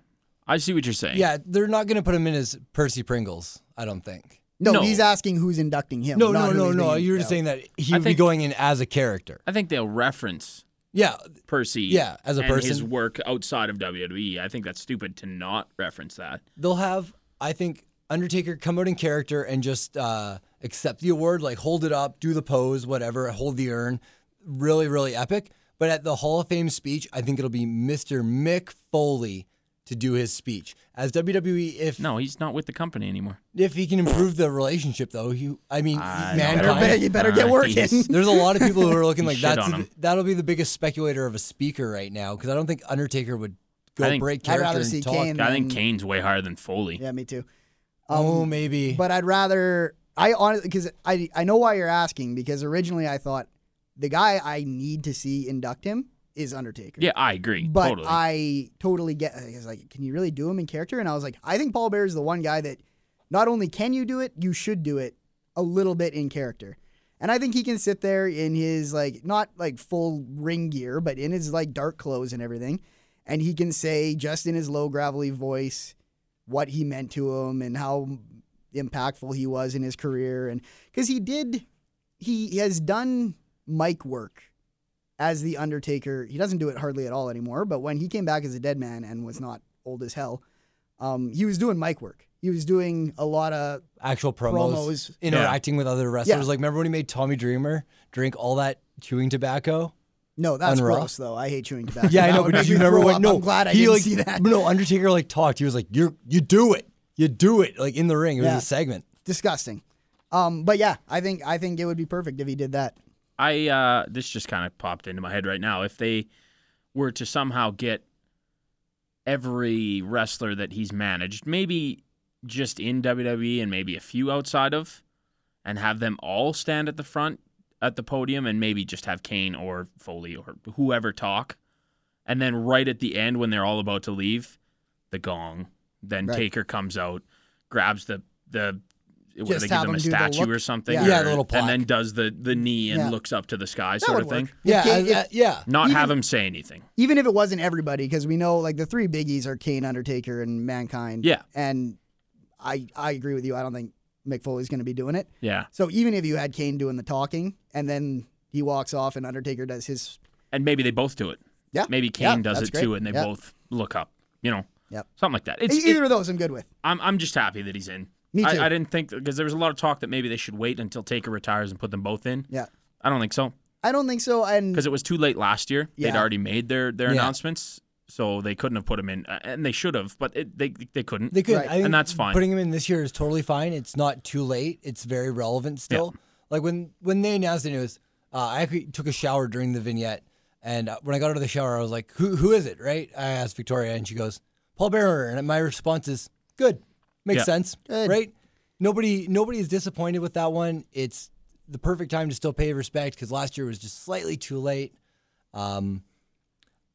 S3: I see what you're saying.
S5: Yeah, they're not gonna put him in as Percy Pringles. I don't think.
S4: No,
S3: No.
S4: he's asking who's inducting him.
S5: No,
S4: not
S5: no,
S4: who
S5: no,
S4: he's
S5: no.
S4: being-
S5: You were just saying that he
S3: I
S5: would be
S3: think-
S5: going in as a character.
S3: I think they'll reference
S5: Yeah,
S3: Percy.
S5: Yeah, as a
S3: and his
S5: person.
S3: work outside of WWE. I think that's stupid to not reference that.
S5: they'll have I think Undertaker come out in character and just uh, accept the award, like hold it up, do the pose, whatever, hold the urn, really, really epic. But at the Hall of Fame speech, I think it'll be Mr. Mick Foley to do his speech. As WWE, if
S3: No, he's not with the company anymore.
S5: if he can improve the relationship, though, he, I mean,
S4: Better
S5: mankind.
S4: be- you better get
S3: Uh,
S4: working.
S3: he's-
S5: There's a lot of people who are looking like
S3: Shit
S5: that's
S3: on
S5: the-
S3: him.
S5: that'll be the biggest speculator of a speaker right now because I don't think Undertaker would go
S3: I think-
S5: break
S4: I'd
S5: character
S4: rather
S5: and
S4: see
S5: talk.
S4: Kane. Um,
S3: I think
S4: than-
S3: Kane's way higher than Foley.
S4: Yeah, me too.
S5: Oh, maybe.
S4: But I'd rather I honestly because I I know why you're asking because originally I thought the guy I need to see induct him is Undertaker.
S3: Yeah, I agree.
S4: But
S3: totally.
S4: I totally get. I was like, can you really do him in character? And I was like, I think Paul Bear is the one guy that not only can you do it, you should do it a little bit in character. And I think he can sit there in his like not like full ring gear, but in his like dark clothes and everything, and he can say just in his low gravelly voice what he meant to him and how impactful he was in his career and because he did he has done mic work as the Undertaker. He doesn't do it hardly at all anymore. But when he came back as a dead man and was not old as hell, um, he was doing mic work. He was doing a lot of
S5: actual promos,
S4: Promos.
S5: interacting with other wrestlers.
S4: Yeah.
S5: Like, remember when he made Tommy Dreamer drink all that chewing tobacco?
S4: no. That's
S5: On Raw?
S4: gross, though. I hate chewing tobacco.
S5: Yeah, I
S4: That
S5: know.
S4: would
S5: But
S4: make
S5: did you
S4: me
S5: remember
S4: throw
S5: when?
S4: up.
S5: No,
S4: I'm glad I
S5: he
S4: didn't
S5: like,
S4: see that.
S5: No, Undertaker like talked. He was like, "You you do it, you do it." Like in the ring, it
S4: Yeah.
S5: was a segment.
S4: Disgusting. Um, but yeah, I think I think it would be perfect if he did that.
S3: I uh, this just kind of popped into my head right now. If they were to somehow get every wrestler that he's managed, maybe just in WWE and maybe a few outside of, and have them all stand at the front at the podium and maybe just have Kane or Foley or whoever talk, and then right at the end when they're all about to leave, the gong. Then
S4: Right.
S3: Taker comes out, grabs the the. what do
S4: Just
S3: they
S4: have
S3: give them a
S4: him do the
S3: statue
S4: look.
S3: or something,
S4: Yeah.
S3: or-
S5: Yeah, the little
S3: and then
S5: plaque.
S3: does the the knee and
S4: Yeah.
S3: looks up to the sky
S4: That
S3: sort
S4: would
S3: of thing.
S4: work. If
S5: Yeah,
S4: Kane-
S5: I- I-
S4: if-
S5: yeah.
S3: Not
S4: Even-
S3: have him say anything.
S4: even if it wasn't everybody, because we know like the three biggies are Kane, Undertaker, and Mankind.
S3: Yeah.
S4: And I I agree with you. I don't think Mick Foley's going to be doing it.
S3: Yeah,
S4: So even if you had Kane doing the talking and then he walks off and Undertaker does his
S3: and maybe they both do it.
S4: yeah,
S3: Maybe
S4: Yeah,
S3: Kane does
S4: that's
S3: it too,
S4: great.
S3: and they
S4: Yeah.
S3: both look up. You know,
S4: Yep.
S3: something like that. It's,
S4: E- either
S3: it-
S4: of those I'm good with.
S3: I'm I'm just happy that he's in.
S4: Me too.
S3: I, I didn't think because there was a lot of talk that maybe they should wait until Taker retires and put them both in.
S4: Yeah,
S3: I don't think so
S4: I don't think so. And
S3: because it was too late last year. They'd
S4: Yeah.
S3: already made their their
S5: Yeah.
S3: announcements, so they couldn't have put him in, Uh, and they should have, but it, they they couldn't.
S5: They could,
S4: Right.
S5: I think
S3: And that's fine.
S5: Putting him in this year is totally fine. It's not too late. It's very relevant still. Like when when they announced it, it was uh, I actually took a shower during the vignette, and uh, when I got out of the shower, I was like, "Who who is it?" Right? I asked Victoria, and she goes, "Paul Bearer." And my response is, "Good, makes
S3: Yeah.
S5: sense,
S4: Good.
S5: right?" Nobody nobody is disappointed with that one. It's the perfect time to still pay respect because last year was just slightly too late. Um,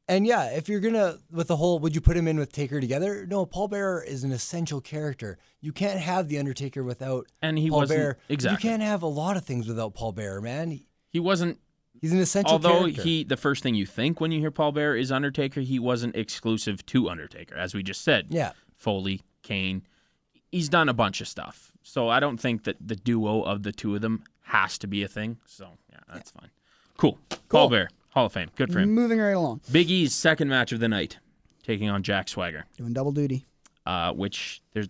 S5: and yeah, if you're gonna with the whole, would you put him in with Taker together? No, Paul Bearer is an essential character. You can't have the Undertaker without
S3: And he
S5: Paul
S3: wasn't-
S5: Bearer.
S3: exactly.
S5: You can't have a lot of things without Paul Bearer, man. He-
S3: He wasn't
S5: He's an essential.
S3: Although
S5: character.
S3: he, the first thing you think when you hear Paul Bear is Undertaker, he wasn't exclusive to Undertaker, as we just said.
S5: Yeah.
S3: Foley, Kane, he's done a bunch of stuff. So I don't think that the duo of the two of them has to be a thing. So yeah, that's fine. Cool. Paul Bear, Hall of Fame. Good for him.
S4: moving right along,
S5: Mm.
S3: Big E's second match of the night, taking on Jack Swagger,
S4: doing double duty.
S3: uh, which there's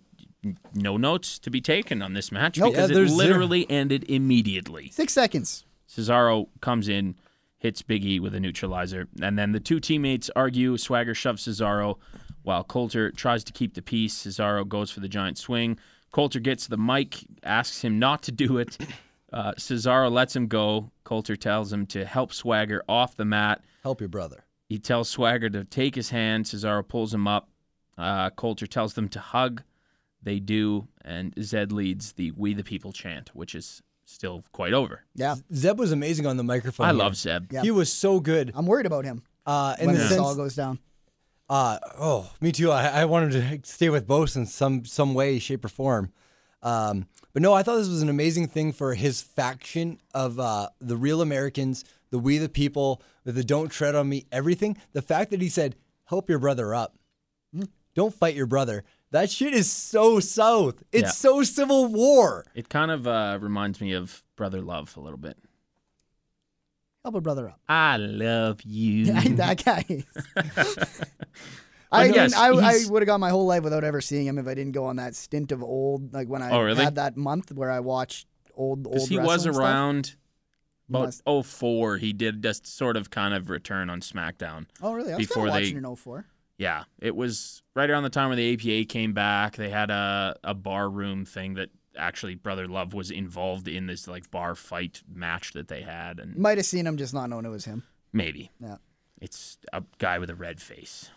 S3: no notes to be taken on this match
S4: Nope.
S3: because
S5: Yeah,
S3: it
S5: there's zero.
S3: literally ended immediately.
S4: Six seconds.
S3: Cesaro comes in, hits Big E with a neutralizer, and then the two teammates argue. Swagger shoves Cesaro while Coulter tries to keep the peace. Cesaro goes for the giant swing. Coulter gets the mic, asks him not to do it. Uh, Cesaro lets him go. Coulter tells him to help Swagger off the mat.
S5: help your brother.
S3: He tells Swagger to take his hand. Cesaro pulls him up. Uh, Coulter tells them to hug. They do, and Zed leads the "We the People" chant, which is still quite over.
S4: Yeah,
S5: Zeb was amazing on the microphone.
S3: I
S5: here.
S3: love Zeb.
S4: Yeah.
S5: He was so good.
S4: I'm worried about him
S5: Uh, in
S4: when
S5: the
S4: this
S5: sense,
S4: all goes down.
S5: Uh, oh, me too. I, I wanted to stay with Bose in some some way, shape, or form. Um, but no, I thought this was an amazing thing for his faction of uh, the real Americans, the we the people, the don't tread on me, everything. The fact that he said, help your brother up,
S3: Hmm.
S5: don't fight your brother. That shit is so South. It's
S3: Yeah.
S5: so Civil War.
S3: It kind of uh, reminds me of Brother Love a little bit.
S4: Help a brother up.
S3: I love you.
S4: that guy. I,
S3: yes,
S4: didn't- I, I
S3: he's-
S4: would have gone my whole life without ever seeing him if I didn't go on that stint of old, like when I
S3: Oh, really?
S4: had that month where I watched old old.
S3: Because he was
S4: wrestling stuff.
S3: around
S4: Must-
S3: about 04. He did just sort of kind of return on SmackDown.
S4: Oh, really? I was kinda
S3: before they-
S4: watching in 04.
S3: yeah, it was right around the time when the APA came back. They had a a bar room thing that actually Brother Love was involved in this like bar fight match that they had, and
S4: Might have seen him, just not knowing it was him.
S3: maybe
S4: Yeah.
S3: it's a guy with a red face.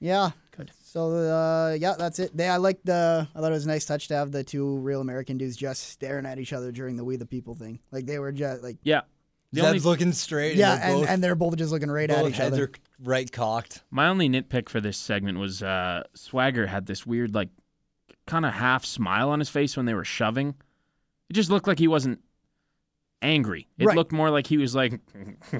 S4: Yeah.
S3: Good.
S4: So uh, yeah, that's it. They, I like the. I thought it was a nice touch to have the two real American dudes just staring at each other during the "We the People" thing. Like they were just like,
S3: Yeah, the
S5: Zeb's
S3: only,
S5: looking straight.
S4: yeah,
S5: and, they're
S4: and,
S5: both,
S4: and they're both just looking right at
S5: both
S4: each
S5: heads
S4: other.
S5: are right cocked.
S3: my only nitpick for this segment was uh, Swagger had this weird like kind of half smile on his face when they were shoving. It just looked like he wasn't angry. It
S4: Right.
S3: looked more like he was like,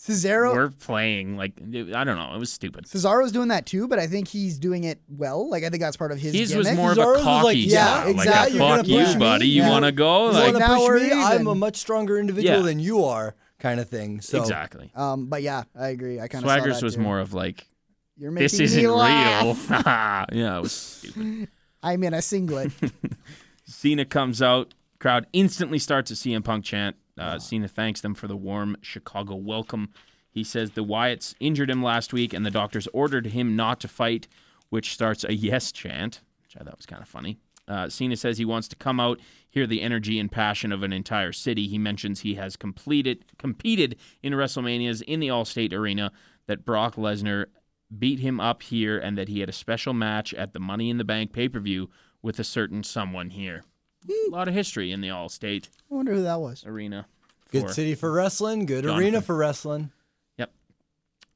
S4: Cesaro.
S3: "We're playing." Like I don't know, it was stupid.
S4: Cesaro's doing that too, but I think he's doing it well. Like I think that's part of his.
S3: His
S4: gimmick.
S3: was more of
S5: Cesaro's
S3: a
S5: was like,
S3: cocky
S4: yeah,
S3: style, like a
S4: exactly, you're
S3: fuck
S4: gonna push
S3: you,
S4: me,
S3: budty. You
S4: yeah.
S3: want to go?
S4: He's
S5: Like,
S3: Like
S4: wanna
S5: now
S4: push
S5: we're-
S4: me,
S5: I'm a
S4: then-
S5: much stronger individual
S3: Yeah.
S5: than you are, kind of thing. So
S3: exactly.
S4: Um, but yeah, I agree. I kind of
S3: Swaggers was more of like,
S4: You're making
S3: "This isn't
S4: me
S3: real."
S4: laugh.
S3: yeah, it was stupid.
S4: I'm in a singlet.
S3: Cena comes out. Crowd instantly starts a CM Punk chant. Uh, Cena thanks them for the warm Chicago welcome. He says the Wyatts injured him last week, and the doctors ordered him not to fight, which starts a yes chant, which I thought was kind of funny. Uh, Cena says he wants to come out, hear the energy and passion of an entire city. He mentions he has completed competed in WrestleManias in the Allstate Arena, that Brock Lesnar beat him up here, and that he had a special match at the Money in the Bank pay per view with a certain someone here. A lot of history in the Allstate
S4: I wonder who that was.
S3: Arena.
S5: good
S3: for-
S5: city for wrestling, good arena
S3: Jonathan.
S5: for wrestling.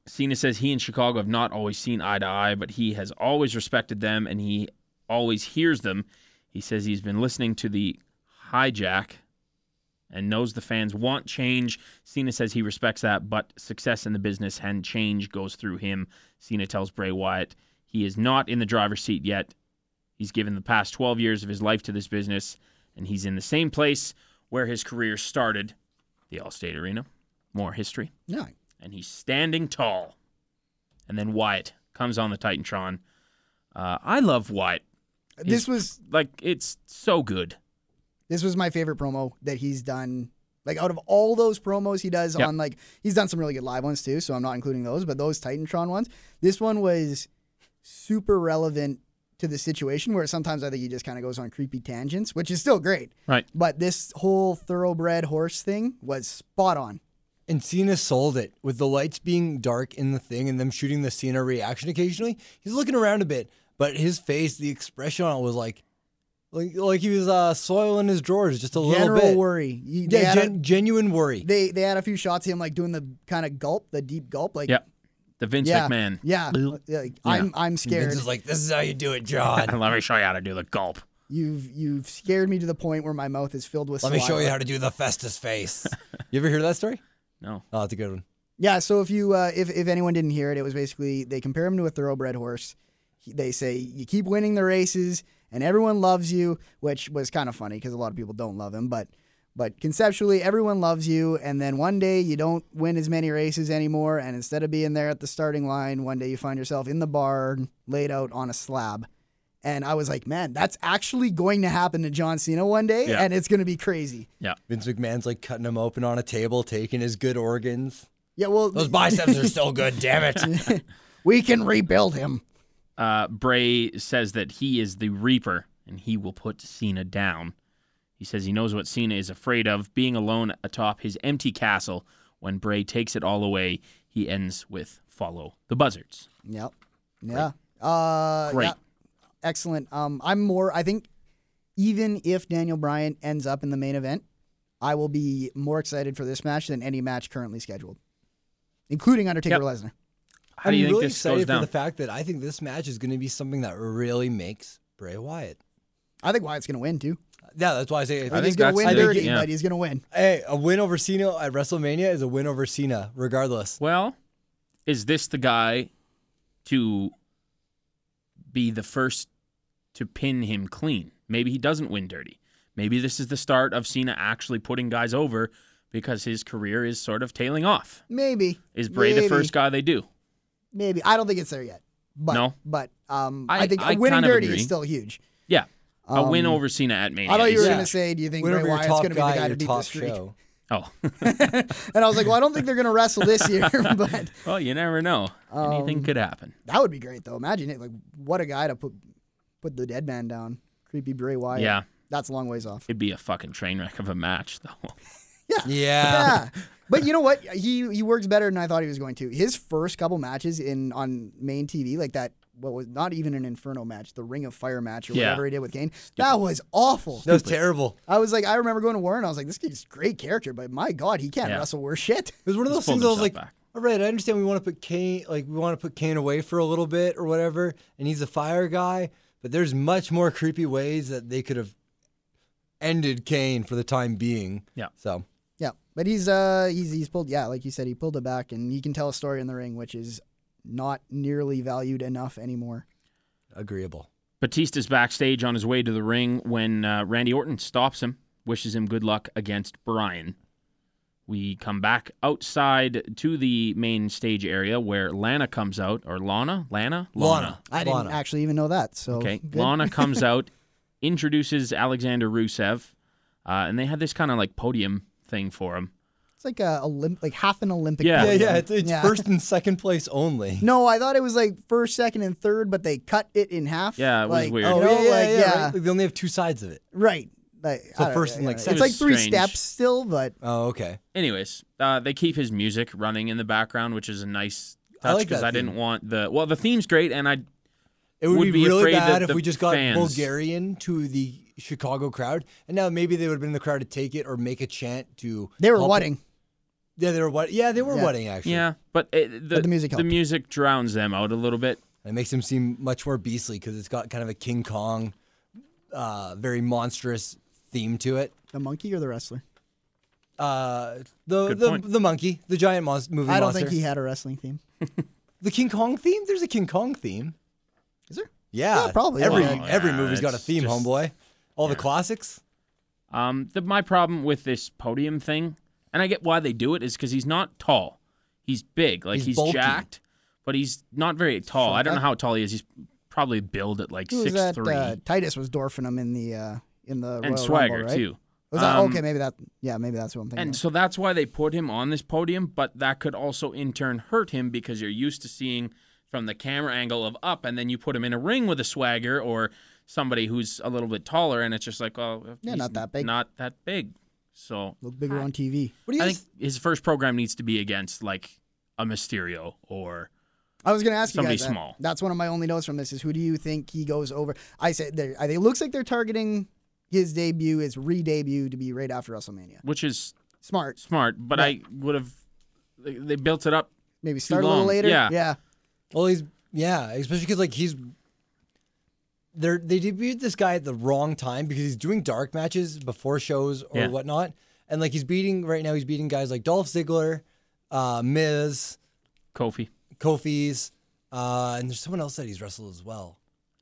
S3: Cena says he and Chicago have not always seen eye to eye, but he has always respected them and he always hears them. He says he's been listening to the hijack and knows the fans want change. Cena says he respects that, but success in the business and change goes through him. Cena tells Bray Wyatt he is not in the driver's seat yet. He's given the past 12 years of his life to this business, and he's in the same place where his career started the Allstate Arena. More history
S4: No,
S3: and he's standing tall. And then Wyatt comes on the Titantron. Uh, I love Wyatt.
S4: this was
S3: Like it's so good.
S4: this was my favorite promo that he's done. Like out of all those promos he does
S3: Yep.
S4: on like he's done some really good live ones too, so I'm not including those, but those Titantron ones, this one was super relevant to the situation where sometimes I think he just kind of goes on creepy tangents, which is still great.
S3: Right.
S4: But this whole thoroughbred horse thing was spot on.
S5: And Cena sold it with the lights being dark in the thing and them shooting the Cena reaction occasionally. He's looking around a bit, but his face, the expression on it was like, like, like he was uh, soiling his drawers just a
S4: General
S5: little bit.
S4: worry. He- they,
S5: Yeah,
S4: had
S5: gen- genuine worry.
S4: a, they they had a few shots of him like doing the kind of gulp, the deep gulp, like
S3: Yep. The Vince
S4: yeah,
S3: McMahon.
S4: yeah,
S3: Let
S4: yeah, like, I'm I'm scared.
S5: Vince is like, this is how you do it, John.
S3: me show you how to do the gulp.
S4: You've you've scared me to the point where my mouth is filled with.
S5: Let me
S4: saliva.
S5: show you how to do the Festus face. you ever hear that story?
S3: No.
S5: Oh, that's a good one.
S4: Yeah. So if you uh, if if anyone didn't hear it, it was basically they compare him to a thoroughbred horse. He- They say you keep winning the races and everyone loves you, which was kind of funny because a lot of people don't love him, but. But conceptually, everyone loves you, and then one day you don't win as many races anymore, and instead of being there at the starting line, one day you find yourself in the barn, laid out on a slab. And I was like, man, that's actually going to happen to John Cena one day,
S3: Yeah.
S4: and it's going to be crazy.
S5: Vince McMahon's like cutting him open on a table, taking his good organs.
S4: Yeah, well,
S5: Those biceps are still good, damn it.
S4: we can rebuild him.
S3: Uh, Bray says that he is the Reaper and he will put Cena down. He says he knows what Cena is afraid of being alone atop his empty castle. When Bray takes it all away, he ends with follow the buzzards.
S4: Yep. Yeah. Uh,
S3: Great.
S4: yeah. Excellent. Um, I'm more. I think even if Daniel Bryan ends up in the main event, I will be more excited for this match than any match currently scheduled, including Undertaker
S3: Yep.
S4: Lesnar.
S3: How
S5: I'm
S3: do you
S5: really
S3: think this
S5: excited
S3: goes down?
S5: for the fact that I think this match is going to be something that really makes Bray Wyatt.
S4: I think Wyatt's gonna win too.
S5: Yeah, that's why I say. I
S4: I
S5: think
S4: think he's
S3: think
S4: gonna
S3: that's
S4: win
S3: the big-
S4: dirty,
S3: yeah.
S4: but he's gonna win.
S5: hey, a win over Cena at WrestleMania is a win over Cena, regardless.
S3: Well, is this the guy to be the first to pin him clean? Maybe he doesn't win dirty. Maybe this is the start of Cena actually putting guys over because his career is sort of tailing off.
S4: Maybe.
S3: Is Bray
S4: maybe,
S3: the first guy they do?
S4: Maybe. I don't think it's there yet. But,
S3: No?
S4: But um, I,
S3: I-
S4: think
S3: I
S4: winning
S3: kind of
S4: dirty
S3: agree.
S4: is still huge.
S3: Yeah. a win
S4: Um,
S3: over Cena at Mania.
S4: I thought you were
S3: is-
S5: Yeah.
S4: gonna say, do you think
S5: Win
S4: Bray
S5: over your
S4: Wyatt's
S5: top
S4: gonna be the
S5: guy at
S4: guy to
S5: your
S4: beat the
S5: top
S4: streak?
S5: show.
S3: Oh,
S4: And I was like, well, I don't think they're going to wrestle this year, but
S3: well, you never know.
S4: Um,
S3: Anything could happen.
S4: that would be great, though. Imagine it. Like, what a guy to put put the dead man down. Creepy Bray Wyatt.
S3: Yeah.
S4: That's a long ways off.
S3: It'd be a fucking train wreck of a match, though.
S5: Yeah.
S4: Yeah. But you know what? He he works better than I thought he was going to. His first couple matches in on main TV, like that, what was not even an Inferno match, the Ring of Fire match or
S3: Yeah.
S4: whatever he did with Kane, that was awful.
S5: That was terrible.
S4: I was like, I remember going to Warren. I was like, this kid's great character, but my God, he can't
S3: Yeah.
S4: wrestle worse shit.
S5: It was one of those
S3: pulled
S5: things. I was like,
S3: himself back.
S5: all right, I understand we want to put Kane, like we want to put Kane away for a little bit or whatever, and he's a fire guy. But there's much more creepy ways that they could have ended Kane for the time being.
S3: Yeah.
S5: So
S4: Yeah, but he's uh he's he's pulled yeah like you said he pulled it back and he can tell a story in the ring which is not nearly valued enough anymore.
S5: agreeable.
S3: Batista's backstage on his way to the ring when uh, Randy Orton stops him, wishes him good luck against Bryan. We come back outside to the main stage area where Lana comes out, or Lana? Lana?
S5: Lana.
S4: I didn't
S5: Lana.
S4: actually even know that. So
S3: Okay.
S4: good.
S3: Lana comes out, introduces Alexander Rusev, uh, and they had this kind of like podium thing for him.
S4: it's like a Olymp- like half an Olympic.
S3: Yeah.
S5: Yeah,
S4: podium.
S5: yeah. It's, it's
S4: Yeah.
S5: first and second place only.
S4: No, I thought it was like first, second, and third, but they cut it in half.
S3: Yeah, it was
S4: like,
S3: weird.
S4: You
S5: Oh
S4: know,
S5: yeah, yeah,
S4: like,
S5: yeah,
S4: yeah,
S5: right? Like, they only have two sides of it.
S4: right. Like, I
S5: So
S4: don't-
S5: first
S4: yeah,
S5: and, like,
S4: yeah.
S5: second.
S4: it's like three
S3: Strange.
S4: steps still, but
S5: Oh, okay.
S3: Anyways, uh, they keep his music running in the background, which is a nice
S5: I
S3: touch
S5: like
S3: because
S5: that
S3: I
S5: theme.
S3: didn't want the. Well, the theme's great, and I
S5: It would,
S3: Would
S5: be,
S3: be
S5: really
S3: afraid that
S5: bad if
S3: the
S5: we just got
S3: fans-
S5: Bulgarian to the Chicago crowd, and now maybe they would have been the crowd to take it or make a chant to.
S4: they were
S5: help it.
S4: wedding.
S5: Yeah, they were what? Yeah, they were
S4: Yeah.
S5: wedding actually.
S3: Yeah, but, it, the,
S4: the music
S3: the
S4: helped.
S3: music drowns them out a little bit.
S5: And it makes him seem much more beastly because it's got kind of a King Kong, uh, very monstrous theme to it.
S4: The monkey or the wrestler?
S5: Uh, the
S3: Good
S5: the,
S3: point.
S5: the monkey, the giant monster movie
S4: I don't
S5: monster.
S4: think he had a wrestling theme.
S5: the King Kong theme. There's a King Kong theme.
S4: Is there?
S5: Yeah,
S4: Yeah, probably.
S5: Every
S4: Yeah.
S5: every
S3: Oh, Yeah,
S5: movie's got a
S3: it's
S5: theme,
S3: just-
S5: homeboy. All the classics.
S3: Um, the, my problem with this podium thing, and I get why they do it, is because he's not tall. He's big, like
S5: He's
S3: he's,
S5: bulky.
S3: jacked, but he's not very tall. I don't know how tall he is. He's probably billed at like
S4: Who was
S3: six
S4: that?
S3: three
S4: Uh, Titus was dwarfing him in the uh, in the Royal
S3: and swagger
S4: Rumble, right?
S3: too.
S4: Was that,
S3: Um,
S4: okay, maybe that. Yeah, maybe that's what I'm thinking.
S3: And
S4: of.
S3: so that's why they put him on this podium, but that could also in turn hurt him because you're used to seeing from the camera angle of up, and then you put him in a ring with a swagger or somebody who's a little bit taller, and it's just like, well,
S4: Yeah,
S3: he's
S4: not that big.
S3: Not that big. So
S4: Look bigger on TV.
S5: What do you
S3: I
S5: guys
S3: think his first program needs to be against like a Mysterio or
S4: I was going to ask you
S3: Somebody
S4: guys. that.
S3: small.
S4: That's one of my only notes from this is who do you think he goes over? I said there. I think it looks like they're targeting his debut, his re-debut, to be right after WrestleMania.
S3: which is
S4: Smart.
S3: smart, but I would have they- they built it up.
S4: Maybe start a
S3: long.
S4: little later.
S3: Yeah.
S4: Yeah.
S5: Well, he's yeah, especially because like he's they they debuted this guy at the wrong time because he's doing dark matches before shows or
S3: Yeah.
S5: whatnot, and like he's beating right now he's beating guys like Dolph Ziggler, uh, Miz,
S3: Kofi
S5: Kofi's, uh, and there's someone else that he's wrestled as well.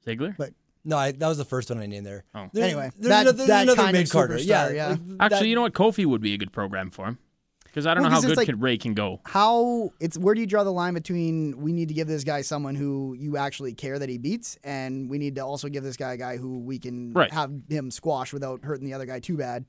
S3: Ziggler.
S4: But-
S5: No, I, that was the first one I named there.
S3: Oh.
S5: There's-
S4: Anyway,
S5: there's
S4: that-
S5: another, there's
S4: that
S5: another
S4: kind of
S5: mid-carder. yeah,
S4: superstar, yeah.
S3: Actually,
S5: that-
S3: you know what? Kofi would be a good program for him because I don't
S4: Well,
S3: know how
S4: 'cause it's
S3: good
S4: like-
S3: can, Ray can go.
S4: How it's where do you draw the line between we need to give this guy someone who you actually care that he beats, and we need to also give this guy a guy who we can
S3: Right.
S4: have him squash without hurting the other guy too bad.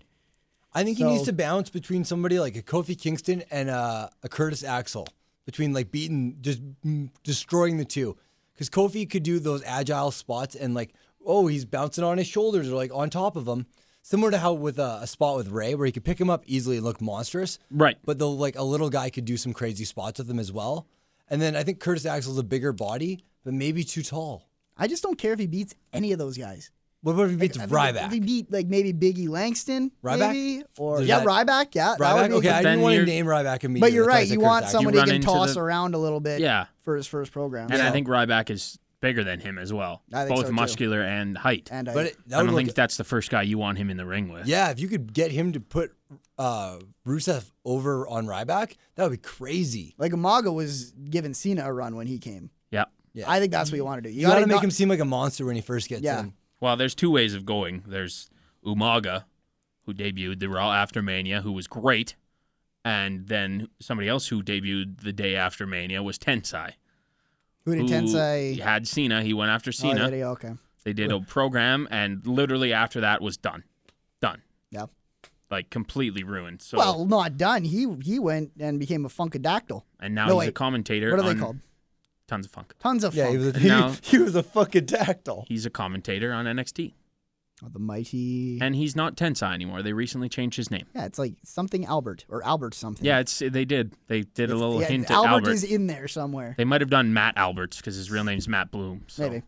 S5: I think he
S4: So-
S5: needs to balance between somebody like a Kofi Kingston and a, a Curtis Axel, between like beating, just mm, destroying the two. Because Kofi could do those agile spots and like, oh, he's bouncing on his shoulders or like on top of him. Similar to how with a, a spot with Ray, where he could pick him up easily and look monstrous.
S3: Right.
S5: But though, like a little guy could do some crazy spots with him as well. And then I think Curtis Axel's a bigger body, but maybe too tall.
S4: I just don't care if he beats any of those guys.
S5: What about if he beats
S4: I think If he
S5: Ryback?
S4: beat like maybe Biggie Langston,
S5: Ryback?
S4: maybe or
S5: There's
S4: yeah,
S5: that-
S4: Ryback. Yeah, that would
S5: Ryback?
S4: be
S5: Okay,
S4: good.
S5: I
S3: then
S5: didn't want to
S3: you're-
S5: name Ryback immediately.
S4: But you're
S5: That's why I
S4: right.
S5: said
S4: You
S5: Curtis
S4: want
S5: Axel.
S4: somebody who
S3: run
S4: can
S3: into
S4: toss
S3: the-
S4: around a little bit.
S3: Yeah.
S4: For his first program.
S3: And I
S4: So-
S3: think Ryback is bigger than him as well,
S4: I think
S3: both
S4: so, too.
S3: muscular and height.
S4: And I,
S5: But it, that
S3: I
S5: would
S3: don't
S5: look-
S3: think that's the first guy you want him in the ring with.
S5: Yeah, if you could get him to put uh, Rusev over on Ryback, that would be crazy.
S4: like Umaga was giving Cena a run when he came.
S3: Yeah.
S5: Yeah.
S4: I think that's what you want to do.
S5: You got to
S4: gotta
S5: make
S4: not-
S5: him seem like a monster when he first gets
S4: Yeah.
S5: in.
S3: Well, there's two ways of going. There's Umaga, who debuted the Raw after Mania, who was great, and then somebody else who debuted the day after Mania was Tensai.
S4: who did Oh,
S3: who
S4: Tensai.
S3: had Cena. He went after
S4: Oh,
S3: Cena.
S4: yeah, yeah, okay.
S3: They did a program, and literally after that was done. Done.
S4: Yeah.
S3: like completely ruined. So
S4: Well, not done. He he went and became a funkadactyl.
S3: and now
S4: no,
S3: he's a
S4: wait.
S3: commentator.
S4: What are they
S3: on
S4: called?
S3: Tons of funk.
S4: Tons of
S5: Yeah,
S4: funk.
S5: he was a,
S3: Now-
S5: he, he was a fucking dactyl.
S3: He's a commentator on NXT,
S4: Oh, the mighty.
S3: and he's not Tensai anymore. They recently changed his name.
S4: yeah, it's like something Albert or Albert something.
S3: Yeah, it's they did. They did a
S4: It's-
S3: little
S4: yeah,
S3: hint at
S4: Albert,
S3: Albert.
S4: is in there somewhere.
S3: They might have done Matt Alberts because his real name's Matt Bloom. So.
S4: Maybe.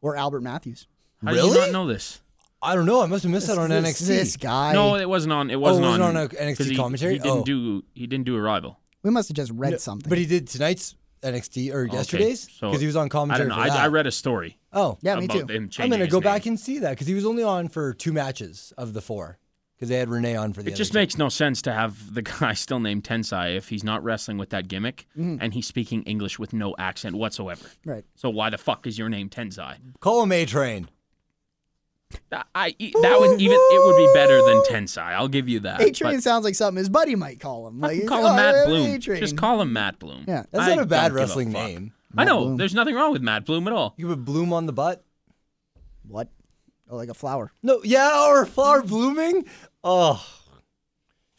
S4: Or Albert Matthews.
S3: How did
S5: Really?
S3: you not know this?
S5: I don't know. I must have missed that on
S4: This-
S5: NXT.
S4: This guy.
S3: no, it wasn't on. It wasn't,
S5: Oh, wasn't
S3: on,
S5: on a NXT
S3: 'cause he-
S5: commentary?
S3: He didn't
S5: Oh.
S3: do. He didn't do Arrival.
S4: we must have just read
S5: No,
S4: something.
S5: But he did tonight's NXT or
S3: Okay,
S5: yesterday's
S3: so-
S5: because he was on
S3: I don't
S5: commentary.
S3: know.
S5: for
S3: I,
S5: that.
S3: I read a story
S5: Oh,
S4: yeah, me
S3: about
S4: too.
S3: him
S5: I'm
S3: changing.
S5: gonna
S3: his
S5: go
S3: name.
S5: back and see that because he was only on for two matches of the four because they had Renee on for the.
S3: It
S5: other
S3: just
S5: two.
S3: makes no sense to have the guy still named Tensai if he's not wrestling with that gimmick
S5: Mm-hmm.
S3: and he's speaking English with no accent whatsoever.
S4: right.
S3: So why the fuck is your name Tensai?
S5: call him A Train.
S3: That- I e- that would even it would be better than Tensai. I'll give you that.
S4: A-Train
S3: Uh, but
S4: sounds like something his buddy might call him. Like,
S3: fucking call him
S4: oh,
S3: Matt
S4: yeah,
S3: Bloom.
S4: A-Train.
S3: Just call him Matt Bloom.
S4: Yeah.
S5: That's
S3: I
S5: not a
S3: don't
S5: bad
S3: give a
S5: wrestling
S3: fuck.
S5: name.
S3: I
S4: Matt
S3: know.
S4: Bloom.
S3: There's nothing wrong with Matt Bloom at all.
S5: You put bloom on the butt.
S4: What? Oh, like a flower.
S5: No, yeah, or flower blooming. Oh,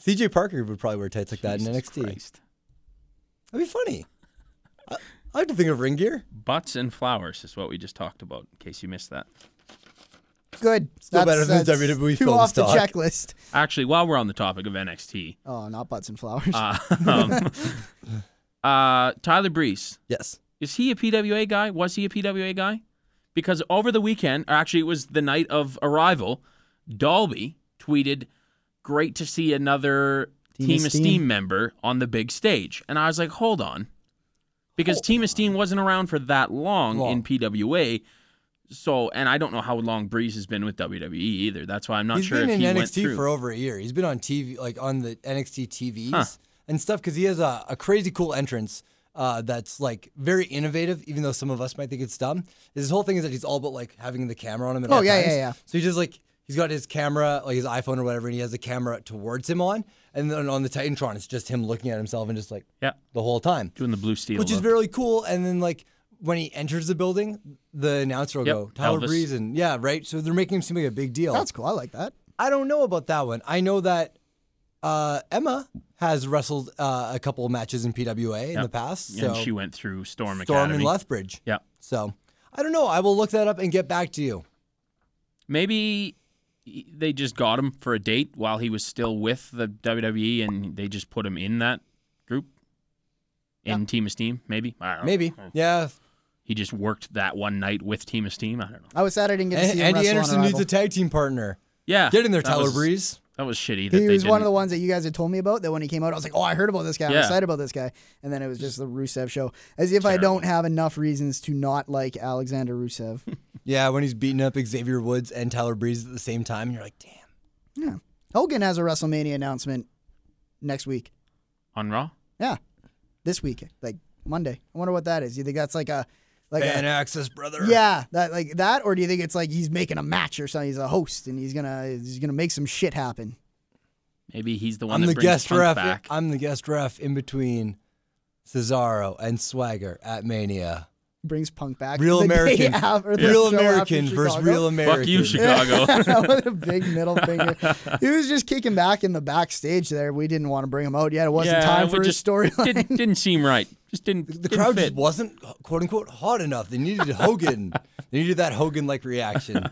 S5: CJ Parker would probably wear tights like that in
S3: Jesus
S5: NXT.
S3: Christ.
S5: That'd be funny. I, I like to think of ring gear.
S3: Butts and flowers is what we just talked about. In case you missed that.
S4: Good.
S5: Still
S4: that's,
S5: better than
S4: that's
S5: WWE
S4: two
S5: film
S4: off
S5: stock.
S4: the checklist.
S3: Actually, while we're on the topic of NXT,
S4: Oh, not butts and flowers.
S3: uh, um, uh, Tyler Breeze
S5: Yes.
S3: is he a PWA guy? Was he a PWA guy? Because over the weekend, or actually, it was the night of arrival. Dolby tweeted, "Great to see another Team,
S4: Team
S3: Esteem.
S4: Esteem.
S3: member on the big stage." And I was like, "Hold on," because Team Esteem wasn't around for that long,
S5: Long.
S3: in PWA. So, and I don't know how long Breeze has been with WWE either. That's why I'm not
S5: He's
S3: sure
S5: been
S3: if
S5: in
S3: he went
S5: NXT
S3: through.
S5: for over a year. He's been on TV, like on the NXT TVs
S3: Huh.
S5: and stuff, because he has a, a crazy cool entrance uh, that's like very innovative, even though some of us might think it's dumb. His whole thing is that he's all but like having the camera on him. At
S4: Oh,
S5: all
S4: yeah,
S5: times.
S4: yeah, yeah.
S5: So he just like he's got his camera, like his iPhone or whatever, and he has the camera towards him on, and then on the Titantron, it's just him looking at himself and just like
S3: yeah,
S5: the whole time
S3: doing the blue steel,
S5: which is
S3: look.
S5: really cool. And then like when he enters the building, the announcer will
S3: Yep,
S5: go Tyler
S3: Elvis.
S5: Breeze, and yeah, right. So they're making him seem like a big deal.
S4: that's cool. I like that.
S5: I don't know about that one. I know that uh, Emma has wrestled uh, a couple of matches in PWA in the past. So
S3: and she went through Storm,
S5: Storm
S3: Academy.
S5: and Lethbridge.
S3: Yeah.
S5: So I don't know. I will look that up and get back to you.
S3: Maybe they just got him for a date while he was still with the WWE and they just put him in that group in Team Esteem, maybe. I don't know.
S5: Maybe. Yeah.
S3: He just worked that one night with Team Esteem. I don't know.
S4: I was sad I didn't get to
S5: And,
S4: see him
S5: Andy
S4: wrestle on
S5: Anderson needs
S4: Arrival.
S5: a tag team partner.
S3: Yeah.
S5: Get in there,
S3: that
S5: Tyler
S3: was-
S5: Breeze.
S3: That was shitty. That
S4: He
S3: they
S4: was one of
S3: didn't-
S4: the ones that you guys had told me about. That when he came out, I was like, "Oh, I heard about this guy.
S3: Yeah.
S4: I'm excited about this guy." And then it was just the Rusev show, as if I don't have enough reasons to not like Alexander Rusev.
S5: Yeah, when he's beating up Xavier Woods and Tyler Breeze at the same time, you're like, damn.
S4: yeah, Hogan has a WrestleMania announcement next week.
S3: on Raw.
S4: Yeah, this week, like Monday. I wonder what that is. You think that's like a like
S5: Fan
S4: a,
S5: access, brother.
S4: yeah, that like that, or do you think it's like he's making a match or something? He's a host and he's gonna he's gonna make some shit happen.
S3: Maybe he's the one
S5: I'm
S3: that
S5: the
S3: brings
S5: guest
S3: Punk
S5: ref.
S3: back.
S5: I'm the guest ref in between Cesaro and Swagger at Mania.
S4: Brings Punk back.
S5: Real
S4: the day
S5: American,
S4: after the
S5: real
S4: show after
S5: American versus
S4: Chicago.
S5: real American.
S3: Fuck you, Chicago.
S4: with a big middle finger. He was just kicking back in the backstage there. We didn't want to bring him out yet. It wasn't
S3: yeah,
S4: time
S3: we
S4: for his
S3: just
S4: storyline.
S3: Didn't, didn't seem right. Just didn't.
S5: The
S3: didn't
S5: crowd
S3: fit.
S5: just wasn't quote unquote hot enough. They needed Hogan. they needed that Hogan like reaction.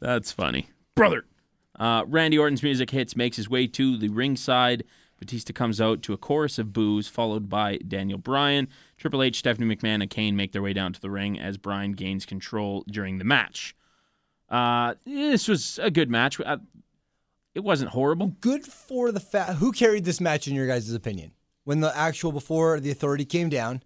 S3: That's funny. Brother. Uh, Randy Orton's music hits, makes his way to the ringside. Batista comes out to a chorus of boos, followed by Daniel Bryan. Triple H, Stephanie McMahon, and Kane make their way down to the ring as Bryan gains control during the match. Uh, this was a good match. Uh, it wasn't horrible.
S5: Good for the fat. Who carried this match in your guys' opinion? When the actual before the authority came down,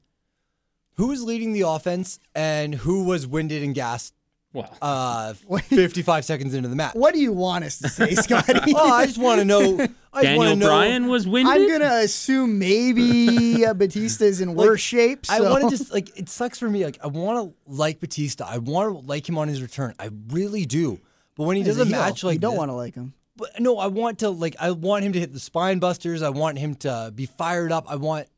S5: who was leading the offense and who was winded and gassed?
S3: Well,
S5: Uh, 55 seconds into the match.
S4: what do you want us to say, Scotty?
S5: Oh, I just want to know. I just want
S3: Daniel
S5: to know.
S3: Bryan was winded.
S4: I'm gonna assume maybe uh, Batista's in
S5: Like,
S4: worse shape.
S5: I
S4: so-
S5: want to just like it sucks for me. Like I want to like Batista. I want to like him on his return. I really do. But when he
S4: He's
S5: does a
S4: heel.
S5: match like
S4: you don't
S5: this-
S4: want to like him.
S5: But no, I want to like I want him to hit the spine busters. I want him to be fired up. I want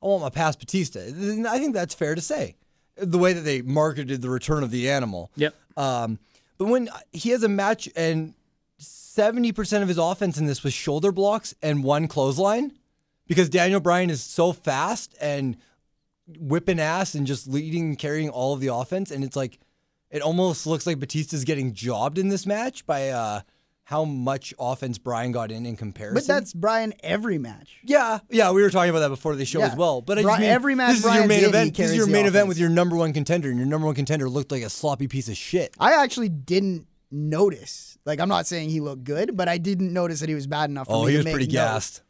S5: I want my past Batista. And I think that's fair to say. The way that Uh, they marketed the return of the animal.
S3: Yep.
S5: uh, Um, but when he has a match and 70% of his offense in this was shoulder blocks and one clothesline because Daniel Bryan is so fast and whipping ass and just leading, carrying all of the offense. And it's like, it almost looks like Batista's getting jobbed in this match by uh, how much offense Bryan got in in comparison.
S4: But that's Brian every match.
S5: Yeah, yeah, we were talking about that before the show
S4: Yeah.
S5: as well. But I
S4: Bri-
S5: just mean,
S4: every match
S5: this is your
S4: Brian's
S5: main
S4: in, he
S5: event. This is
S4: carries
S5: your
S4: the
S5: main event
S4: offense.
S5: with your number one contender, and your number one contender looked like a sloppy piece of shit.
S4: I actually didn't notice. Like, I'm not saying he looked good, but I didn't notice that he was bad enough. For
S5: Oh,
S4: me
S5: he
S4: to
S5: was
S4: make
S5: pretty
S4: notes.
S5: gassed.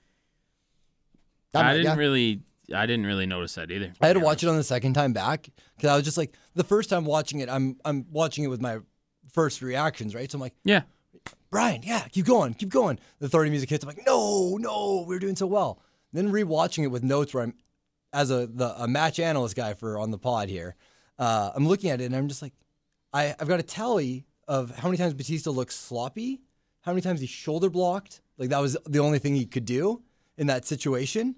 S4: That
S3: I
S4: might-
S3: didn't
S4: yeah.
S3: really, I didn't really notice that either.
S5: I had to watch it on the second time back because I was just like, the first time watching it, I'm I'm watching it with my first reactions, right? So I'm like,
S3: Yeah,
S5: Brian, yeah, keep going, keep going. The 30 music hits. I'm like, no, no, we're doing so well. Then rewatching it with notes where I'm, as a the, a match analyst guy for on the pod here, uh, I'm looking at it and I'm just like, I I've got a tally of how many times Batista looks sloppy, how many times he shoulder blocked, like that was the only thing he could do in that situation,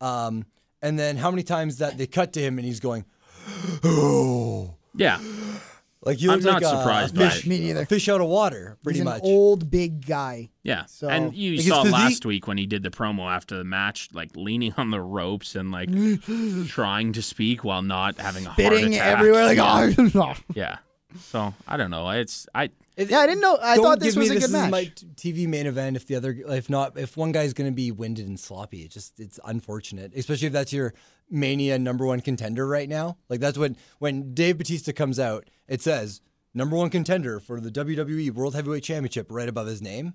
S5: um, and then how many times that they cut to him and he's going, oh,
S3: yeah.
S5: like you
S3: I'm
S5: look like
S3: not
S5: a-
S3: surprised
S5: a
S3: by
S5: fish,
S3: it.
S4: Me neither.
S5: a fish out of water, pretty
S4: He's
S5: much.
S4: an old big guy.
S3: Yeah.
S4: So-
S3: and you
S5: Like his
S3: saw
S5: physique-
S3: last week when he did the promo after the match, like leaning on the ropes and like trying to speak while not having a heart
S4: Bidding
S3: attack.
S4: everywhere. Like, oh,
S3: Yeah. So I don't know. It's I
S4: yeah, I didn't know. I
S5: Don't
S4: thought this
S5: give
S4: was
S5: me
S4: a good
S5: is
S4: match.
S5: my t- TV main event. If the other, if not, if one guy's going to be winded and sloppy, it just it's unfortunate. Especially if that's your mania number one contender right now. Like that's when when Dave Batista comes out, it says number one contender for the WWE World Heavyweight Championship right above his name.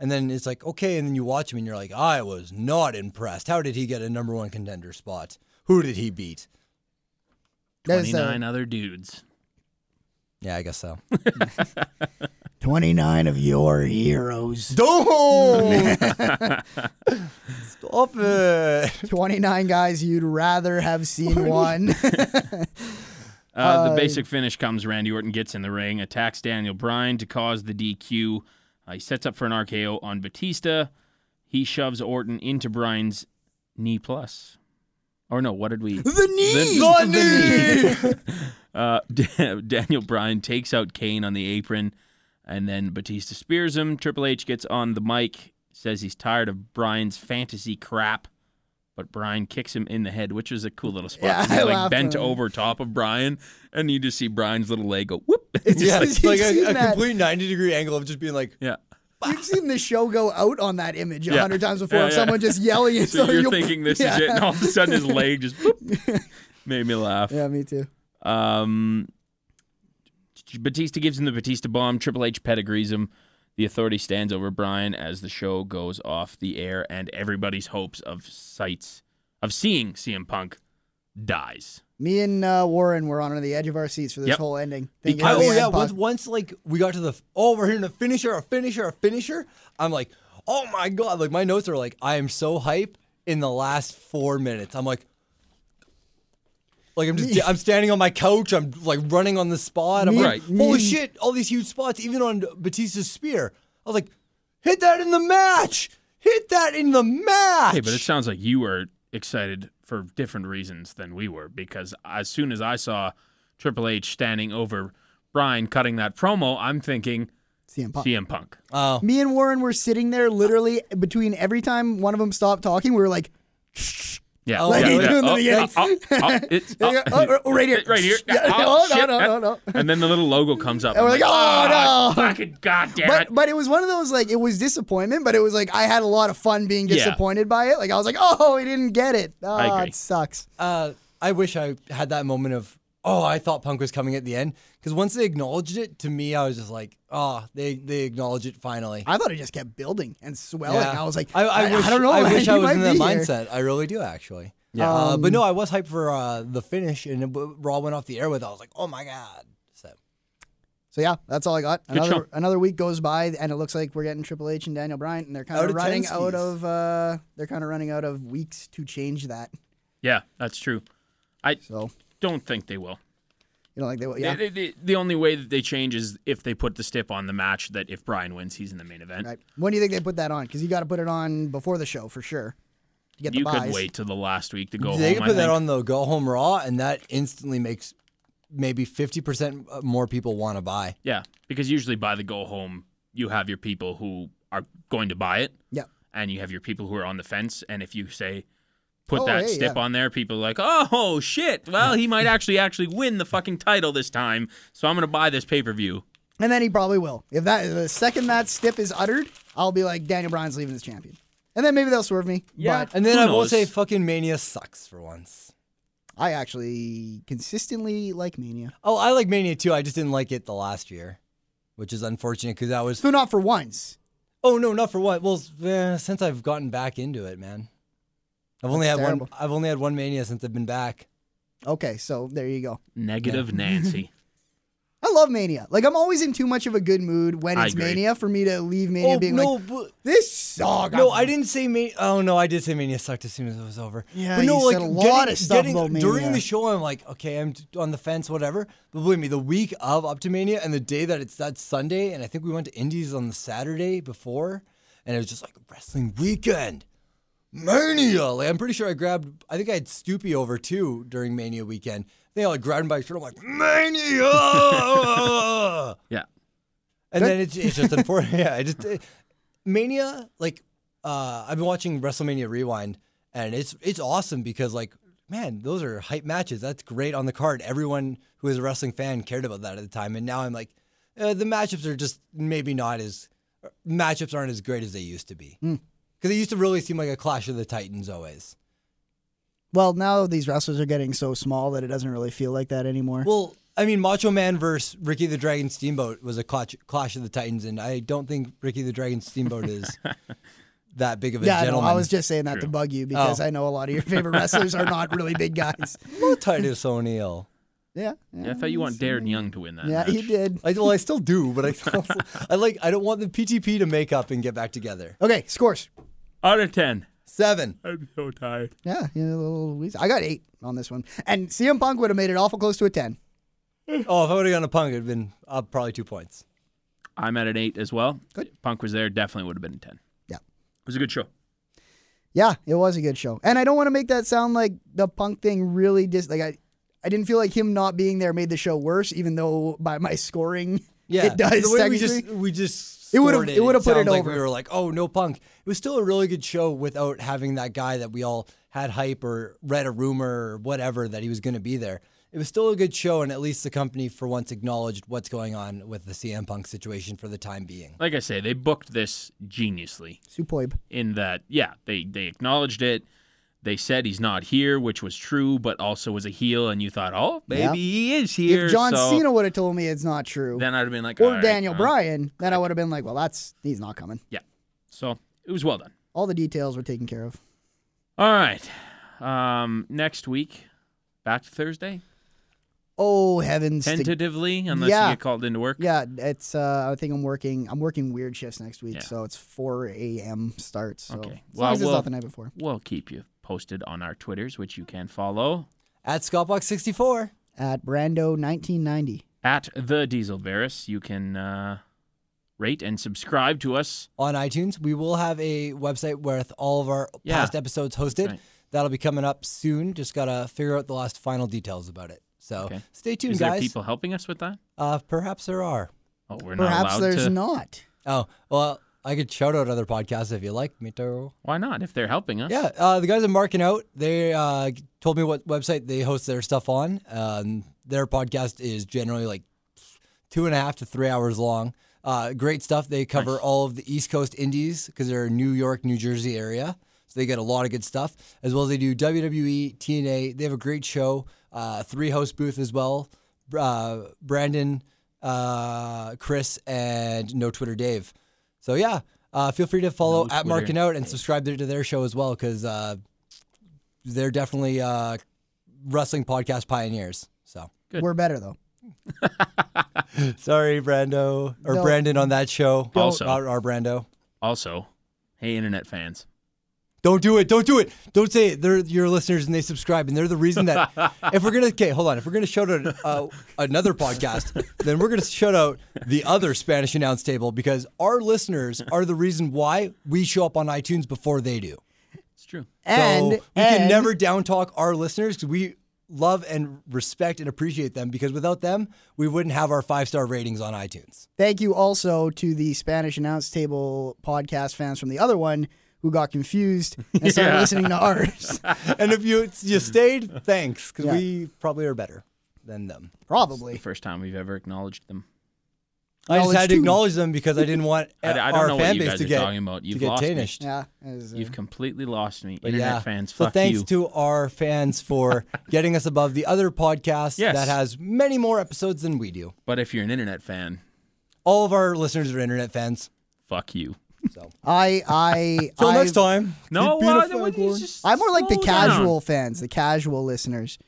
S5: And then it's like, okay. And then you watch him and you're like, I was not impressed. How did he get a number one contender spot? Who did he beat?
S4: That
S3: twenty
S4: is, uh,
S3: nine other dudes.
S5: Yeah, I guess so.
S4: 29 of your heroes.
S5: Don't! Stop it.
S4: 29 guys you'd rather have seen one.
S3: Uh, the basic finish comes Randy Orton gets in the ring, attacks Daniel Bryan to cause the DQ. Uh, he sets up for an RKO on Batista. He shoves Orton into Bryan's knee plus. Or no, what did we?
S4: the knee!
S5: The knee!
S3: Uh, Daniel Bryan takes out Kane on the apron, and then Batista spears him. Triple H gets on the mic, says he's tired of Bryan's fantasy crap, but Bryan kicks him in the head, which was a cool little spot.
S4: Yeah,
S3: 'cause he's,
S4: I
S3: like
S4: laughed
S3: bent
S4: at him.
S3: over top of Bryan, and you just see Bryan's little leg go whoop.
S5: yeah,
S4: You've
S5: it's like
S4: seen
S5: a, a
S4: that.
S5: complete 90 degree angle of just being like,
S3: yeah.
S4: You've seen the show go out on that image a
S3: Yeah.
S4: hundred times before
S3: Yeah,
S4: of
S3: yeah.
S4: someone just yelling at
S3: So
S4: something,
S3: you're
S4: you'll-
S3: thinking this
S4: yeah.
S3: is it, and all of a sudden his leg just whoop. made me laugh.
S4: Yeah, me too.
S3: Um, Batista gives him the Batista bomb. Triple H pedigrees him. The authority stands over Brian as the show goes off the air, and everybody's hopes of sights of seeing CM Punk dies.
S4: Me and uh, Warren were on the edge of our seats for this
S3: Yep.
S4: whole ending. Thinking
S3: Because-
S4: we
S5: oh,
S4: had
S5: yeah.
S4: pos-
S5: Once, once, like, we got to the, oh, we're hearing a finisher, a finisher, a finisher. I'm like, oh my God. Like, my notes are like, I am so hype in the last four minutes. I'm like, like I'm just I'm standing on my couch. I'm like running on the spot. I'm
S4: Me-
S5: like,
S4: me
S5: holy
S4: and-
S5: shit! All these huge spots, even on Batista's spear. I was like, hit that in the match. Hit that in the match.
S3: Hey, but it sounds like you were excited for different reasons than we were because as soon as I saw Triple H standing over Brian cutting that promo, I'm thinking
S4: CM Punk.
S3: CM Punk.
S5: oh.
S4: Me and Warren were sitting there literally between every time one of them stopped talking, we were like,
S3: Yeah, yeah,
S5: Oh, like you
S3: yeah.
S5: do in the
S3: Oh,
S4: beginning.
S3: oh, oh, oh, it's-
S4: Yeah, oh, oh, right here.
S3: right here.
S4: Yeah,
S3: Oh,
S4: no,
S3: shit.
S4: no, no, no.
S3: And then the little logo comes up.
S4: And we're
S3: I'm "Ah,
S4: like, oh, no.
S3: Fucking goddamn it!
S4: But but it was one of those like it was disappointment, but it was like I had a lot of fun being
S3: Yeah.
S4: disappointed by it. Like I was like, oh, he didn't get it. Oh,
S3: I agree.
S4: it sucks.
S5: uh, I wish I had that moment of oh, I thought Punk was coming at the end because once they acknowledged it to me, I was just like, oh, they they acknowledge it finally.
S4: I thought it just kept building and swelling.
S5: Yeah.
S4: I was like,
S5: I, I, wish,
S4: don't know.
S5: I
S4: man,
S5: wish I
S4: he
S5: was
S4: might
S5: in that
S4: be here. Um,
S5: mindset. I really do, actually. Yeah. Uh, but no, I was hyped for uh, the finish, and it- Raw went off the air with. it. I was like, oh my god. So
S4: So yeah, that's all I got.
S3: show.
S4: Another another week goes by, and it looks like we're getting Triple H and Daniel Bryan, and they're kind
S5: Out
S4: of
S5: of ten
S4: running out
S5: skis.
S4: of uh, they're kind of running out of weeks to change that.
S3: yeah, that's true. I
S4: So
S3: don't think they will.
S4: you don't think they will? Yeah,
S3: The, the- the only way that they change is if they put the stip on the match that if Brian wins, he's in the main event.
S4: right. When do you think they put that on? Because you got to put it on before the show for sure. To get the
S3: You could
S4: buys.
S3: wait till the last week to go home.
S5: they could
S3: I
S5: put that
S3: think.
S5: on the Go Home Raw, and that instantly makes maybe fifty percent more people want to buy.
S3: Yeah, because usually by the go home you have your people who are going to buy it,
S4: Yep.
S3: and you have your people who are on the fence. And if you say put
S4: Oh,
S3: that
S4: hey,
S3: stip
S4: yeah.
S3: on there, people are like, oh shit, well he might actually actually win the fucking title this time, so I'm gonna buy this pay per view.
S4: And then he probably will. If that the second that stip is uttered, I'll be like Daniel Bryan's leaving as champion. And then maybe they'll swerve me.
S3: Yeah.
S4: But
S5: And then
S3: Who
S5: I will
S3: knows?
S5: say, fucking Mania sucks for once.
S4: I actually consistently like Mania.
S5: Oh, I like Mania too. I just didn't like it the last year, which is unfortunate because that was.
S4: So not for once.
S5: Oh no, not for what? Well, s- eh, since I've gotten back into it, man. I've only
S4: That's
S5: had
S4: terrible.
S5: one. I've only had one Mania since I've been back.
S4: Okay, so there you go.
S3: Negative Nancy.
S4: I love Mania. Like I'm always in too much of a good mood when
S3: I
S4: it's
S3: agree.
S4: Mania for me to leave Mania
S5: oh
S4: being
S5: no,
S4: like
S5: but-
S4: this sucked.
S5: no, I didn't say Mania. Oh no, I did say Mania sucked as soon as it was over.
S4: Yeah,
S5: but no,
S4: you
S5: like
S4: said a lot
S5: getting-
S4: of stuff
S5: getting-
S4: about
S5: during
S4: Mania.
S5: the show. I'm like, okay, I'm t- on the fence, whatever. But believe me, the week of up to Mania and the day that it's that Sunday, and I think we went to Indies on the Saturday before, and it was just like wrestling weekend. Mania. Like, I'm pretty sure I grabbed. I think I had Stoopy over too during Mania weekend. They all like grabbed him by his shirt. I'm like Mania.
S3: yeah.
S5: And then it's, it's just unfortunate. yeah, I just uh, Mania. Like uh, I've been watching WrestleMania Rewind, and it's it's awesome because like man, those are hype matches. That's great on the card. Everyone who is a wrestling fan cared about that at the time, and now I'm like, uh, the matchups are just maybe not as matchups aren't as great as they used to be because they used to really seem like a clash of the titans always.
S4: Well, now these wrestlers are getting so small that it doesn't really feel like that anymore.
S5: Well, I mean, Macho Man versus Ricky the Dragon Steamboat was a clash, clash of the Titans, and I don't think Ricky the Dragon Steamboat is that big of a
S4: yeah, I know.
S5: gentleman.
S4: I was just saying that to bug you because
S5: Oh.
S4: I know a lot of your favorite wrestlers are not really big guys.
S5: Well, Titus O'Neil.
S4: Yeah.
S3: Yeah, I thought you want Darren Young to win that.
S4: Yeah,
S3: match.
S4: he did.
S5: I, well, I still do, but I, I like. I don't want the PTP to make up and get back together.
S4: Okay, scores.
S3: Out of ten.
S5: Seven.
S3: I'm so tired.
S4: Yeah, yeah, a little wheezy. I got eight on this one, and CM Punk would have made it awful close to a ten.
S5: Oh, if I would have gone to Punk, it'd been up probably two points.
S3: I'm at an eight as well.
S4: Good.
S3: If Punk was there, definitely would have been a ten.
S4: Yeah.
S3: It was a good show.
S4: Yeah, it was a good show, and I don't want to make that sound like the Punk thing really dis. Like I, I didn't feel like him not being there made the show worse, even though by my scoring,
S5: Yeah,
S4: it does.
S5: The way we
S4: technically.
S5: just we just
S4: It would've-
S5: scored
S4: it would've put it
S5: sounded like We
S4: over.
S5: were like, oh no, Punk. It was still a really good show without having that guy that we all had hype or read a rumor or whatever that he was going to be there. It was still a good show, and at least the company for once acknowledged what's going on with the CM Punk situation for the time being.
S3: Like I say, they booked this geniusly.
S4: superb.
S3: in that yeah they they acknowledged it they said he's not here which was true but also was a heel and you thought oh maybe
S4: Yeah.
S3: he is here
S4: If John
S3: so
S4: Cena would have told me it's not true,
S3: then i'd have been like
S4: or
S3: all right,
S4: Daniel
S3: uh,
S4: Bryan, then I would have been like, well, that's he's not coming.
S3: yeah so it was well done
S4: All the details were taken care of.
S3: all right um next week back to thursday
S4: Oh heavens! to
S3: tentatively unless
S4: Yeah.
S3: you get called into work
S4: Yeah, it's. Uh, I think I'm working. I'm working weird shifts next week,
S3: Yeah.
S4: so it's 4 a.m. start. So
S3: Okay.
S4: as
S3: Well,
S4: long as it's
S3: we'll-
S4: not the night before.
S3: we'll keep you posted on our twitters which you can follow
S5: At Scottbox64.
S4: At Brando 1990.
S3: at the diesel Varus. you can uh rate and subscribe to us
S5: on iTunes. We will have a website with all of our
S3: Yeah.
S5: past episodes hosted.
S3: right.
S5: That'll be coming up soon. Just gotta figure out the last final details about it. So
S3: Okay.
S5: stay tuned,
S3: is there
S5: guys.
S3: people helping us with that
S5: Uh, perhaps there are.
S3: oh we're not
S4: Perhaps
S3: allowed
S4: there's
S3: to
S4: not.
S5: Oh well, I could shout out other podcasts if you like, Mito.
S3: Why not? If they're helping us.
S5: Yeah, uh, the guys at Marking Out, they uh, g- told me what website they host their stuff on. Um, their podcast is generally like two and a half to three hours long. Uh, great stuff. They cover all of the East Coast indies because they're New York, New Jersey area. So they get a lot of good stuff, as well as they do WWE, TNA. They have a great show, uh, three host booth as well. Br- Uh, Brandon, uh, Chris, and No Twitter Dave. So yeah, uh, feel free to
S3: No
S5: follow at
S3: Twitter
S5: Marking Out and subscribe to to their show as well because uh, they're definitely uh, wrestling podcast pioneers. So
S3: Good.
S4: We're better though.
S5: sorry, Brando or
S4: No.
S5: Brandon on that show.
S3: Also-
S5: our, our Brando.
S3: Also, hey, internet fans.
S5: Don't do it. Don't do it. Don't say it. They're your listeners and they subscribe and they're the reason that if we're gonna okay, hold on. If we're gonna shout out uh, another podcast, then we're gonna shout out the other Spanish announce table because our listeners are the reason why we show up on iTunes before they do.
S3: It's true.
S4: And
S5: so we
S4: and
S5: can never downtalk our listeners because we love and respect and appreciate them because without them, we wouldn't have our five star ratings on iTunes.
S4: Thank you also to the Spanish announce table podcast fans from the other one who got confused and started
S3: Yeah.
S4: listening to ours.
S5: and if you you stayed, thanks, because
S4: Yeah.
S5: we probably are better than them.
S4: Probably.
S3: First time we've ever acknowledged them.
S5: I just
S4: Knowledge
S5: had to
S4: too.
S5: acknowledge them because I didn't want
S3: I- I don't
S5: our
S3: know what
S5: fan
S3: you
S5: base
S3: guys
S5: to
S3: are
S5: get
S3: talking about. You've
S5: to get
S3: lost me.
S5: tarnished.
S4: Yeah. it was, uh,
S3: You've completely lost me,
S5: But
S3: internet
S5: yeah.
S3: fans.
S5: So
S3: fuck
S5: thanks
S3: you.
S5: to our fans for getting us above the other podcast
S3: Yes.
S5: that has many more episodes than we do.
S3: but if you're an internet fan,
S5: All of our listeners are internet fans.
S3: fuck you.
S4: I I
S5: Till
S4: I,
S5: next time.
S3: No,
S5: keep being a
S3: well,
S5: fag
S3: you
S5: boy.
S3: just
S4: I'm more like the
S3: slow down.
S4: casual fans, the casual listeners.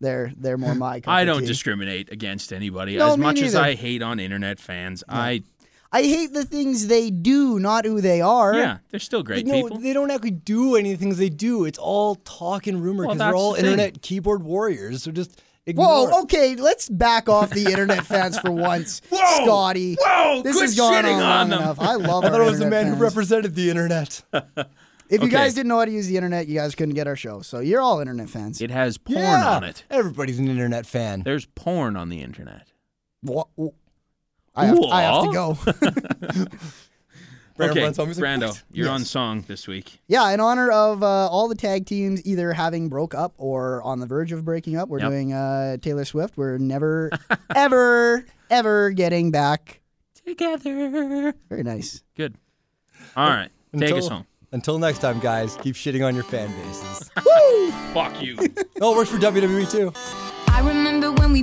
S4: They're they're more my. cup
S3: I
S4: of
S3: don't
S4: tea.
S3: discriminate against anybody.
S4: No,
S3: as
S4: me
S3: much as
S4: neither.
S3: I hate on internet fans, I
S4: I hate the things they do, not who they are.
S3: yeah, they're still great
S5: no,
S3: people.
S5: they don't actually do any of the things they do. It's all talk and rumor
S3: Well,
S5: because
S3: that's
S5: they're all
S3: the thing.
S5: internet keyboard warriors. So just ignore. it.
S4: Whoa, okay, let's back off the internet fans for once.
S3: Whoa!
S4: Scotty.
S3: Whoa,
S4: this
S3: quit
S4: is going
S3: shitting
S4: on, long
S3: on them.
S4: enough. I love
S5: I thought
S4: our
S5: it was the
S4: internet
S5: man
S4: fans.
S5: who represented the internet.
S4: If you
S3: Okay.
S4: guys didn't know how to use the internet, you guys couldn't get our show. So you're all internet fans.
S3: It has porn
S5: yeah,
S3: on it.
S5: everybody's an internet fan.
S3: There's porn on the internet.
S4: Wha- wha- I, have, I have to
S3: Wha-
S4: go.
S5: Brandon
S3: okay,
S5: Brunson was like,
S3: Brando,
S5: "What?"
S3: you're on
S5: Yes.
S3: song this week.
S4: yeah, in honor of uh, all the tag teams either having broke up or on the verge of breaking up, we're
S3: Yep.
S4: doing uh, Taylor Swift. We're never, ever, ever getting back.
S3: Together.
S4: Very nice.
S3: Good. All right, take us home.
S5: Until next time, guys, keep shitting on your fan bases.
S3: Fuck you.
S5: oh, it works for WWE too.
S7: I remember when we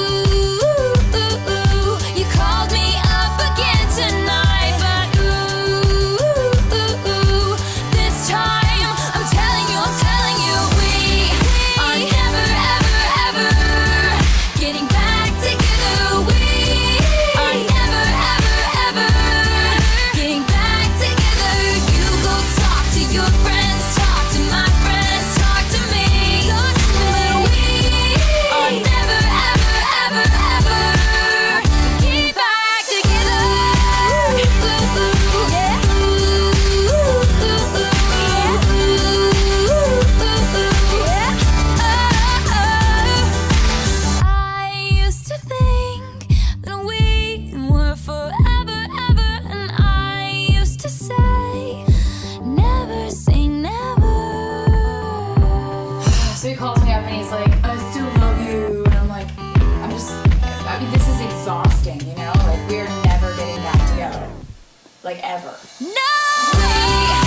S7: Ooh, ooh, ooh, you called me up again tonight, but ooh, ooh, ooh, this time I'm telling you, I'm telling you, we are never, ever, ever getting back together. We are never, ever, ever getting back together. You go talk to your friends, talk to my friends, talk to me. But we are never, ever, ever, ever getting back together. I used to think that we were forever, ever, and I used to say, never say never.
S8: So he calls me up and he's like, I still love you. And I'm like, I'm just, I mean, this is exhausting, you know? Like, we are never getting back together. Like, ever.
S7: No way!